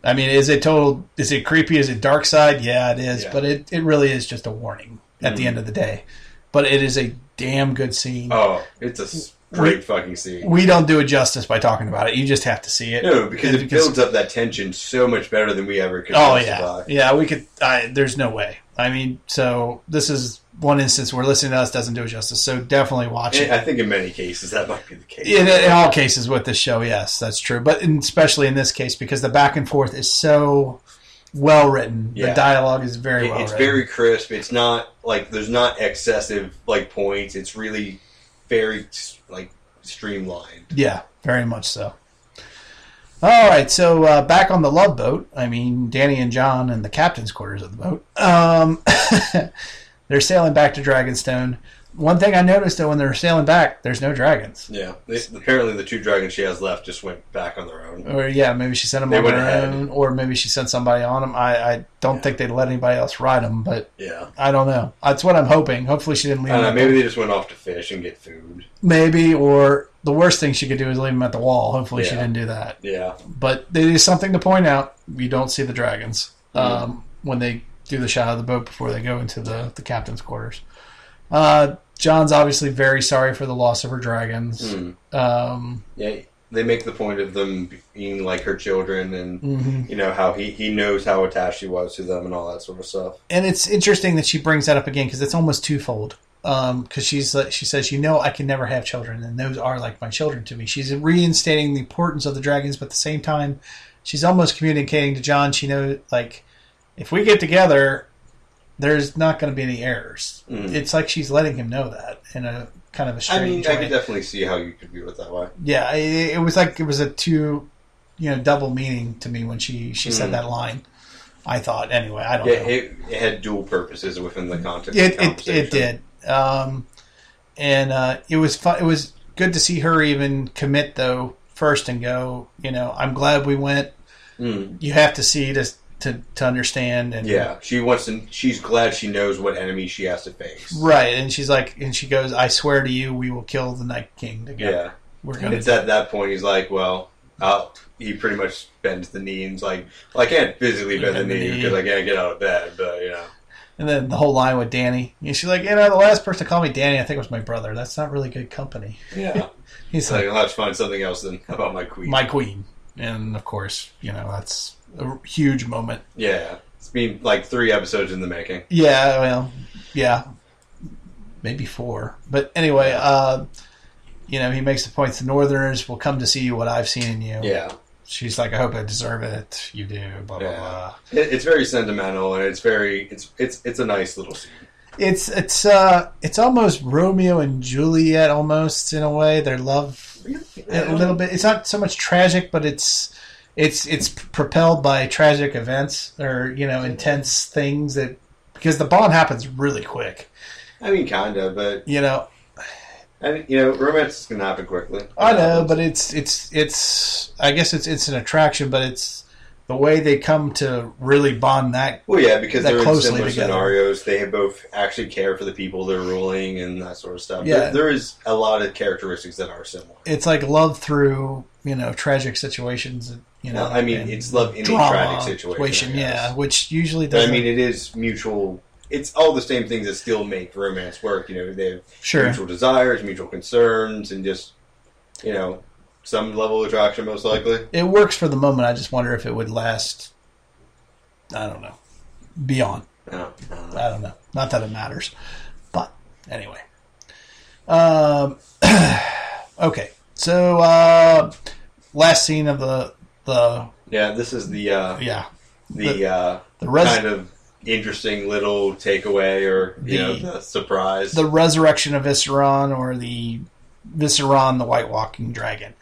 Speaker 9: I mean, is it total? Is it creepy? Is it dark side? Yeah, it is.
Speaker 10: Yeah. Hmm.
Speaker 9: But it, it really is just a warning at the end of the day. But it is a damn good scene.
Speaker 10: Oh, it's a s- great fucking scene.
Speaker 9: We don't do it justice by talking about it. You just have to see it.
Speaker 10: No, because
Speaker 9: And
Speaker 10: it builds up that tension so much better than we ever could.
Speaker 9: Oh yeah,
Speaker 10: justify.
Speaker 9: yeah. We could. I, there's no way. I mean, so this is one instance where listening to us doesn't do it justice. So definitely watch it.
Speaker 10: And I think in many cases that might be the case.
Speaker 9: In, in all cases with this show, yes, that's true. But in, especially in this case, because the back and forth is so well written, the
Speaker 10: Yeah.
Speaker 9: dialogue is very
Speaker 10: It-
Speaker 9: well
Speaker 10: it's
Speaker 9: written.
Speaker 10: very crisp. It's not like there's not excessive like points. It's really very s- like streamlined.
Speaker 9: yeah, very much so. All right, so uh, back on the love boat. I mean, Danny and John [laughs] and the captain's quarters of the boat. Um, they're sailing back to Dragonstone. one thing I noticed though, when they're sailing back, there's no dragons.
Speaker 10: Yeah, they, apparently the two dragons she has left just went back on their own.
Speaker 9: Or yeah, maybe she sent them
Speaker 10: They
Speaker 9: on
Speaker 10: went
Speaker 9: her
Speaker 10: ahead.
Speaker 9: own, or maybe she sent somebody on them. I, I don't think they'd let anybody else ride them, but
Speaker 10: Yeah,
Speaker 9: I don't know. That's what I'm hoping. Hopefully, she didn't leave.
Speaker 10: I don't know.
Speaker 9: them
Speaker 10: Uh, Maybe they just went off to fish and get food.
Speaker 9: maybe, or the worst thing she could do is leave them at the wall. Hopefully, she
Speaker 10: Yeah.
Speaker 9: didn't do that.
Speaker 10: Yeah,
Speaker 9: But it is something to point out. You don't see the dragons
Speaker 10: Mm.
Speaker 9: um, when they do the shot of the boat before they go into the, the captain's quarters. Uh, John's obviously very sorry for the loss of her dragons.
Speaker 10: Mm.
Speaker 9: Um,
Speaker 10: yeah. They make the point of them being like her children, and
Speaker 9: Mhm.
Speaker 10: you know how he he knows how attached she was to them and all that sort of stuff.
Speaker 9: and it's interesting that she brings that up again because it's almost twofold. Because she's like- she says, you know, I can never have children, and those are like my children to me. She's reinstating the importance of the dragons, but at the same time, she's almost communicating to John. She knows like if we get together, there's not going to be any errors.
Speaker 10: Mm.
Speaker 9: It's like she's letting him know that in a kind of a
Speaker 10: I mean,
Speaker 9: strange
Speaker 10: I
Speaker 9: way.
Speaker 10: could definitely see how you could view it that way.
Speaker 9: yeah, it, it was like it was a two, you know, double meaning to me when she she said
Speaker 10: Mm.
Speaker 9: that line. I thought anyway. I don't
Speaker 10: Yeah,
Speaker 9: know.
Speaker 10: it, it had dual purposes within the context. of
Speaker 9: it,
Speaker 10: the
Speaker 9: it,
Speaker 10: conversation.
Speaker 9: it did um, and uh, it was fun it was good to see her even commit though first and go you know i'm glad we went
Speaker 10: Mm.
Speaker 9: you have to see to to, to understand and
Speaker 10: Yeah, she wants to. She's glad she knows what enemy she has to face.
Speaker 9: right and she's like and she goes i swear to you we will kill the night king
Speaker 10: Yeah,
Speaker 9: together we're
Speaker 10: and
Speaker 9: gonna
Speaker 10: it's at that point he's like, well, I'll, he pretty much bends the knee and's like, well, I can't physically bend the
Speaker 9: Bend the
Speaker 10: knee
Speaker 9: knee.
Speaker 10: because I can't get out of bed, but you know,
Speaker 9: and then the whole line with danny and she's like you know the last person to call me danny i think was my brother that's not really good company
Speaker 10: yeah.
Speaker 9: he's
Speaker 10: It's like
Speaker 9: like
Speaker 10: I'll have to find something else then about my queen.
Speaker 9: my queen and of course you know that's a huge moment
Speaker 10: yeah, it's been like three episodes in the making.
Speaker 9: Yeah, well, yeah, maybe four. But anyway, uh, you know, he makes the point: the Northerners will come to see what I've seen in you.
Speaker 10: Yeah,
Speaker 9: She's like, I hope I deserve it. You do. Blah blah
Speaker 10: Yeah.
Speaker 9: blah.
Speaker 10: it, it's very sentimental and it's very it's it's it's a nice little scene.
Speaker 9: It's it's uh it's almost Romeo and Juliet almost in a way their love a little bit. It's not so much tragic, but it's it's it's propelled by tragic events or you know intense things that because the bond happens really quick.
Speaker 10: I mean, kinda, but
Speaker 9: You know,
Speaker 10: and you know, romance is gonna happen quickly.
Speaker 9: I know, but it's it's it's. I guess it's it's an attraction, but it's the way they come to really bond that.
Speaker 10: Well, yeah, because
Speaker 9: that
Speaker 10: they're in
Speaker 9: closely
Speaker 10: similar
Speaker 9: together.
Speaker 10: scenarios. They both actually care for the people they're ruling and that sort of stuff.
Speaker 9: Yeah.
Speaker 10: There, there is a lot of characteristics that are similar.
Speaker 9: It's like love through you know tragic situations. You know,
Speaker 10: Well, I mean,
Speaker 9: and
Speaker 10: it's love in a
Speaker 9: drama
Speaker 10: tragic situation. I guess.
Speaker 9: yeah, which usually
Speaker 10: But
Speaker 9: doesn't.
Speaker 10: I mean, it is mutual. It's all the same things that still make romance work. You know, they have
Speaker 9: sure.
Speaker 10: mutual desires, mutual concerns, and just you know, some level of attraction, most likely.
Speaker 9: It works for the moment. I just wonder if it would last. I don't know. Beyond.
Speaker 10: No, no, no.
Speaker 9: I don't know. Not that it matters, but anyway. Um, [clears throat] okay, so uh, last scene of the the
Speaker 10: Yeah, this is the uh,
Speaker 9: yeah
Speaker 10: the, uh,
Speaker 9: the res-
Speaker 10: kind of interesting little takeaway or you
Speaker 9: The-
Speaker 10: know the surprise.
Speaker 9: the resurrection of Visceron or the Visceron, the White Walking Dragon.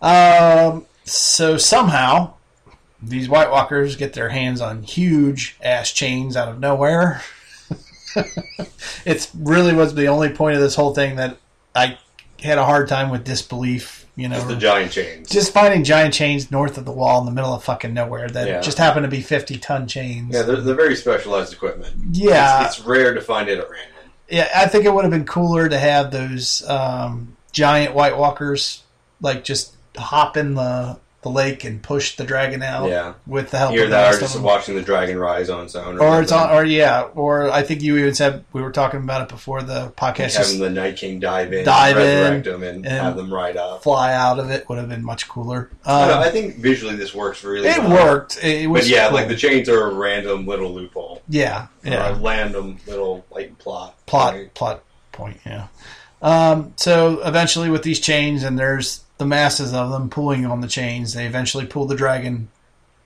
Speaker 9: Um, so somehow these White Walkers get their hands on huge ass chains out of nowhere. [laughs] it's really was the only point of this whole thing that I had a hard time with disbelief. You know,
Speaker 10: It's the giant chains.
Speaker 9: just finding giant chains north of the wall in the middle of fucking nowhere that
Speaker 10: Yeah.
Speaker 9: just happened to be fifty ton chains.
Speaker 10: Yeah, they're, they're very specialized equipment.
Speaker 9: Yeah.
Speaker 10: It's, it's rare to find it at random.
Speaker 9: Yeah, I think it would have been cooler to have those um, giant White Walkers like just hop in the, the lake and push the dragon out
Speaker 10: Yeah.
Speaker 9: with the help
Speaker 10: Here
Speaker 9: of
Speaker 10: they are
Speaker 9: the rest
Speaker 10: just
Speaker 9: of them.
Speaker 10: watching the dragon rise on its own.
Speaker 9: Or it's on,
Speaker 10: something.
Speaker 9: or yeah, or I think you even said we were talking about it before the podcast.
Speaker 10: having
Speaker 9: Just
Speaker 10: the Night King dive in,
Speaker 9: Dive in,
Speaker 10: resurrect them, and,
Speaker 9: and-
Speaker 10: have them ride up.
Speaker 9: fly out of it would have been much cooler.
Speaker 10: I, don't
Speaker 9: Um,
Speaker 10: know, I think visually this works really
Speaker 9: it
Speaker 10: well.
Speaker 9: worked. It, it was
Speaker 10: But yeah,
Speaker 9: cool.
Speaker 10: like the chains are a random little loophole.
Speaker 9: yeah, yeah.
Speaker 10: Or a random little like plot.
Speaker 9: plot
Speaker 10: point.
Speaker 9: plot point. Yeah. Um, so eventually, with these chains, and there's the masses of them pulling on the chains, they eventually pull the dragon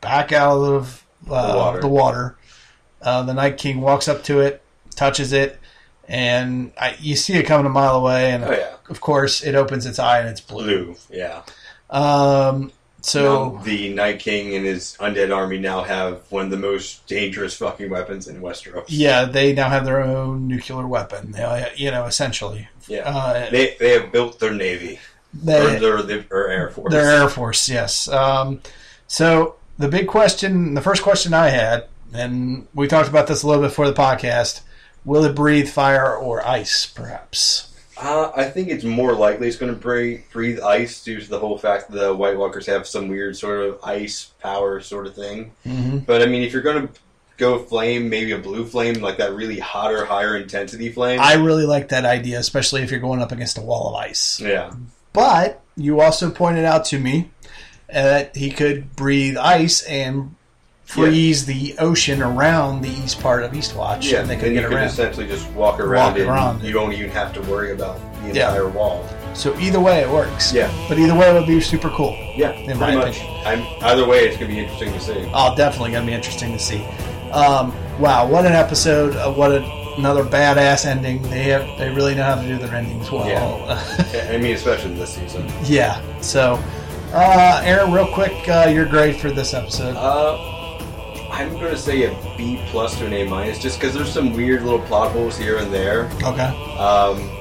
Speaker 9: back out of uh,
Speaker 10: The water.
Speaker 9: the water. Uh, the Night King walks up to it, touches it, and I, you see it coming a mile away. And
Speaker 10: Oh yeah.
Speaker 9: of course, it opens its eye and it's blue.
Speaker 10: Blue. Yeah.
Speaker 9: Um, So
Speaker 10: Now the Night King and his undead army now have one of the most dangerous fucking weapons in Westeros.
Speaker 9: yeah, they now have their own nuclear weapon. They, you know, essentially,
Speaker 10: Yeah,
Speaker 9: Uh,
Speaker 10: they they have built their navy,
Speaker 9: they,
Speaker 10: or, their, or air force.
Speaker 9: Their Air Force, yes. Um, so the big question, the first question I had, and we talked about this a little bit before the podcast: Will it breathe fire or ice? Perhaps.
Speaker 10: Uh, I think it's more likely it's going to breathe, breathe ice due to the whole fact that the White Walkers have some weird sort of ice power sort of thing.
Speaker 9: Mm-hmm.
Speaker 10: But I mean, if you're going to go flame, maybe a blue flame, like that really hotter, higher intensity flame.
Speaker 9: I really like that idea, especially if you're going up against a wall of ice.
Speaker 10: yeah.
Speaker 9: But you also pointed out to me uh, that he could breathe ice and freeze the ocean around the east part of Eastwatch,
Speaker 10: Yeah,
Speaker 9: and they
Speaker 10: then
Speaker 9: could
Speaker 10: you
Speaker 9: get
Speaker 10: can
Speaker 9: around.
Speaker 10: essentially just walk around
Speaker 9: Walk
Speaker 10: it.
Speaker 9: around
Speaker 10: You don't even have to worry about the
Speaker 9: Yeah.
Speaker 10: entire wall.
Speaker 9: So either way, it works.
Speaker 10: Yeah.
Speaker 9: But either way, it would be super cool.
Speaker 10: Yeah,
Speaker 9: In my
Speaker 10: pretty much. I'm, either way, it's going to be interesting to see.
Speaker 9: Oh, definitely going to be interesting to see. Um, wow, what an episode! Uh, what a, another badass ending. They have, they really know how to do their endings well. Yeah. [laughs]
Speaker 10: I I mean, especially this season.
Speaker 9: So, uh, Aaron, real quick, uh, your grade for this episode?
Speaker 10: Uh, I'm going to say a B plus to an A minus, just because there's some weird little plot holes here and there.
Speaker 9: okay.
Speaker 10: Um,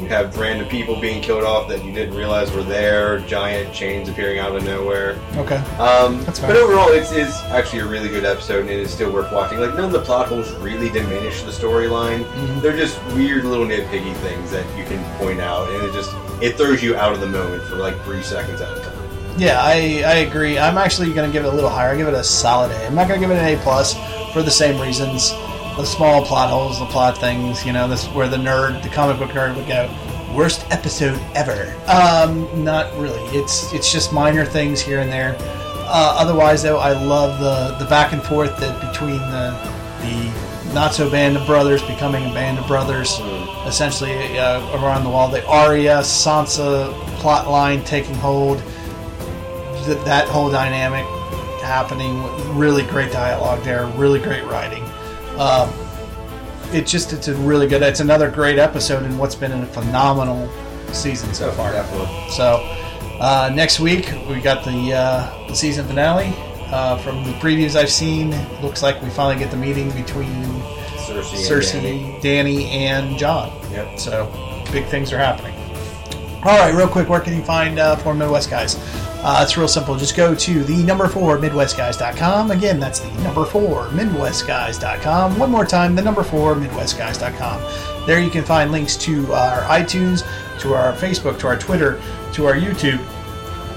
Speaker 10: you have random people being killed off that you didn't realize were there, giant chains appearing out of nowhere.
Speaker 9: Okay.
Speaker 10: Um,
Speaker 9: That's
Speaker 10: but
Speaker 9: fine.
Speaker 10: overall, it's, it's actually a really good episode, and it is still worth watching. Like none of the plot holes really diminish the storyline.
Speaker 9: Mhm.
Speaker 10: They're just weird little nitpicky things that you can point out, and it just it throws you out of the moment for like three seconds at a time.
Speaker 9: Yeah, I, I agree. I'm actually going to give it a little higher. I give it a solid A. I'm not going to give it an A plus for the same reasons. The small plot holes, the plot things. You know, this where the nerd, the comic book nerd, would go. Worst episode ever. Um, not really. It's it's just minor things here and there. Uh, otherwise, though, I love the the back and forth that between the the not so band of brothers becoming a band of brothers essentially uh, around the wall. The Arya Sansa plot line taking hold, th- that whole dynamic happening. Really great dialogue there. Really great writing. Um, it just it's a really good. It's another great episode in what's been a phenomenal season so far.
Speaker 10: Definitely.
Speaker 9: So uh, next week we got the, uh, the season finale. Uh, from the previews I've seen, looks like we finally get the meeting between
Speaker 10: Cersei. and Dany.
Speaker 9: Cersei, Danny, and John.
Speaker 10: Yep.
Speaker 9: So big things are happening. All right, real quick, where can you find uh, Four Midwest Guys? Uh, it's real simple. Just go to the number four midwestguys.com. Again, that's the number four midwestguys.com. One more time, the number four midwestguys.com. There you can find links to our iTunes, to our Facebook, to our Twitter, to our YouTube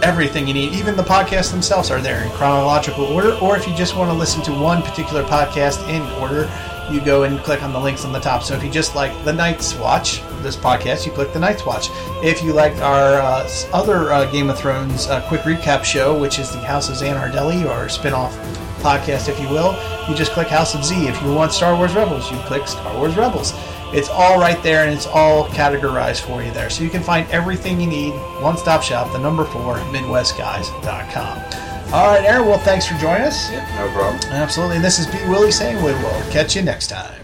Speaker 9: everything you need. Even the podcasts themselves are there in chronological order. Or if you just want to listen to one particular podcast in order, you go and click on the links on the top. So if you just like The Night's Watch, this podcast, you click The Night's Watch. If you like our uh, s- other uh, Game of Thrones uh, quick recap show, which is the House of Zanardelli, or spin-off podcast, if you will, you just click House of Z. If you want Star Wars Rebels, you click Star Wars Rebels. It's all right there and it's all categorized for you there. So you can find everything you need. One stop shop, the number four, MidwestGuys.com. All right, Aaron, well, thanks for joining us.
Speaker 10: Yeah, no problem.
Speaker 9: Absolutely. And this is B. Willie saying we will catch you next time.